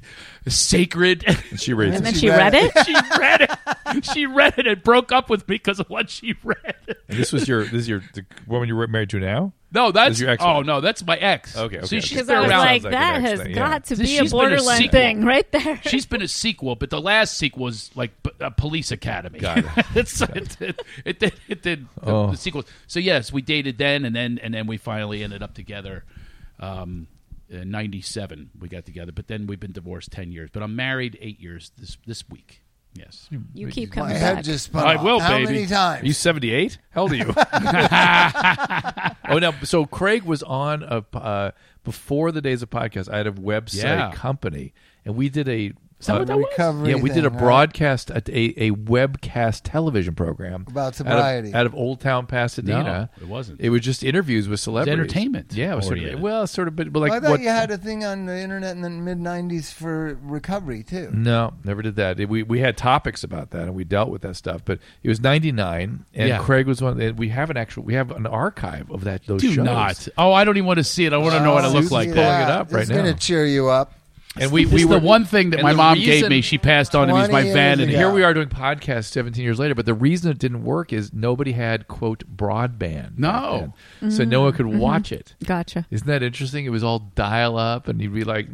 Speaker 5: sacred.
Speaker 2: And she reads.
Speaker 3: And
Speaker 2: it.
Speaker 4: then
Speaker 3: she
Speaker 4: she
Speaker 3: read
Speaker 4: read it?
Speaker 5: she read it. She read it and broke up with me because of what she read.
Speaker 2: And this was your this is your the woman you're married to now.
Speaker 5: No, that's
Speaker 2: That's your ex-wife.
Speaker 5: oh no, that's my ex.
Speaker 2: Okay,
Speaker 5: See,
Speaker 2: okay.
Speaker 5: she's
Speaker 4: Because
Speaker 5: been
Speaker 4: I was
Speaker 5: around.
Speaker 4: like,
Speaker 2: Sounds like
Speaker 4: that
Speaker 2: an
Speaker 4: has
Speaker 2: accident, yeah.
Speaker 4: got to
Speaker 5: See,
Speaker 4: be a
Speaker 5: she's been a
Speaker 4: borderline
Speaker 5: sequel.
Speaker 4: thing right there.
Speaker 5: She's been a sequel, but the last sequel was like b- a Police Academy.
Speaker 2: Got it.
Speaker 5: It's- it, did- it did. It did the-
Speaker 2: Oh.
Speaker 5: the sequel. So yes, we dated then, and then and then we finally ended up together. Um, in '97, we got together, but then we've been divorced ten years. But I'm married eight years this this week. Yes,
Speaker 4: you keep
Speaker 3: my
Speaker 4: coming
Speaker 3: head
Speaker 4: back.
Speaker 3: just spun
Speaker 5: I
Speaker 3: off.
Speaker 5: will,
Speaker 3: How
Speaker 5: baby.
Speaker 3: many
Speaker 2: Are you
Speaker 3: times?
Speaker 2: 78? How old are you? oh, no. So Craig was on a uh, before the days of podcast. I had a website
Speaker 5: Yeah.
Speaker 2: company, and we did a
Speaker 5: Is that
Speaker 2: Uh,
Speaker 5: what that was?
Speaker 3: recovery.
Speaker 2: Yeah, we did a
Speaker 3: thing, right?
Speaker 2: broadcast, a, a, a webcast television program
Speaker 3: About
Speaker 2: out of-
Speaker 3: sobriety.
Speaker 2: out of, Old Town Pasadena.
Speaker 5: No, it wasn't.
Speaker 2: It was just interviews with celebrities.
Speaker 5: entertainment
Speaker 2: Yeah, it was sort
Speaker 5: oriented.
Speaker 2: of, well, sort of, but, but like
Speaker 3: Well, I thought
Speaker 2: what?
Speaker 3: you had a thing on the internet in the mid '90s for recovery too.
Speaker 5: Mm,
Speaker 2: no, never did that. It- we we had topics about that and we dealt with that stuff. But it was '99, and
Speaker 5: Yeah.
Speaker 2: Craig was one. And we have an actual, we have an archive of that. Those
Speaker 5: Do
Speaker 2: shows.
Speaker 5: not. Oh, I don't even want to see it. I want to know what it looked
Speaker 3: Susie,
Speaker 5: like.
Speaker 2: that.
Speaker 5: Pulling
Speaker 2: Pulling
Speaker 5: it
Speaker 2: it
Speaker 5: up.
Speaker 2: up right
Speaker 3: it's
Speaker 2: now.
Speaker 3: gonna cheer you up.
Speaker 2: And we
Speaker 5: This
Speaker 2: we
Speaker 5: is
Speaker 2: were
Speaker 5: the one thing that
Speaker 2: and
Speaker 5: my
Speaker 2: the
Speaker 5: mom gave
Speaker 2: reason-
Speaker 5: me. She passed on to me as my
Speaker 3: 20 years
Speaker 5: vanity.
Speaker 3: ago.
Speaker 2: Here we are doing podcasts 17 years later, but the reason it didn't work is nobody had quote broadband. back
Speaker 5: No.
Speaker 2: then. so no one could watch it.
Speaker 4: Gotcha.
Speaker 2: Isn't that interesting? It was all dial up, and you'd be like,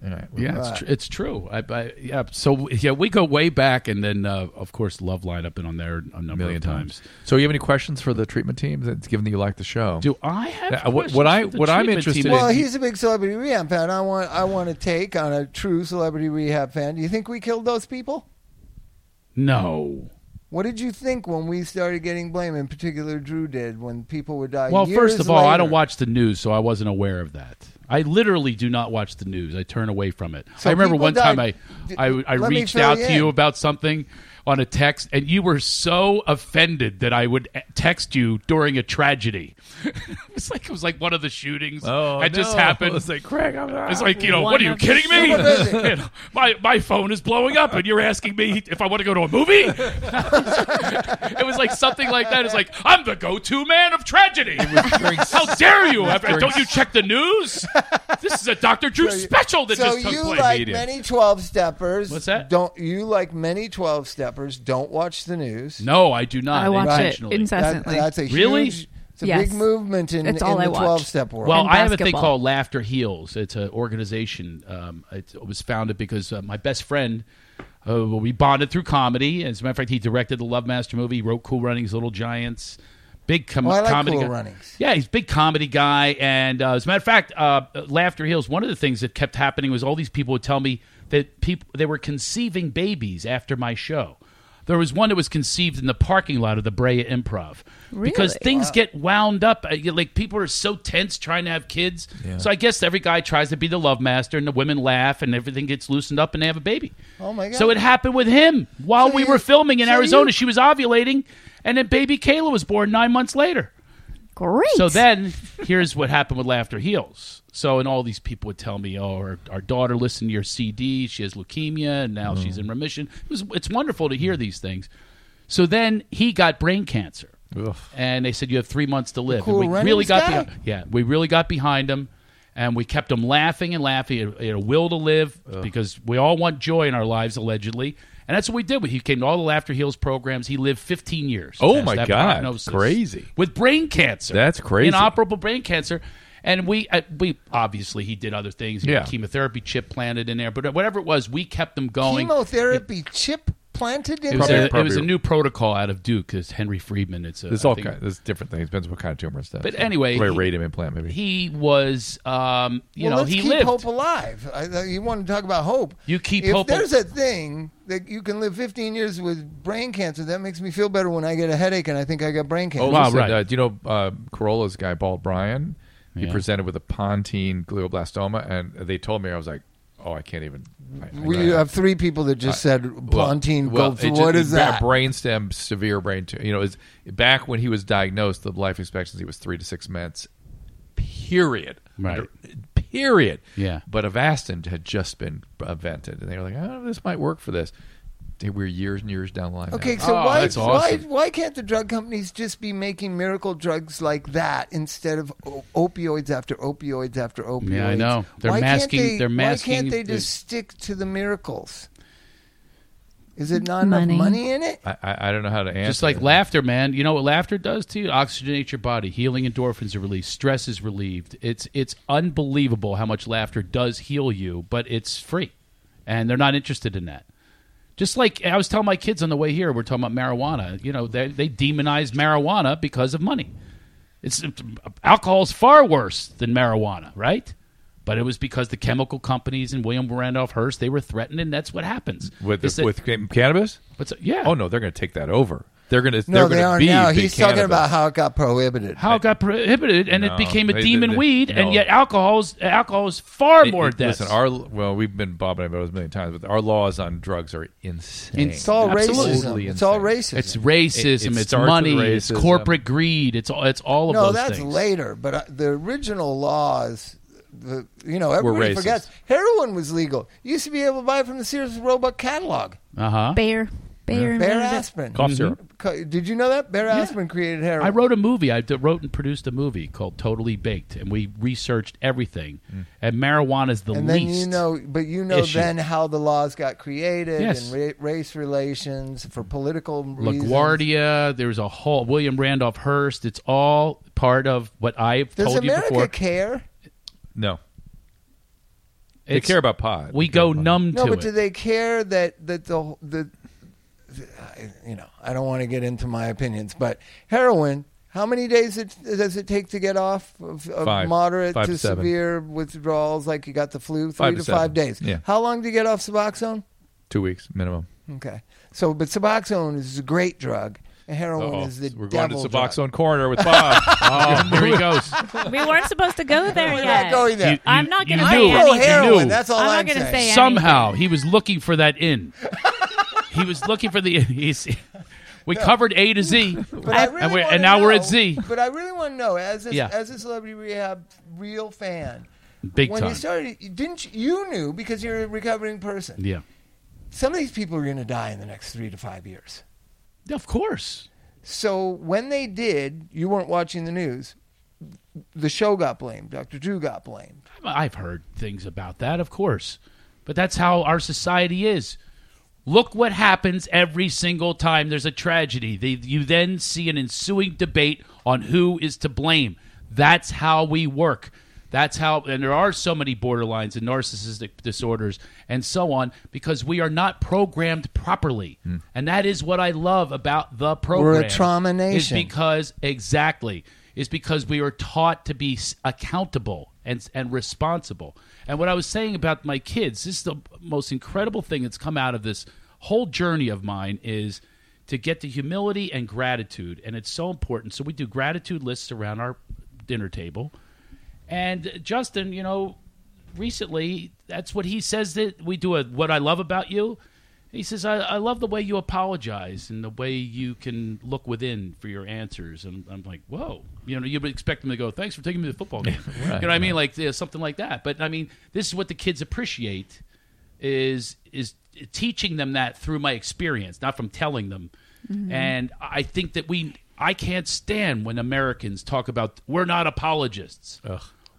Speaker 2: all right, well,
Speaker 5: Yeah, it's, tr- it's true. I, I, yeah, so yeah, we go way back, and then uh, of course, Love Line up and on there a number
Speaker 2: a million
Speaker 5: of times.
Speaker 2: times. So, you have any questions for the treatment team? That's given that you like the show,
Speaker 5: Do I have
Speaker 2: Yeah, Uh, what-
Speaker 5: questions
Speaker 2: what I-
Speaker 5: for the
Speaker 2: what I'm
Speaker 5: treatment
Speaker 2: interested
Speaker 5: team?
Speaker 2: in-
Speaker 3: Well, he's a big celebrity rehab fan. I want I want to take on a true celebrity rehab fan. Do you think we killed those people?
Speaker 5: no.
Speaker 3: What did you think when we started getting blame? In particular, Drew did when people were dying.
Speaker 5: Well, first
Speaker 3: uh, years
Speaker 5: of all, I don't
Speaker 3: later?
Speaker 5: watch the news, so I wasn't aware of that. I literally do not watch the news. I turn away from it.
Speaker 3: So
Speaker 5: I remember
Speaker 3: people
Speaker 5: one time I,
Speaker 3: died- D-
Speaker 5: I, I
Speaker 3: let me
Speaker 5: reached
Speaker 3: fill
Speaker 5: out
Speaker 3: you
Speaker 5: to you
Speaker 3: in.
Speaker 5: about something on a text, and you were so offended that I would eh, text you during a tragedy. it's like it was like one of the shootings
Speaker 2: Oh,
Speaker 5: that just
Speaker 2: no.
Speaker 5: happened.
Speaker 2: It's like, Craig, I'm not-
Speaker 5: It's like you know,
Speaker 9: One
Speaker 5: what are you
Speaker 9: of the
Speaker 5: kidding me?
Speaker 3: shootings.
Speaker 5: You know, my my phone is blowing up, and you're asking me if I want to go to a movie. it was like something like that. It's like I'm the go-to man of tragedy. How dare you? After, don't you check the news? This is a Dr. Drew special that
Speaker 3: so
Speaker 5: just took
Speaker 3: you
Speaker 5: place.
Speaker 3: like many twelve steppers?
Speaker 5: What's that?
Speaker 3: Don't you like many twelve steppers? Don't watch the news.
Speaker 5: no, I do not.
Speaker 4: I watch it
Speaker 5: intentionally.
Speaker 3: That-
Speaker 4: incessantly.
Speaker 3: that's a
Speaker 5: Really?
Speaker 3: huge. It's a
Speaker 4: Yes.
Speaker 3: big movement in, in
Speaker 4: It's all I
Speaker 3: the
Speaker 4: watch.
Speaker 3: twelve step world.
Speaker 5: Well,
Speaker 4: and
Speaker 5: I have a thing
Speaker 4: basketball.
Speaker 5: called Laughter Heals. It's an organization. Um, it, it was founded because uh, my best friend, uh, we bonded through comedy. As a matter of fact, he directed the Love Master movie, he wrote Cool Runnings, Little Giants, big com-
Speaker 3: Oh, I like
Speaker 5: comedy
Speaker 3: Cool
Speaker 5: guy.
Speaker 3: Runnings.
Speaker 5: Yeah, he's a big comedy guy. And uh, as a matter of fact, uh, Laughter Heals, one of the things that kept happening was all these people would tell me that people they were conceiving babies after my show. There was one that was conceived in the parking lot of the Brea Improv because
Speaker 4: Really?
Speaker 5: things get wound up. Uh, you- Like people are so tense trying to have kids. So I guess every guy tries to be the love master, and the women laugh, and everything gets loosened up, and they have a baby.
Speaker 3: Oh, my God.
Speaker 5: So it happened with him while
Speaker 3: So
Speaker 5: we
Speaker 3: you-
Speaker 5: were filming in
Speaker 3: so you-
Speaker 5: Arizona. she was ovulating, and then baby Kayla was born nine months later.
Speaker 4: Great.
Speaker 5: So then, here's what happened with Laughter Heals. So, and all these people would tell me, "Oh, our, our daughter listened to your CD. She has leukemia, and now she's
Speaker 2: Mm.
Speaker 5: in remission." It was, it's wonderful to hear these things. So then he got brain cancer,
Speaker 2: Ugh.
Speaker 5: and they said you have three months to live.
Speaker 3: Cool
Speaker 5: and we
Speaker 3: Runnings
Speaker 5: really got
Speaker 3: guy?
Speaker 5: behind, yeah, we really got behind him, and we kept him laughing and laughing. He had, he had a will to live because we all want joy in our lives, allegedly. And that's what we did. He came to all the Laughter Heals programs. He lived 15 years.
Speaker 2: Oh,
Speaker 5: past
Speaker 2: my
Speaker 5: that
Speaker 2: God.
Speaker 5: prognosis
Speaker 2: Crazy.
Speaker 5: with brain cancer.
Speaker 2: That's crazy.
Speaker 5: Inoperable brain cancer. And we uh, we obviously he did other things. He had
Speaker 2: Yeah.
Speaker 5: a chemotherapy chip planted in there, but whatever it was, we kept them going.
Speaker 3: chemotherapy chip planted
Speaker 5: It
Speaker 3: in
Speaker 5: was,
Speaker 3: there?
Speaker 5: a,
Speaker 2: Probably-
Speaker 5: it was a new protocol out of Duke. It's Henry Friedman. It's a,
Speaker 2: There's
Speaker 5: I
Speaker 2: all
Speaker 5: think-
Speaker 2: kind. There's different things. Depends what kind of tumor and stuff.
Speaker 5: But anyway,
Speaker 2: Probably
Speaker 5: he-
Speaker 2: radium implant maybe.
Speaker 5: He was, um, you
Speaker 3: well,
Speaker 5: know,
Speaker 3: let's
Speaker 5: he
Speaker 3: keep
Speaker 5: lived.
Speaker 3: hope alive. I, I- you want to talk about hope?
Speaker 5: You keep
Speaker 3: if
Speaker 5: hope al-
Speaker 3: there's a thing that you can live 15 years with brain cancer, that makes me feel better when I get a headache and I think I got brain cancer.
Speaker 2: Oh,
Speaker 5: Wow,
Speaker 2: listen,
Speaker 5: right.
Speaker 2: uh, do you know uh, Corolla's guy, Bald Brian? He
Speaker 5: Yeah.
Speaker 2: presented with a pontine glioblastoma, and they told me I was like, "Oh, I can't even." I, I
Speaker 3: we
Speaker 2: can't.
Speaker 3: have three people that just said Pontine
Speaker 2: well,
Speaker 3: gold.
Speaker 2: it
Speaker 3: what
Speaker 2: just-
Speaker 3: is that?
Speaker 2: ba- Brainstem, severe brain tumor. You know, is back when he was diagnosed, the life expectancy was three to six months. Period.
Speaker 5: Right.
Speaker 2: Period.
Speaker 5: Yeah.
Speaker 2: But Avastin had just been invented, and they were like, "Oh, this might work for this." They We're years and years down the line. now.
Speaker 3: Okay, so
Speaker 5: Oh,
Speaker 3: why,
Speaker 5: that's awesome.
Speaker 3: why why can't the drug companies just be making miracle drugs like that instead of o- opioids after opioids after opioids?
Speaker 5: Yeah, I know. They're
Speaker 3: why
Speaker 5: masking-
Speaker 3: Can't they,
Speaker 5: they're
Speaker 3: Why can't
Speaker 5: masking
Speaker 3: they
Speaker 5: the-
Speaker 3: just stick to the miracles? Is it not enough
Speaker 4: Money.
Speaker 3: money in it?
Speaker 2: I, I, I don't know how to answer.
Speaker 5: Just like
Speaker 2: that.
Speaker 5: laughter, man. You know what laughter does to you? Oxygenates your body. Healing endorphins are released. Stress is relieved. It's it's unbelievable how much laughter does heal you, but it's free, and they're not interested in that. Just like I was telling my kids on the way here, we're talking about marijuana. You know, they they demonize marijuana because of money. It's alcohol's far worse than marijuana, right? But it was because the chemical companies and William Randolph Hearst they were threatened, and that's what happens
Speaker 2: with Oh,
Speaker 5: Is that-
Speaker 2: with cannabis.
Speaker 5: What's- yeah.
Speaker 2: Oh no, they're going to take that over. They're gonna. they're
Speaker 3: No, they
Speaker 2: gonna
Speaker 3: are
Speaker 2: be
Speaker 3: now.
Speaker 2: big
Speaker 3: He's talking
Speaker 2: Canada.
Speaker 3: about how it got prohibited.
Speaker 5: How it got prohibited and
Speaker 2: No,
Speaker 5: it became a
Speaker 2: they-
Speaker 5: demon
Speaker 2: they-
Speaker 5: weed,
Speaker 2: no.
Speaker 5: and yet alcohol's alcohol is far
Speaker 2: It-
Speaker 5: more
Speaker 2: it-
Speaker 5: deaths.
Speaker 2: Listen, our well, we've been bobbing about this a million times, but our laws on drugs are insane.
Speaker 3: It's all
Speaker 5: Absolutely
Speaker 3: racism. It's all
Speaker 2: insane.
Speaker 3: racism.
Speaker 5: it's racism,
Speaker 2: It- it
Speaker 5: it's
Speaker 2: starts with
Speaker 5: money, it's
Speaker 2: racism.
Speaker 5: corporate greed, it's all it's all of
Speaker 3: no,
Speaker 5: those
Speaker 3: that's
Speaker 5: things.
Speaker 3: later. But uh, the original laws, the, you know, everybody
Speaker 2: racist.
Speaker 3: forgets heroin was legal. You used to be able to buy from the Sears Roebuck catalog.
Speaker 5: Uh huh.
Speaker 4: Bear. Bear. invented
Speaker 3: Bear
Speaker 4: it.
Speaker 3: aspirin.
Speaker 2: Cough syrup.
Speaker 3: Co- Did you know that Bear aspirin created heroin?
Speaker 5: Mm-hmm. I wrote a movie. I d- wrote and produced a movie called Totally Baked, and we researched everything.
Speaker 2: Mm.
Speaker 5: And marijuana is the
Speaker 3: and
Speaker 5: least.
Speaker 3: then you know, but you know
Speaker 5: issue.
Speaker 3: then how the laws got created
Speaker 5: Yes.
Speaker 3: and ra- race relations for political reasons.
Speaker 5: LaGuardia. There's a whole William Randolph Hearst. It's all part of what I've
Speaker 3: Does
Speaker 5: told
Speaker 3: America
Speaker 5: you before.
Speaker 3: care?
Speaker 2: No, they
Speaker 5: It's-
Speaker 2: care about pot.
Speaker 5: We
Speaker 2: They care
Speaker 5: go
Speaker 2: about-
Speaker 5: numb
Speaker 3: No,
Speaker 5: to
Speaker 3: but
Speaker 5: it.
Speaker 3: do they care that that the the, the you know I don't want to get into my opinions, but heroin. How many days it, does it take to get off of, of
Speaker 2: Five.
Speaker 3: moderate
Speaker 2: Five
Speaker 3: to
Speaker 2: to seven.
Speaker 3: severe withdrawals? Like you got the flu, three
Speaker 2: Five
Speaker 3: to,
Speaker 2: to
Speaker 3: five
Speaker 2: seven.
Speaker 3: days.
Speaker 2: Yeah.
Speaker 3: How long do you get off Suboxone?
Speaker 2: two weeks minimum.
Speaker 3: Okay, so but Suboxone is a great drug. and Heroin
Speaker 2: Uh-oh.
Speaker 3: is Oh, the
Speaker 2: We're going to
Speaker 3: devil drug.
Speaker 2: Suboxone Corner with Bob.
Speaker 3: Um,
Speaker 5: oh, here he goes.
Speaker 7: We weren't supposed to go there
Speaker 3: We're
Speaker 7: yet.
Speaker 3: not going there.
Speaker 5: You-
Speaker 7: I'm not going to
Speaker 5: you
Speaker 7: say
Speaker 5: knew.
Speaker 3: Pro
Speaker 7: anything.
Speaker 3: heroin.
Speaker 5: knew.
Speaker 3: That's all
Speaker 7: I'm
Speaker 3: I'm,
Speaker 7: not going to
Speaker 3: saying.
Speaker 7: say
Speaker 5: Somehow he was looking for that in. he was looking for the. He's, we covered A to Z,
Speaker 3: But I
Speaker 5: and,
Speaker 3: really
Speaker 5: we're,
Speaker 3: wanna
Speaker 5: and now we're at
Speaker 3: know-
Speaker 5: Z.
Speaker 3: But I really want to know, as a,
Speaker 5: Yeah.
Speaker 3: as a celebrity rehab real fan,
Speaker 5: Big
Speaker 3: when
Speaker 5: time.
Speaker 3: you started, you- didn't you, you knew because you're a recovering person?
Speaker 5: yeah.
Speaker 3: Some of these people are going to die in the next three to five years.
Speaker 5: Of course.
Speaker 3: So when they did, you weren't watching the news. The show got blamed. Dr. Drew got blamed.
Speaker 5: I've heard things about that, of course. But that's how our society is. Look what happens every single time there's a tragedy. They, you then see an ensuing debate on who is to blame. That's how we work. That's how, and there are so many borderlines and narcissistic disorders and so on because we are not programmed properly. And that is what I love about the program.
Speaker 3: Hmm. trauma
Speaker 5: is
Speaker 3: nation.
Speaker 5: because because exactly is because we are taught to be s- accountable and and responsible. And what I was saying about my kids, this is the most incredible thing that's come out of this whole journey of mine is to get to humility and gratitude, and it's so important. So we do gratitude lists around our dinner table. And Justin, you know, recently that's what he says that we do. A, what I love about you, he says, I, I love the way you apologize and the way you can look within for your answers. And I'm like, whoa, you know, you would expect him to go, thanks for taking me to the football game. you know what I mean? Like yeah, something like that. But I mean, this is what the kids appreciate is is teaching them that through my experience, not from telling them. And I think that we, I can't stand when Americans talk about we're not apologists.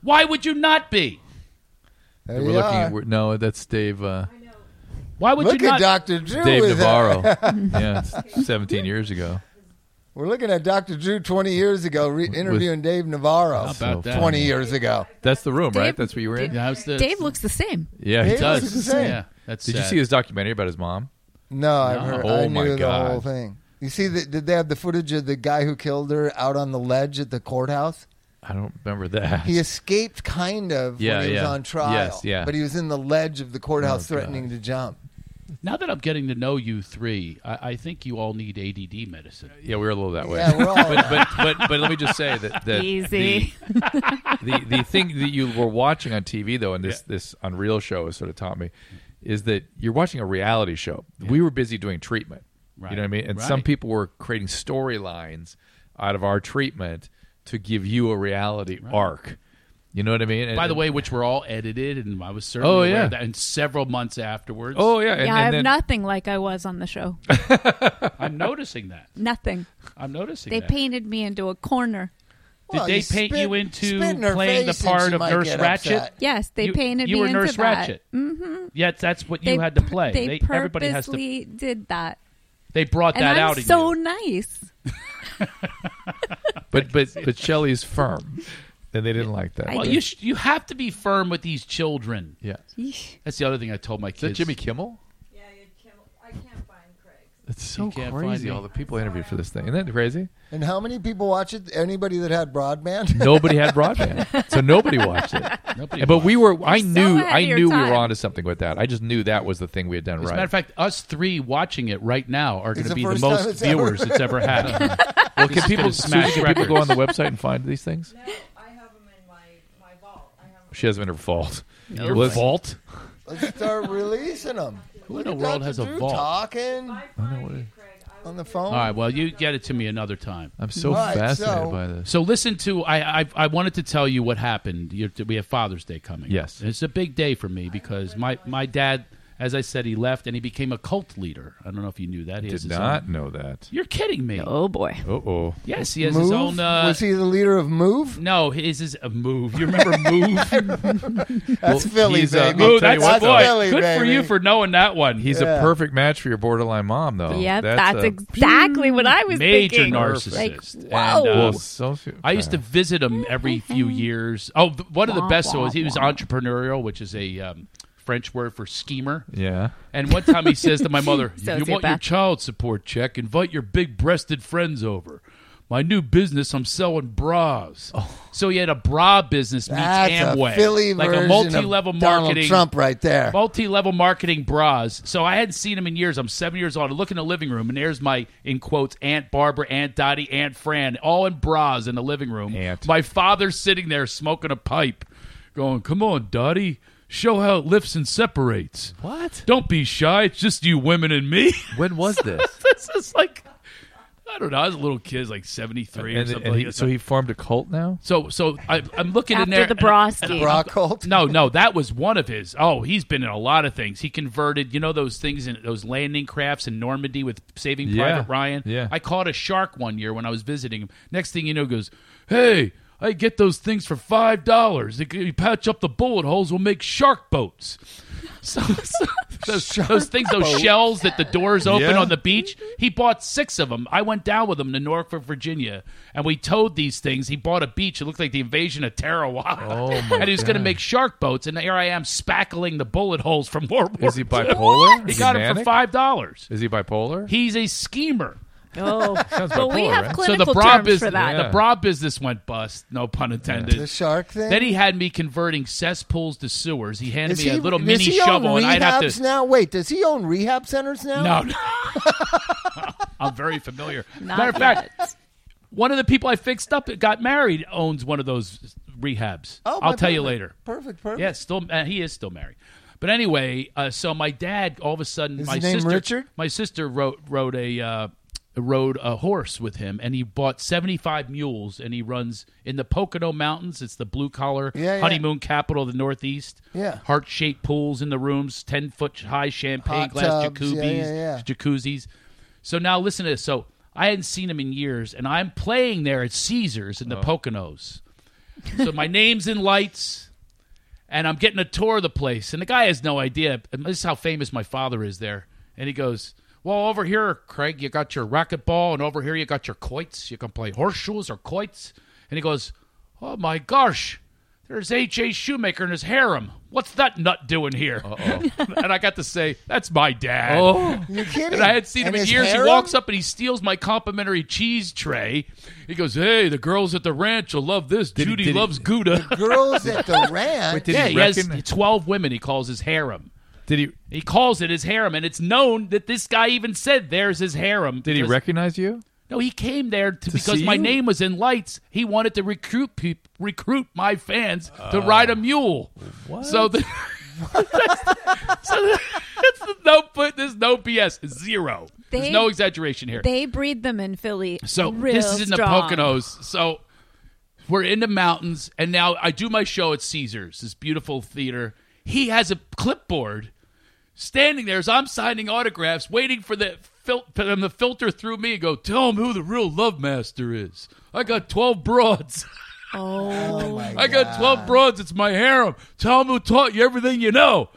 Speaker 5: Why would you not be?
Speaker 3: There
Speaker 2: we're
Speaker 3: you
Speaker 2: looking.
Speaker 3: are.
Speaker 2: At, we're, no, that's Dave. Uh,
Speaker 5: Why would
Speaker 3: Look
Speaker 5: you
Speaker 3: at
Speaker 5: not?
Speaker 3: Dr. Drew.
Speaker 2: Dave
Speaker 3: with uh, that.
Speaker 2: Navarro. yeah, it's 17 years ago.
Speaker 3: We're looking at Dr. Drew 20 years ago re- interviewing Dave Navarro
Speaker 5: about that?
Speaker 3: 20 years ago.
Speaker 2: That's the room,
Speaker 4: Dave-
Speaker 2: right? That's what you were in.
Speaker 5: Yeah, I was the-
Speaker 4: Dave looks the same.
Speaker 2: Yeah, he
Speaker 3: Dave
Speaker 2: does.
Speaker 3: was
Speaker 5: does.
Speaker 3: the same.
Speaker 5: Yeah, that's
Speaker 2: Did you
Speaker 5: sad.
Speaker 2: see his documentary about his mom?
Speaker 3: No, I've heard.
Speaker 2: Oh,
Speaker 3: I
Speaker 2: my
Speaker 3: knew the
Speaker 2: God.
Speaker 3: whole thing. You see, the, did they have the footage of the guy who killed her out on the ledge at the courthouse?
Speaker 2: I don't remember that.
Speaker 3: He escaped, kind of,
Speaker 2: Yeah,
Speaker 3: when he was
Speaker 2: yeah.
Speaker 3: on trial.
Speaker 2: Yes, yeah.
Speaker 3: But he was in the ledge of the courthouse,
Speaker 5: Oh,
Speaker 3: threatening to jump.
Speaker 5: Now that I'm getting to know you three, I, I think you all need ADD medicine.
Speaker 2: yeah, we were a little that way.
Speaker 3: Yeah, we're all.
Speaker 2: but, but but but let me just say that, that
Speaker 4: Easy.
Speaker 2: The, the the thing that you were watching on TV though, and this this Unreal show has sort of taught me, is that you're watching a reality show. We were busy doing treatment. You
Speaker 5: Right.
Speaker 2: know what I mean? And some
Speaker 5: Right.
Speaker 2: people were creating storylines out of our treatment to give you a reality arc. You know what I mean? And-
Speaker 5: By the way, which were all edited, and I was certainly
Speaker 2: Oh,
Speaker 5: aware
Speaker 2: yeah.
Speaker 5: of that. And several months afterwards,
Speaker 2: oh yeah, and,
Speaker 4: yeah,
Speaker 2: and
Speaker 4: I'm
Speaker 2: then,
Speaker 4: nothing like I was on the show.
Speaker 5: I'm noticing that.
Speaker 4: nothing.
Speaker 5: I'm noticing.
Speaker 4: They
Speaker 5: that.
Speaker 4: painted me into a corner.
Speaker 5: Did
Speaker 3: Well,
Speaker 5: they
Speaker 3: you
Speaker 5: paint
Speaker 3: spit-
Speaker 5: you into
Speaker 3: spit in her
Speaker 5: playing the
Speaker 3: face and
Speaker 5: part
Speaker 3: she
Speaker 5: of
Speaker 3: might
Speaker 5: Nurse
Speaker 3: get
Speaker 5: Ratchet?
Speaker 3: upset.
Speaker 4: Yes, they
Speaker 5: you,
Speaker 4: painted
Speaker 5: you
Speaker 4: me
Speaker 5: were
Speaker 4: into
Speaker 5: Nurse
Speaker 4: that.
Speaker 5: Ratchet. Mm-hmm. Yes, that's what you
Speaker 4: They
Speaker 5: had to
Speaker 4: pur-
Speaker 5: play.
Speaker 4: They,
Speaker 5: everybody has to.
Speaker 4: purposely did that,
Speaker 5: They brought
Speaker 4: and
Speaker 5: that
Speaker 4: I'm
Speaker 5: out in
Speaker 4: so
Speaker 5: you.
Speaker 4: nice.
Speaker 2: but but but Shelley's firm, and they didn't like that.
Speaker 4: I
Speaker 5: Well,
Speaker 4: did.
Speaker 5: Oh, you sh- you have to be firm with these children.
Speaker 2: yeah,
Speaker 4: Yeesh.
Speaker 5: That's the other thing I told my
Speaker 2: is that
Speaker 5: kids.
Speaker 2: Jimmy Kimmel?
Speaker 7: Yeah, you can't, I can't find Craig's.
Speaker 2: It's so
Speaker 5: You can't find
Speaker 2: crazy.
Speaker 5: me.
Speaker 2: All the people I interviewed for this thing. Isn't that crazy?
Speaker 3: And how many people watch it? Anybody that had broadband?
Speaker 2: Nobody had broadband, so nobody watched it.
Speaker 5: Nobody
Speaker 2: but we were. I knew.
Speaker 7: ahead of
Speaker 2: I
Speaker 7: your
Speaker 2: knew we
Speaker 7: time.
Speaker 2: were onto something with that. I just knew that was the thing we had done
Speaker 5: As a
Speaker 2: right.
Speaker 5: matter of fact, us three watching it right now are going
Speaker 3: the
Speaker 5: to be the
Speaker 3: first
Speaker 5: most
Speaker 3: time it's ever-
Speaker 5: viewers it's ever had.
Speaker 2: well, can people,
Speaker 5: gonna smash
Speaker 2: Susan, can people go on
Speaker 5: records.
Speaker 2: the website and find these things?
Speaker 9: I have them in my, my vault. I have
Speaker 2: She has them in her vault.
Speaker 5: Your
Speaker 2: Let's-
Speaker 5: vault?
Speaker 3: Let's start releasing them.
Speaker 5: Who in the world has a
Speaker 3: Drew
Speaker 5: vault?
Speaker 3: talking
Speaker 9: them.
Speaker 3: on the phone.
Speaker 5: All right, well, you get it to me another time.
Speaker 2: I'm so
Speaker 3: Right,
Speaker 2: fascinated
Speaker 3: so-
Speaker 2: by this.
Speaker 5: So listen to I I, I wanted to tell you what happened. You're, we have Father's Day coming.
Speaker 2: Yes.
Speaker 5: it's a big day for me because my my dad, as I said, he left and he became a cult leader. I don't know if you knew that. He has
Speaker 2: Did
Speaker 5: his
Speaker 2: not
Speaker 5: own-
Speaker 2: know that.
Speaker 5: you're kidding me.
Speaker 7: Oh boy.
Speaker 2: Uh oh.
Speaker 5: Yes, he has
Speaker 3: Move?
Speaker 5: his own. Uh,
Speaker 3: Was he the leader of Move?
Speaker 5: No, his is a move. You remember move?
Speaker 3: That's Philly,
Speaker 2: he's, uh,
Speaker 3: baby.
Speaker 2: I'll
Speaker 5: move.
Speaker 2: tell you
Speaker 5: That's
Speaker 2: what,
Speaker 5: a
Speaker 3: that's
Speaker 5: boy.
Speaker 3: Philly,
Speaker 5: Good for
Speaker 3: baby.
Speaker 5: you for knowing that one.
Speaker 2: He's
Speaker 3: Yeah.
Speaker 2: a perfect match for your borderline mom, though.
Speaker 7: Yeah,
Speaker 2: That's,
Speaker 7: that's,
Speaker 2: a
Speaker 7: exactly what I was
Speaker 5: Oh, major
Speaker 7: thinking.
Speaker 5: narcissist.
Speaker 7: Like,
Speaker 5: And,
Speaker 7: whoa.
Speaker 5: uh,
Speaker 2: Well, sociopath.
Speaker 5: I used to visit him every few years. Oh, th- one of the
Speaker 7: Wah,
Speaker 5: best
Speaker 7: wah,
Speaker 5: was he was
Speaker 7: wah.
Speaker 5: entrepreneurial, which is a um, French word for schemer.
Speaker 2: Yeah.
Speaker 5: And one time he says to my mother, if you want your
Speaker 7: Sociopath.
Speaker 5: child support check, invite your big breasted friends over. My new business, I'm selling bras. So he had a bra business meets
Speaker 3: Oh. That's
Speaker 5: Amway.
Speaker 3: a Philly
Speaker 5: like
Speaker 3: version
Speaker 5: a multi-level
Speaker 3: of Donald
Speaker 5: marketing.
Speaker 3: Trump right there.
Speaker 5: Multi-level marketing bras. So I hadn't seen him in years. I'm seven years old. I look in the living room, and there's my in quotes Aunt Barbara, Aunt Dottie, Aunt Fran, all in bras in the living room.
Speaker 2: Aunt.
Speaker 5: My father's sitting there smoking a pipe, going, "Come on, Dottie, show how it lifts and separates."
Speaker 2: What?
Speaker 5: Don't be shy. It's just you women and me.
Speaker 2: When was this?
Speaker 5: this is like, I don't know. I was a little kid, like 73 or
Speaker 2: and,
Speaker 5: something.
Speaker 2: and
Speaker 5: like
Speaker 2: he,
Speaker 5: that.
Speaker 2: so he formed a cult now.
Speaker 5: so, so I, I'm looking in
Speaker 7: After
Speaker 5: there.
Speaker 7: the
Speaker 5: and-
Speaker 7: bra scheme.
Speaker 3: Bra cult.
Speaker 5: no, no, that was one of his. Oh, he's been in a lot of things. He converted, you know, those things in those landing crafts in Normandy with Saving
Speaker 2: Yeah,
Speaker 5: Private Ryan.
Speaker 2: yeah.
Speaker 5: I caught a shark one year when I was visiting him. Next thing you know, he goes, hey, I get those things for five dollars. You patch up the bullet holes, we'll make shark boats. So, so- those, those things, those shells that the doors open
Speaker 2: Yeah.
Speaker 5: on the beach. He bought six of them. I went down with him to Norfolk, Virginia, and we towed these things. He bought a beach. It looked like the invasion of Tarawa.
Speaker 2: Oh, my
Speaker 5: and he was going to
Speaker 2: gosh.
Speaker 5: make shark boats, and here I am spackling the bullet holes from World War
Speaker 2: Is he
Speaker 5: II.
Speaker 2: bipolar?
Speaker 5: He
Speaker 2: Is
Speaker 5: got him for
Speaker 2: manic?
Speaker 5: five dollars.
Speaker 2: Is he bipolar?
Speaker 5: He's a schemer.
Speaker 7: Oh, but we
Speaker 2: bipolar,
Speaker 7: have
Speaker 2: right? So
Speaker 7: clinical
Speaker 5: so the bra
Speaker 7: terms
Speaker 5: business,
Speaker 7: for that.
Speaker 2: Yeah.
Speaker 5: the bra business went bust. No pun intended.
Speaker 3: The shark thing.
Speaker 5: Then he had me converting cesspools to sewers. He handed
Speaker 3: Is
Speaker 5: me
Speaker 3: he-
Speaker 5: a little
Speaker 3: does
Speaker 5: mini
Speaker 3: he own
Speaker 5: shovel, and I'd have
Speaker 3: rehabs
Speaker 5: to.
Speaker 3: now. Wait, does he own rehab centers now?
Speaker 5: No, no. I'm very familiar.
Speaker 7: Not
Speaker 5: Matter of fact,
Speaker 7: yet.
Speaker 5: one of the people I fixed up that got married owns one of those rehabs.
Speaker 3: Oh, my
Speaker 5: I'll tell you
Speaker 3: perfect.
Speaker 5: later.
Speaker 3: Perfect, perfect.
Speaker 5: Yeah, still uh, he is still married. But anyway, uh, so my dad all of a sudden
Speaker 3: Is
Speaker 5: my
Speaker 3: his name
Speaker 5: sister
Speaker 3: Richard?
Speaker 5: my sister wrote rode a uh, rode a horse with him and he bought 75 mules and he runs in the Pocono Mountains. It's the blue collar
Speaker 3: Yeah, yeah.
Speaker 5: honeymoon capital of the Northeast.
Speaker 3: Yeah.
Speaker 5: Heart-shaped pools in the rooms, 10-foot high champagne
Speaker 3: Hot
Speaker 5: glass
Speaker 3: tubs, yeah,
Speaker 5: jacuzzis,
Speaker 3: yeah, yeah.
Speaker 5: jacuzzis. So now listen to this. So I hadn't seen him in years and I'm playing there at Caesars in the Poconos. So my name's in lights and I'm getting a tour of the place. And the guy has no idea. And This is how famous my father is there. And he goes, Well, over here, Craig, you got your racquetball, and over here, you got your quoits. You can play horseshoes or quoits. And he goes, Oh my gosh, there's H.A. Shoemaker and his harem. What's that nut doing here? and I got to say, That's my dad.
Speaker 2: Oh.
Speaker 3: You're kidding.
Speaker 5: And I hadn't seen
Speaker 3: And
Speaker 5: him in
Speaker 3: his
Speaker 5: years.
Speaker 3: harem?
Speaker 5: He walks up and he steals my complimentary cheese tray. He goes, "Hey, the girls at the ranch will love this.
Speaker 2: he-
Speaker 5: Judy
Speaker 2: did he-
Speaker 5: loves Gouda."
Speaker 3: Girls at the ranch.
Speaker 2: Did
Speaker 5: yeah,
Speaker 2: he
Speaker 5: he has
Speaker 2: reckon-
Speaker 5: twelve women. He calls his harem.
Speaker 2: Did he?
Speaker 5: He calls it his harem, and it's known that this guy even said, "There's his harem."
Speaker 2: Did he
Speaker 5: Because-
Speaker 2: recognize you?
Speaker 5: No, he came there to, because
Speaker 2: see
Speaker 5: my
Speaker 2: you?
Speaker 5: name was in lights. He wanted to recruit peop recruit my fans
Speaker 2: Uh,
Speaker 5: to ride a mule. What? So the. so the- it's the- no, but there's no BS. Zero.
Speaker 4: They-
Speaker 5: there's no exaggeration here.
Speaker 4: They breed them in Philly.
Speaker 5: So
Speaker 4: real
Speaker 5: this is in
Speaker 4: strong.
Speaker 5: the Poconos. So we're in the mountains, and now I do my show at Caesars, this beautiful theater. He has a clipboard standing there as I'm signing autographs, waiting for the fil- for them to filter through me and go, "Tell him who the real love master is." I got twelve broads.
Speaker 3: oh my
Speaker 5: I got twelve broads. It's my harem. Tell him who taught you everything you know.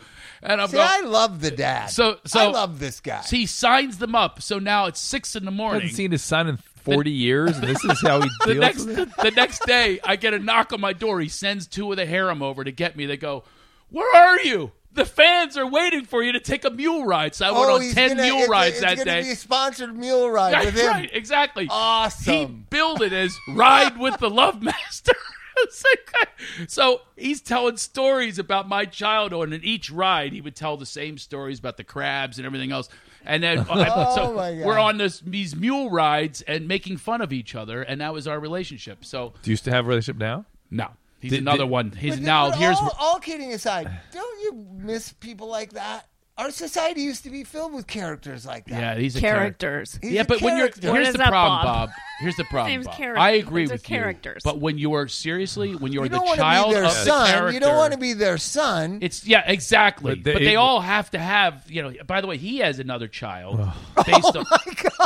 Speaker 5: And I'm
Speaker 3: See,
Speaker 5: going.
Speaker 3: I love the dad.
Speaker 5: So- so-
Speaker 3: I love this guy.
Speaker 5: so he signs them up. So now it's six in the
Speaker 2: I
Speaker 5: morning.
Speaker 2: haven't seen his son in 40 years, and this is how he
Speaker 5: the
Speaker 2: deals
Speaker 5: next
Speaker 2: with it?
Speaker 5: the next day I get a knock on my door. He sends two of the harem over to get me. They go, "Where are you?" The fans are waiting for you to take a mule ride. So I went
Speaker 3: Oh,
Speaker 5: on
Speaker 3: he's
Speaker 5: 10
Speaker 3: gonna-
Speaker 5: mule
Speaker 3: it's-
Speaker 5: rides
Speaker 3: it's
Speaker 5: that
Speaker 3: gonna
Speaker 5: day.
Speaker 3: be a sponsored mule ride
Speaker 5: Right,
Speaker 3: with him. Oh,
Speaker 5: right, exactly. He
Speaker 3: Awesome.
Speaker 5: billed it as Ride with the Love Master. It's like- so he's telling stories about my childhood, and in each ride, he would tell the same stories about the crabs and everything else. And then
Speaker 3: Oh,
Speaker 5: so
Speaker 3: my God.
Speaker 5: we're on this, these mule rides and making fun of each other, and that was our relationship. So
Speaker 2: Do you still have a relationship now?
Speaker 5: no, he's
Speaker 2: Did-
Speaker 5: another
Speaker 2: did-
Speaker 5: one. He's
Speaker 3: But-
Speaker 5: now
Speaker 3: but
Speaker 5: here's
Speaker 3: all, all kidding aside, don't you miss people like that? Our society used to be filled with characters like that.
Speaker 5: yeah, he's a character.
Speaker 4: characters.
Speaker 3: He's
Speaker 5: yeah,
Speaker 3: a
Speaker 5: but when you're
Speaker 3: character.
Speaker 5: here's
Speaker 4: is
Speaker 5: the
Speaker 4: that,
Speaker 5: problem,
Speaker 4: Bob?
Speaker 5: Bob? Here's the problem.
Speaker 4: name's
Speaker 5: Bob.
Speaker 4: character.
Speaker 5: I agree
Speaker 4: These are
Speaker 5: with
Speaker 4: characters.
Speaker 5: you, but when you are seriously, when you're
Speaker 3: You
Speaker 5: the
Speaker 3: don't want to
Speaker 5: child
Speaker 3: be their
Speaker 5: of the
Speaker 3: son.
Speaker 5: character,
Speaker 3: You don't want to be their son.
Speaker 5: It's yeah, exactly.
Speaker 2: But
Speaker 5: But
Speaker 2: they-
Speaker 5: they,
Speaker 2: it-
Speaker 5: all have to have, you know. By the way, he has another child. based on,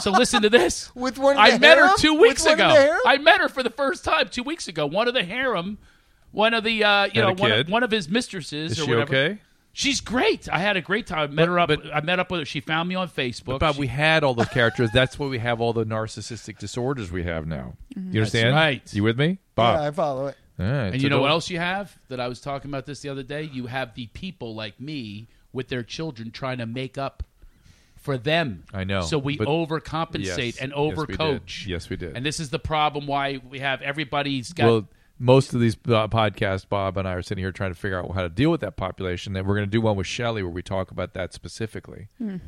Speaker 5: So listen to this.
Speaker 3: Oh With one of
Speaker 5: I
Speaker 3: the
Speaker 5: met
Speaker 3: harem?
Speaker 5: her two
Speaker 3: With
Speaker 5: weeks
Speaker 3: one of the
Speaker 5: ago.
Speaker 3: harem?
Speaker 5: I met her for the first time two weeks ago. One of the harem, one of the uh, you
Speaker 2: Had a
Speaker 5: know one of,
Speaker 2: kid?
Speaker 5: one of his mistresses.
Speaker 2: Is
Speaker 5: or
Speaker 2: she
Speaker 5: whatever.
Speaker 2: okay?
Speaker 5: She's great. I had a great time. I met her up.
Speaker 2: but-
Speaker 5: I met up with her. She found me on Facebook.
Speaker 2: Bob,
Speaker 5: She-
Speaker 2: we had all those characters. That's why we have all the narcissistic disorders we have now. You understand?
Speaker 5: Mm-hmm. right.
Speaker 2: You with me,
Speaker 3: yeah, I
Speaker 2: Bob?
Speaker 3: follow it.
Speaker 2: All right,
Speaker 5: And
Speaker 2: so
Speaker 5: you know
Speaker 2: don't-
Speaker 5: what else you have that I was talking about this the other day? You have the people like me with their children trying to make up for them.
Speaker 2: I know,
Speaker 5: So we
Speaker 2: but-
Speaker 5: overcompensate
Speaker 2: Yes,
Speaker 5: and
Speaker 2: yes, we did.
Speaker 5: overcoach.
Speaker 2: Yes, we did.
Speaker 5: And this is the problem why we have everybody's got
Speaker 2: Well, most of these uh, podcasts, Bob and I are sitting here trying to figure out how to deal with that population. And we're going to do one with Shelly where we talk about that specifically. Mm-hmm.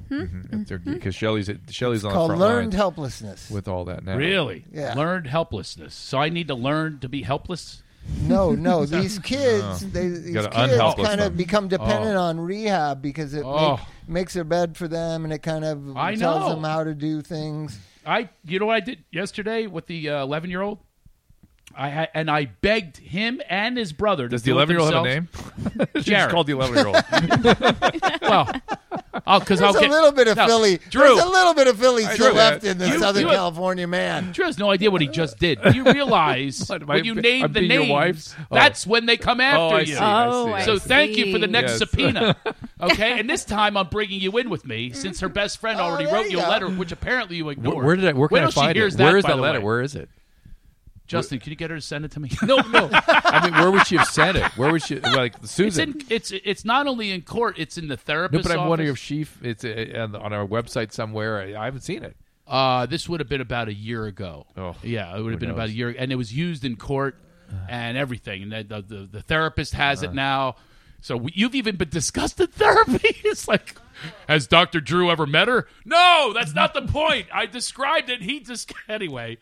Speaker 2: Because
Speaker 5: Mm-hmm.
Speaker 2: Shelly's Shelly's on the
Speaker 3: Called
Speaker 2: front
Speaker 3: learned
Speaker 2: lines
Speaker 3: helplessness.
Speaker 2: with all that now.
Speaker 5: really
Speaker 3: Yeah.
Speaker 5: learned helplessness. So I need to learn to be helpless.
Speaker 3: No, no. These kids, they, these
Speaker 2: gotta
Speaker 3: kids
Speaker 2: unhelpless
Speaker 3: kind
Speaker 2: them.
Speaker 3: of become dependent on rehab because it
Speaker 5: Oh.
Speaker 3: make, makes their bed for them and it kind of
Speaker 5: I
Speaker 3: tells
Speaker 5: know.
Speaker 3: them how to do things.
Speaker 5: I you know what I did yesterday with the eleven year old. I ha- and I begged him and his brother. to
Speaker 2: Does the
Speaker 5: do it
Speaker 2: 11 year old have a
Speaker 5: themselves.
Speaker 2: name? She just
Speaker 5: Jared.
Speaker 2: called the 11 year old.
Speaker 5: Well, I'll because Oh, I'll
Speaker 3: There's
Speaker 5: get
Speaker 3: a little bit of
Speaker 5: no,
Speaker 3: Philly.
Speaker 5: Drew,
Speaker 3: There's a little bit of Philly still
Speaker 2: Drew,
Speaker 3: left in the
Speaker 5: you-
Speaker 3: Southern
Speaker 5: you-
Speaker 3: California man.
Speaker 5: Drew has no idea what he just did. You realize
Speaker 2: What, am I
Speaker 5: when you
Speaker 2: be-
Speaker 5: name
Speaker 2: I'm
Speaker 5: the
Speaker 2: being your wife?
Speaker 5: names,
Speaker 2: Oh.
Speaker 5: that's when they come after
Speaker 2: I
Speaker 5: you.
Speaker 2: see,
Speaker 4: Oh,
Speaker 2: I see.
Speaker 4: I
Speaker 5: So
Speaker 4: see.
Speaker 5: thank you for the next
Speaker 2: Yes.
Speaker 5: subpoena. Okay, and this time I'm bringing you in with me since her best friend already
Speaker 3: Oh, there
Speaker 5: wrote
Speaker 3: you
Speaker 5: you a
Speaker 3: go.
Speaker 5: letter, which apparently you ignored.
Speaker 2: Where, where did I? Where
Speaker 5: Wait
Speaker 2: can I
Speaker 5: till she
Speaker 2: find
Speaker 5: hears
Speaker 2: it? where is
Speaker 5: by
Speaker 2: that
Speaker 5: the
Speaker 2: letter?
Speaker 5: way.
Speaker 2: Where is it?
Speaker 5: Justin, can you get her to send it to me?
Speaker 2: No, no. I mean, where would she have sent it? Where would she? Like
Speaker 5: it's
Speaker 2: Susan.
Speaker 5: in. It's it's not only in court. It's in the
Speaker 2: no,
Speaker 5: therapist.
Speaker 2: but I'm wondering if
Speaker 5: office.
Speaker 2: she. f- It's uh, on on our website somewhere. I, I haven't seen it.
Speaker 5: Uh, this would have been about a year ago.
Speaker 2: Oh,
Speaker 5: yeah, it would have
Speaker 2: who
Speaker 5: been about a
Speaker 2: knows?
Speaker 5: year, and it was used in court and everything. And the the, the, the therapist has
Speaker 2: Uh.
Speaker 5: it now. So we, you've even been discussed in therapy. it's like, has Doctor Drew ever met her? No, that's not the point. I described it. He just anyway.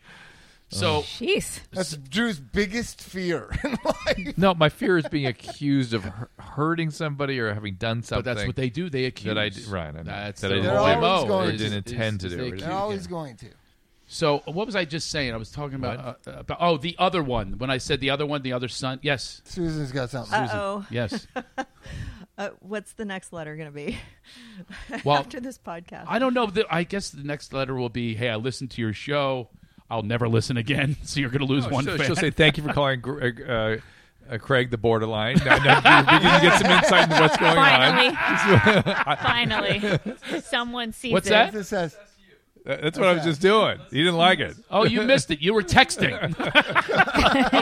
Speaker 5: So
Speaker 2: Oh,
Speaker 4: Jeez.
Speaker 3: That's Drew's biggest fear in life.
Speaker 2: No, my fear is being accused of hu- hurting somebody or having done something.
Speaker 5: but that's what they do. They accuse.
Speaker 2: that I d- right, I know.
Speaker 5: That's
Speaker 2: That
Speaker 5: their
Speaker 2: I
Speaker 3: didn't-
Speaker 5: whole
Speaker 3: They're
Speaker 5: MO
Speaker 3: always going
Speaker 5: is-
Speaker 3: to.
Speaker 2: Didn't
Speaker 5: is-
Speaker 2: intend to
Speaker 5: is
Speaker 2: do
Speaker 5: they
Speaker 2: it.
Speaker 5: accuse-
Speaker 3: They're always Oh, going to.
Speaker 5: So what was I just saying? I was talking about, uh, about oh the other one. When I said the other one, the other son. Yes,
Speaker 3: Susan's got something.
Speaker 10: Oh,
Speaker 5: yes.
Speaker 10: uh, what's the next letter going to be
Speaker 5: Well,
Speaker 10: after this podcast?
Speaker 5: I don't know. The- I guess the next letter will be, "Hey, I listened to your show. I'll never listen again." So you're going to lose one
Speaker 2: she'll,
Speaker 5: fan.
Speaker 2: Oh, she'll say thank you for calling Gr- uh, uh, uh, Craig the borderline. Now, now we can get some insight into what's
Speaker 5: Oh,
Speaker 2: going on.
Speaker 4: Finally. Finally. Someone sees
Speaker 5: What's
Speaker 4: it.
Speaker 5: that?
Speaker 3: This says,
Speaker 2: Uh, That's what I was just doing. You didn't like it.
Speaker 5: oh, you missed it. You were texting.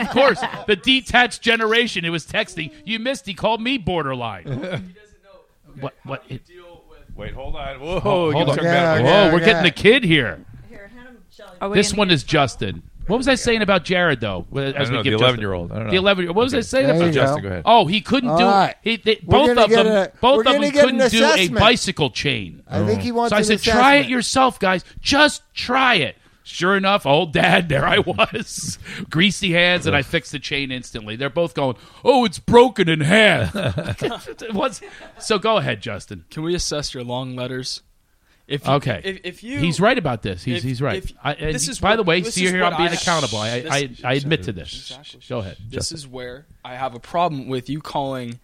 Speaker 5: of course, the detached generation. It was texting. You missed. He called me borderline. what? What? it-
Speaker 2: Wait, hold on. Whoa, hold
Speaker 5: on.
Speaker 2: on.
Speaker 3: Yeah,
Speaker 5: whoa,
Speaker 3: yeah,
Speaker 5: we're
Speaker 3: yeah.
Speaker 5: getting the kid here.
Speaker 10: Here, hand him Shelley.
Speaker 4: Are we
Speaker 5: This
Speaker 4: gonna
Speaker 5: one
Speaker 4: get-
Speaker 5: is Justin. What was I saying about Jared though? As
Speaker 2: I don't
Speaker 5: we
Speaker 2: know,
Speaker 5: give
Speaker 2: the
Speaker 5: Justin-
Speaker 2: 11-year-old. I don't know.
Speaker 5: The eleven. What was I saying
Speaker 3: There
Speaker 5: about
Speaker 3: you
Speaker 5: Justin?
Speaker 2: Justin, go ahead.
Speaker 5: Oh, he couldn't
Speaker 3: All
Speaker 5: do.
Speaker 3: right.
Speaker 5: He, they,
Speaker 3: We're
Speaker 5: both
Speaker 3: gonna
Speaker 5: of
Speaker 3: get
Speaker 5: them.
Speaker 3: a- we're
Speaker 5: both of
Speaker 3: gonna
Speaker 5: them
Speaker 3: get an
Speaker 5: couldn't do a
Speaker 3: assessment.
Speaker 5: bicycle chain.
Speaker 3: I think he wants
Speaker 5: So I
Speaker 3: an
Speaker 5: said, try it
Speaker 3: assessment."
Speaker 5: yourself, guys. Just try it. Sure enough, old dad, there I was, greasy hands, and I fixed the chain instantly. They're both going, "Oh, it's broken in half." What's- so go ahead, Justin.
Speaker 11: Can we assess your long letters? If you,
Speaker 5: Okay,
Speaker 11: If, if you
Speaker 5: he's right about this. He's
Speaker 11: if-
Speaker 5: he's right.
Speaker 11: if-
Speaker 5: I, and
Speaker 11: this is
Speaker 5: by
Speaker 11: what-
Speaker 5: the way,
Speaker 11: this
Speaker 5: see
Speaker 11: is
Speaker 5: here,
Speaker 11: what
Speaker 5: I'm being
Speaker 11: I-
Speaker 5: accountable. I I,
Speaker 11: this-
Speaker 5: I admit to this.
Speaker 11: Exactly.
Speaker 5: Go ahead.
Speaker 11: This is where I have a problem with you calling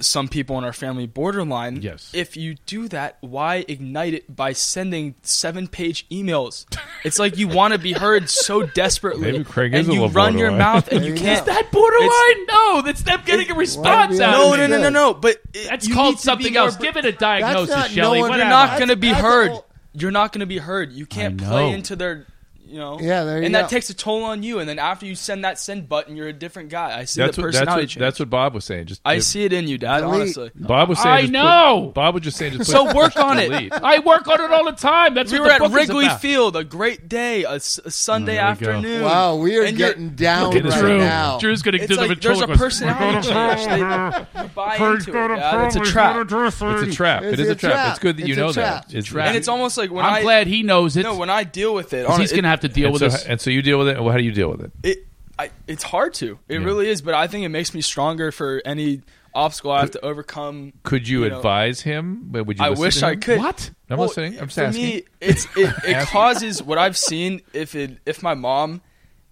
Speaker 11: some people in our family borderline.
Speaker 5: Yes.
Speaker 11: If you do that, why ignite it by sending seven-page emails? It's like you want to be heard so desperately,
Speaker 2: Maybe Craig is
Speaker 11: and
Speaker 2: a
Speaker 11: you
Speaker 2: little
Speaker 11: run your
Speaker 2: borderline.
Speaker 11: mouth and
Speaker 3: There
Speaker 11: you
Speaker 3: you
Speaker 11: can't.
Speaker 3: go.
Speaker 5: that borderline? No, that's them getting a response
Speaker 3: be
Speaker 5: out
Speaker 11: No,
Speaker 5: of
Speaker 11: no,
Speaker 5: me.
Speaker 11: no, no, no. But it,
Speaker 5: That's
Speaker 11: you
Speaker 5: called
Speaker 11: need to be
Speaker 5: something
Speaker 11: more
Speaker 5: else.
Speaker 11: br-
Speaker 5: Give it a diagnosis,
Speaker 3: not
Speaker 5: Shelley.
Speaker 3: knowing-
Speaker 11: You're
Speaker 5: Whatever.
Speaker 11: not going to be
Speaker 3: That's-
Speaker 11: heard.
Speaker 3: that's all-
Speaker 11: You're not going to be heard. You can't
Speaker 5: I
Speaker 11: play
Speaker 5: know.
Speaker 11: into their. You
Speaker 12: you know.
Speaker 3: Yeah, there you
Speaker 12: And
Speaker 3: go.
Speaker 12: that takes a toll on you. And then after you send that send button, you're a different guy. I see
Speaker 2: That's
Speaker 12: the
Speaker 2: what, that's,
Speaker 12: personality
Speaker 2: what,
Speaker 12: change.
Speaker 2: that's what Bob was saying. Just
Speaker 12: I
Speaker 2: if-
Speaker 12: see it in you, Dad.
Speaker 5: Delete.
Speaker 12: Honestly,
Speaker 2: Bob was saying.
Speaker 5: I
Speaker 2: just put-
Speaker 5: know!
Speaker 2: Bob was just saying. Just put,
Speaker 12: So work on it.
Speaker 2: delete.
Speaker 5: I work on it all the time. That's
Speaker 12: we
Speaker 5: what
Speaker 12: were
Speaker 5: the
Speaker 12: at
Speaker 5: book is
Speaker 12: Wrigley
Speaker 5: about.
Speaker 12: Field, a great day, a, s- a Sunday
Speaker 5: There we go.
Speaker 12: afternoon.
Speaker 5: Wow,
Speaker 3: we are
Speaker 12: And you're-
Speaker 3: getting down
Speaker 5: Look at this
Speaker 3: right
Speaker 5: room.
Speaker 3: now.
Speaker 5: Drew's gonna
Speaker 12: It's
Speaker 5: do the
Speaker 12: like there's a
Speaker 5: ventriloquist.
Speaker 12: personality change. They- you buy
Speaker 5: He's
Speaker 12: into it,
Speaker 5: gonna
Speaker 12: Dad. It's a
Speaker 5: probably
Speaker 12: trap.
Speaker 5: gonna dress
Speaker 2: It's a trap. It's a trap. It's good that you know that. It's
Speaker 12: And it's almost like when
Speaker 5: I'm
Speaker 12: I-
Speaker 5: glad he knows it.
Speaker 12: No, when I deal with it,
Speaker 5: 'Cause
Speaker 12: hon-
Speaker 5: he's
Speaker 12: it-
Speaker 5: gonna have to deal
Speaker 2: and
Speaker 5: with
Speaker 2: so,
Speaker 5: this.
Speaker 2: And so you deal with it. Well, how do you deal with it?
Speaker 12: it I, it's hard to. It
Speaker 2: Yeah.
Speaker 12: really is, but I think it makes me stronger for any obstacle I have to overcome.
Speaker 2: Could you,
Speaker 12: know.
Speaker 2: advise him? Would you
Speaker 12: I
Speaker 2: listen
Speaker 12: wish
Speaker 2: to
Speaker 12: I
Speaker 2: him?
Speaker 12: could.
Speaker 2: What? I'm
Speaker 12: Well,
Speaker 2: listening. I'm just
Speaker 12: for
Speaker 2: asking.
Speaker 12: me, it's it, it
Speaker 2: Asking.
Speaker 12: causes what I've seen. If it if my mom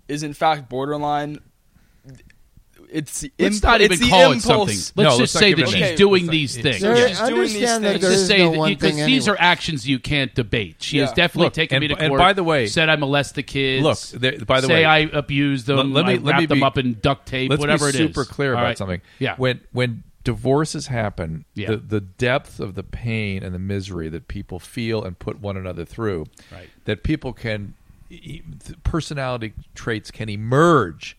Speaker 12: is in fact borderline, it's the
Speaker 5: Let's
Speaker 12: imp-
Speaker 5: not
Speaker 12: it's
Speaker 5: even
Speaker 12: the
Speaker 5: call it
Speaker 12: impulse.
Speaker 5: something. Let's No, just let's not say give that it a she's name. doing Let's these not- things.
Speaker 3: There-
Speaker 5: She's
Speaker 12: doing these
Speaker 3: understand that
Speaker 12: things.
Speaker 3: there
Speaker 5: Let's
Speaker 3: is
Speaker 5: just say
Speaker 3: no
Speaker 5: that
Speaker 3: one
Speaker 5: because
Speaker 3: thing
Speaker 5: these
Speaker 3: anyway.
Speaker 5: are actions you can't debate. She has
Speaker 2: Yeah.
Speaker 5: definitely
Speaker 2: Look,
Speaker 5: taken me
Speaker 2: and-
Speaker 5: to
Speaker 2: and
Speaker 5: court.
Speaker 2: by the way-
Speaker 5: said I molest the kids.
Speaker 2: Look, there- by the
Speaker 5: say
Speaker 2: way-
Speaker 5: I abused them.
Speaker 2: Let- let me-
Speaker 5: I
Speaker 2: let
Speaker 5: wrapped
Speaker 2: me
Speaker 5: them
Speaker 2: be-
Speaker 5: up in duct tape.
Speaker 2: Let's
Speaker 5: whatever
Speaker 2: be
Speaker 5: it is.
Speaker 2: super clear
Speaker 5: All
Speaker 2: about
Speaker 5: right.
Speaker 2: something.
Speaker 5: Yeah.
Speaker 2: When when divorces happen,
Speaker 5: Yeah.
Speaker 2: the, the depth of the pain and the misery that people feel and put one another through,
Speaker 5: Right.
Speaker 2: that people can, e- the personality traits can emerge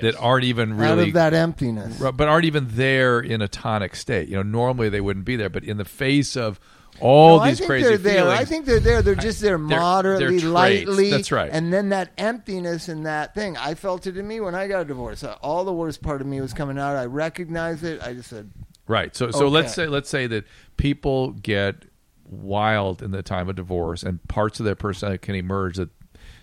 Speaker 2: that aren't even
Speaker 3: Out
Speaker 2: really
Speaker 3: of that emptiness.
Speaker 2: Ru- but aren't even there in a tonic state. You know, normally they wouldn't be there, but in the face of all
Speaker 3: No,
Speaker 2: these
Speaker 3: I think
Speaker 2: crazy
Speaker 3: they're there.
Speaker 2: feelings,
Speaker 3: I think they're there. They're just there
Speaker 2: they're
Speaker 3: moderately,
Speaker 2: traits.
Speaker 3: lightly.
Speaker 2: That's right.
Speaker 3: And then that emptiness and that thing. I felt it in me when I got a divorce. Uh, All the worst part of me was coming out. I recognized it. I just said,
Speaker 2: Right. So so let's
Speaker 3: Okay.
Speaker 2: say let's say that people get wild in the time of divorce, and parts of their personality can emerge that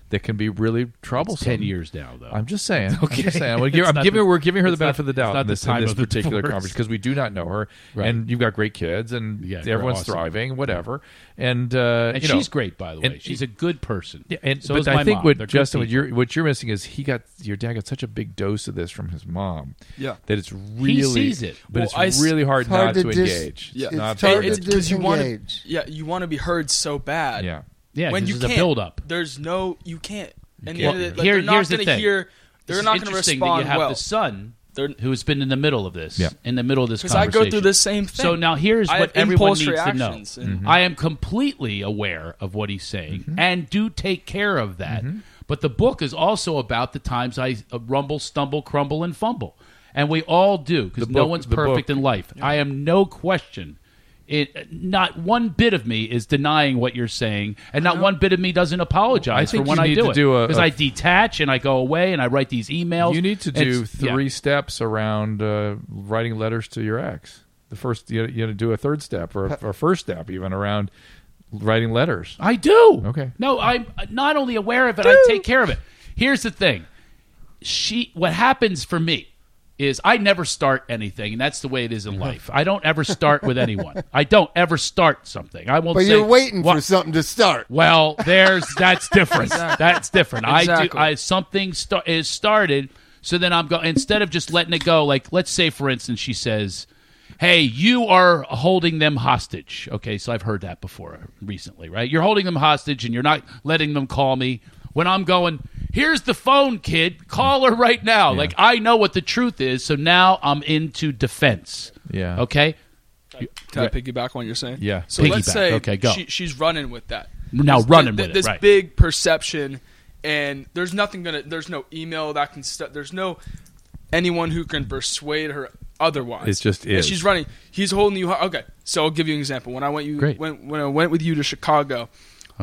Speaker 2: that can be really troublesome.
Speaker 5: ten years now, though.
Speaker 2: I'm just saying. Okay. I'm, just saying. Well,
Speaker 5: It's
Speaker 2: you're- I'm
Speaker 5: not
Speaker 2: giving
Speaker 5: the-
Speaker 2: we're giving her the
Speaker 5: it's not-
Speaker 2: benefit of the
Speaker 5: it's
Speaker 2: doubt
Speaker 5: not
Speaker 2: in
Speaker 5: the
Speaker 2: this,
Speaker 5: time
Speaker 2: in this
Speaker 5: of the
Speaker 2: particular
Speaker 5: divorce.
Speaker 2: conversation because we do not know her,
Speaker 5: Right.
Speaker 2: and you've got great kids, and
Speaker 5: Yeah, they're
Speaker 2: everyone's
Speaker 5: awesome.
Speaker 2: thriving, whatever. And uh,
Speaker 5: and
Speaker 2: you know-
Speaker 5: she's great, by the way.
Speaker 2: and-
Speaker 5: she's a good person.
Speaker 2: yeah, and
Speaker 5: so
Speaker 2: but
Speaker 5: is
Speaker 2: I
Speaker 5: my
Speaker 2: think
Speaker 5: mom. They're
Speaker 2: what
Speaker 5: good
Speaker 2: Justin, what
Speaker 5: people.
Speaker 2: you're what you're missing is he got your dad got such a big dose of this from his mom.
Speaker 12: Yeah.
Speaker 2: that it's really
Speaker 5: sees it.
Speaker 2: but
Speaker 12: Well, I
Speaker 2: it's
Speaker 12: s-
Speaker 2: really hard,
Speaker 3: It's hard
Speaker 2: not
Speaker 3: to
Speaker 2: to,
Speaker 3: dis-
Speaker 2: engage.
Speaker 3: Yeah. It's
Speaker 2: not
Speaker 3: hard
Speaker 2: to
Speaker 3: to
Speaker 12: It's because you want to.
Speaker 3: disengage.
Speaker 12: Yeah, you want to be heard so bad.
Speaker 2: Yeah.
Speaker 5: Yeah, 'cause
Speaker 12: When you
Speaker 5: there's a
Speaker 12: can't,
Speaker 5: build-up.
Speaker 12: There's no. You can't. And
Speaker 5: Well,
Speaker 12: the, end of the- like,
Speaker 5: here-
Speaker 12: they're not
Speaker 5: here's the
Speaker 12: going to
Speaker 5: thing.
Speaker 12: hear.
Speaker 5: This
Speaker 12: They're
Speaker 5: is
Speaker 12: not going to
Speaker 5: interesting
Speaker 12: respond
Speaker 5: that you have
Speaker 12: well.
Speaker 5: the son who's been in the middle of this,
Speaker 2: Yeah.
Speaker 5: in the middle of this
Speaker 12: 'Cause I go through
Speaker 5: conversation.
Speaker 12: the same thing.
Speaker 5: So now here's
Speaker 12: I
Speaker 5: what
Speaker 12: have
Speaker 5: everyone
Speaker 12: impulse
Speaker 5: needs
Speaker 12: reactions
Speaker 5: to know. Mm-hmm.
Speaker 12: and-
Speaker 5: I am completely aware of what he's saying
Speaker 2: Mm-hmm.
Speaker 5: and do take care of that. But the book is also about the times I uh, rumble, stumble, crumble, and fumble, and we all do because
Speaker 2: The
Speaker 5: no
Speaker 2: book-
Speaker 5: one's
Speaker 2: the
Speaker 5: perfect
Speaker 2: book-
Speaker 5: in life. I am no question. It, not one bit of me is denying what you're saying, and not one bit of me doesn't apologize
Speaker 2: I think
Speaker 5: for when
Speaker 2: you
Speaker 5: I
Speaker 2: need
Speaker 5: do
Speaker 2: to
Speaker 5: it
Speaker 2: do a-
Speaker 5: because
Speaker 2: a-
Speaker 5: I detach and I go away and I write these emails.
Speaker 2: You need to
Speaker 5: It's-
Speaker 2: do
Speaker 5: yeah.
Speaker 2: three steps around uh, writing letters to your ex. The first you you know, do a third step or a, or a first step even around writing letters.
Speaker 5: I do.
Speaker 2: Okay.
Speaker 5: No, I'm not only aware of it, I take care of it. Here's the thing. She what happens for me is I never start anything, and that's the way it is in life. I don't ever start with anyone. I don't ever start something. I won't
Speaker 3: but
Speaker 5: say
Speaker 3: you're waiting
Speaker 5: "What-
Speaker 3: for something to start.
Speaker 5: well, there's that's different.
Speaker 12: Exactly.
Speaker 5: That's different. I do.
Speaker 12: Exactly.
Speaker 5: I something sta- is started. So then I'm going instead of just letting it go. Like let's say for instance, she says, "Hey, you are holding them hostage." Okay, so I've heard that before recently, right? You're holding them hostage, and you're not letting them call me. When I'm going, here's the phone, kid. Call her right now. Like I know what the truth is, so now I'm into defense.
Speaker 2: Yeah.
Speaker 5: Okay.
Speaker 12: Can I piggyback on what you're saying?
Speaker 2: Yeah.
Speaker 12: So let's
Speaker 5: Piggyback.
Speaker 12: say
Speaker 5: Okay, go.
Speaker 12: She, she's running with that.
Speaker 5: Now
Speaker 12: This-
Speaker 5: running
Speaker 12: thi-
Speaker 5: with it,
Speaker 12: This
Speaker 5: right.
Speaker 12: big perception, and there's nothing gonna. There's no email that can. St- there's no anyone who can persuade her otherwise.
Speaker 2: It's just
Speaker 12: And
Speaker 2: is.
Speaker 12: she's running. He's holding you. ho- Okay, so I'll give you an example. When I went you
Speaker 5: Great.
Speaker 12: when when I went with you to Chicago.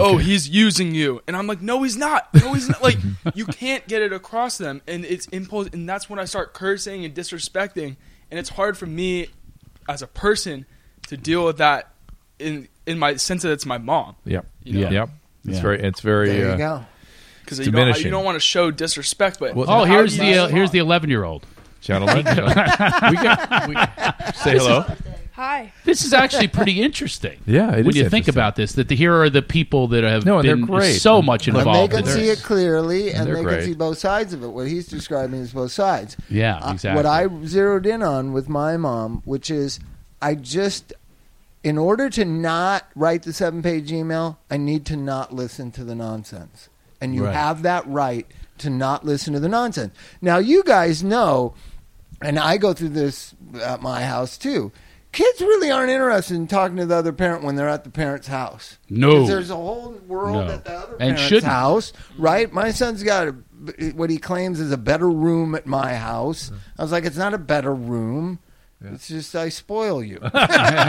Speaker 12: Oh, he's using you, and I'm like, no, he's not. No, he's not. Like, you can't get it across to them, and it's impulse, and that's when I start cursing and disrespecting, and it's hard for me as a person to deal with that in in my sense that it's my mom
Speaker 2: Yep.
Speaker 12: You know?
Speaker 2: Yep. It's
Speaker 5: Yeah.
Speaker 2: very. It's very.
Speaker 3: There
Speaker 2: uh,
Speaker 3: you go.
Speaker 12: because you don't, you
Speaker 2: diminishing.
Speaker 12: don't want to show disrespect. But
Speaker 2: Well,
Speaker 5: Oh,
Speaker 12: how
Speaker 5: here's
Speaker 12: do you
Speaker 5: the
Speaker 12: use
Speaker 5: here's
Speaker 12: mom?
Speaker 5: the 11 year old.
Speaker 2: Gentlemen, we got, we, say hello.
Speaker 10: Hi.
Speaker 5: This is actually pretty interesting.
Speaker 2: Yeah, it
Speaker 5: when
Speaker 2: is
Speaker 5: you think
Speaker 2: interesting.
Speaker 5: about this, that the, here are the people that have
Speaker 2: No, and they're
Speaker 5: been
Speaker 2: great.
Speaker 5: so much
Speaker 2: And
Speaker 3: And they
Speaker 5: involved.
Speaker 3: can
Speaker 5: in
Speaker 3: see
Speaker 5: this.
Speaker 3: it clearly, and
Speaker 2: they're
Speaker 3: they
Speaker 2: great.
Speaker 3: can see both sides of it. What he's describing is both sides.
Speaker 5: Yeah,
Speaker 3: Uh,
Speaker 5: exactly.
Speaker 3: what I zeroed in on with my mom, which is, I just, in order to not write the seven-page email, I need to not listen to the nonsense, and you
Speaker 5: Right.
Speaker 3: have that right to not listen to the nonsense. Now, you guys know, and I go through this at my house too. kids really aren't interested in talking to the other parent when they're at the parent's house.
Speaker 5: No.
Speaker 3: 'Cause there's a whole world
Speaker 5: No.
Speaker 3: at the other
Speaker 5: And
Speaker 3: parent's
Speaker 5: shouldn't.
Speaker 3: house, right? My son's got a, what he claims is a better room at my house. I was like, it's not a better room. It's just I spoil you. All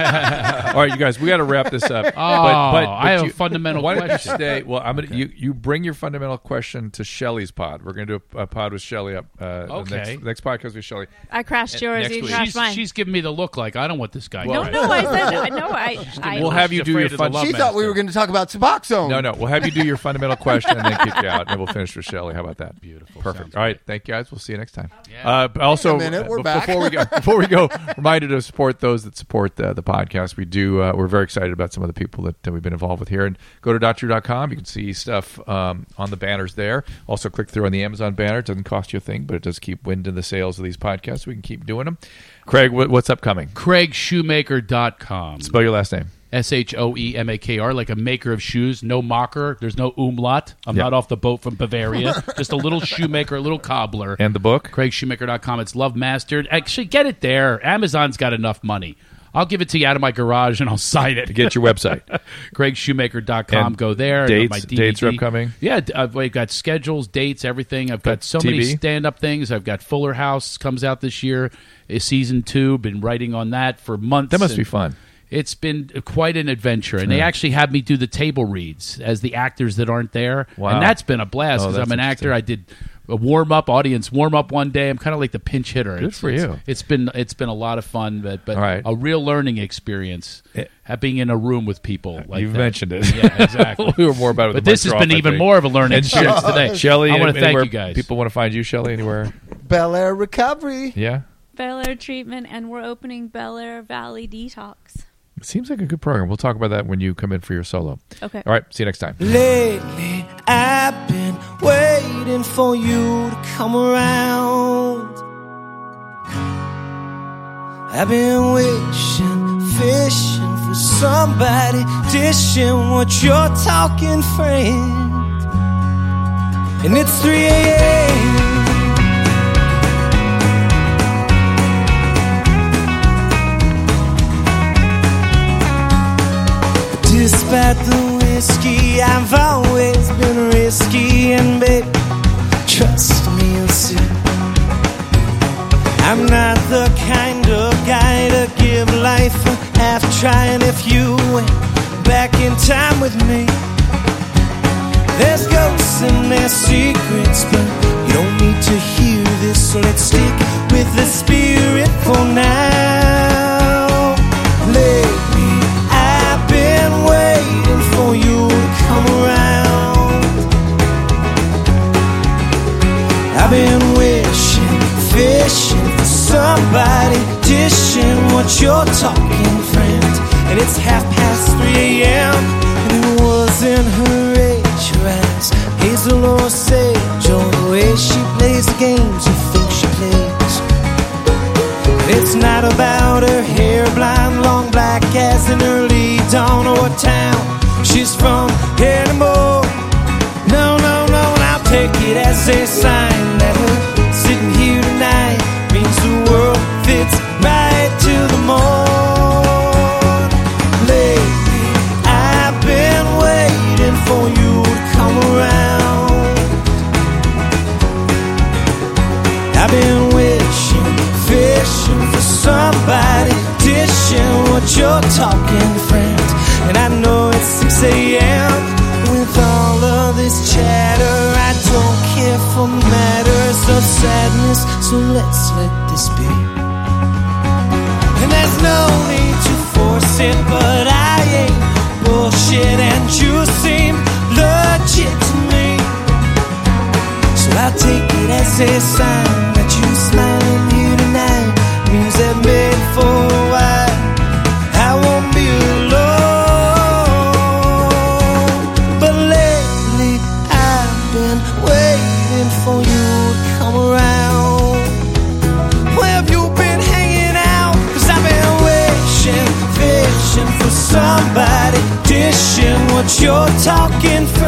Speaker 2: All right, you guys, we got to wrap this up.
Speaker 3: Oh,
Speaker 5: I have a fundamental
Speaker 2: why don't
Speaker 5: question.
Speaker 2: you stay? Well, I'm gonna you, you bring your fundamental question to Shelly's pod. We're gonna do a, a pod with Shelly up. Uh, the
Speaker 5: Okay.
Speaker 2: next, next podcast with Shelly.
Speaker 7: I crashed
Speaker 2: And
Speaker 7: yours,
Speaker 2: next
Speaker 7: you
Speaker 2: week.
Speaker 7: crashed
Speaker 5: She's,
Speaker 7: mine.
Speaker 5: she's giving me the look like I don't want this guy.
Speaker 2: Well-
Speaker 5: going.
Speaker 7: no, I said I no. I, I
Speaker 2: We'll have you
Speaker 5: She's
Speaker 2: do your
Speaker 5: afraid of the
Speaker 2: fun-
Speaker 5: love
Speaker 3: She
Speaker 5: master.
Speaker 3: thought we were going to talk about Suboxone.
Speaker 2: No, no, we'll have you do your fundamental question and then kick you out, and we'll finish with Shelly. How about that? Beautiful. Perfect. All right, thank you guys. We'll see you next time. Uh, but also,
Speaker 3: Wait a minute,
Speaker 2: uh,
Speaker 3: we're
Speaker 2: be-
Speaker 3: back.
Speaker 2: before we go, before we go, reminder to support those that support the, the podcast. We do. Uh, we're very excited about some of the people that, that we've been involved with here. And go to doctor.com. You can see stuff um, on the banners there. Also, click through on the Amazon banner. It doesn't cost you a thing, but it does keep wind in the sails of these podcasts. We can keep doing them. Craig, what, what's upcoming?
Speaker 5: CraigShoemaker.com.
Speaker 2: Spell your last name.
Speaker 5: S H O E M A K R, like a maker of shoes. No mocker. There's no umlaut. I'm
Speaker 2: Yeah.
Speaker 5: not off the boat from Bavaria. Just a little shoemaker, a little cobbler.
Speaker 2: And the book?
Speaker 5: CraigShoemaker.com. It's Love Mastered. Actually, get it there. Amazon's got enough money. I'll give it to you out of my garage and I'll sign it.
Speaker 2: Get your website.
Speaker 5: CraigShoemaker.com.
Speaker 2: And
Speaker 5: Go there. I got
Speaker 2: dates- dates are upcoming?
Speaker 5: Yeah, d- I've I've got schedules, dates, everything. I've got so many
Speaker 2: TV?
Speaker 5: stand-up things. I've got Fuller House comes out this year, is season two. Been writing on that for months.
Speaker 2: That must
Speaker 5: and
Speaker 2: be fun.
Speaker 5: It's been quite an adventure, and they
Speaker 2: Yeah.
Speaker 5: actually have me do the table reads as the actors that aren't there,
Speaker 2: Wow.
Speaker 5: and that's been a blast
Speaker 2: Oh,
Speaker 5: because
Speaker 2: that's
Speaker 5: I'm an actor. I did a warm up, audience warm up one day. I'm kind of like the pinch hitter.
Speaker 2: Good
Speaker 5: It's-
Speaker 2: for
Speaker 5: it's-
Speaker 2: you.
Speaker 5: It's been it's been a lot of fun, but but
Speaker 2: All right. Eh.
Speaker 5: a real learning experience, ha- being in a room with people. Like
Speaker 2: You've
Speaker 5: that.
Speaker 2: mentioned it.
Speaker 5: Yeah, exactly.
Speaker 2: we were more about it. with
Speaker 5: But this
Speaker 2: Mike
Speaker 5: has
Speaker 2: Groff,
Speaker 5: been
Speaker 2: I
Speaker 5: even
Speaker 2: think.
Speaker 5: more of a learning
Speaker 2: And
Speaker 5: experience
Speaker 2: Shelly-
Speaker 5: today.
Speaker 2: Shelly,
Speaker 5: I wanna
Speaker 2: anywhere
Speaker 5: thank you guys.
Speaker 2: People want to find you, Shelly, anywhere?
Speaker 3: Bel Air Recovery.
Speaker 2: Yeah,
Speaker 7: Bel Air treatment, and we're opening Bel Air Valley Detox.
Speaker 2: it seems like a good program. We'll talk about that when you come in for your solo.
Speaker 7: Okay.
Speaker 2: All right. See you next time.
Speaker 11: Lately, I've been waiting for you to come around. I've been wishing, fishing for somebody, dishing what you're talking, friend. And it's 3 a.m. Despite the whiskey, I've always been risky, and babe, trust me, you'll see. I'm not the kind of guy to give life a half try, and if you went back in time with me, there's ghosts and there's secrets, but you don't need to hear this, so let's stick with the spirit for now. Lately, I've been waiting for you to come around. I've been wishing, fishing for somebody, dishing what you're talking, friend. And it's half past 3 a.m. And it was in her age, her eyes, hazel or sage, or the way she plays the games you think she plays. It's not about her hair, blonde, long, black as an early dawn, or what town she's from anymore. No, no, no, and I'll take it as a sign that her sitting here tonight means the world fits right to the morn. Lately, I've been waiting for you to come around. I've been wishing, fishing for somebody, dishing what you're talking, friend. And I know it's 6 a.m. With all of this chatter, I don't care for matters of sadness, so let's let this be. And there's no need to force it, but I ain't bullshit, and you seem legit to me. So I'll take it as a sign that you smiling here tonight means that maybe for a while I won't be alone. But lately I've been waiting for you to come around. Where have you been hanging out? Cause I've been wishing, fishing for somebody, dishing what you're talking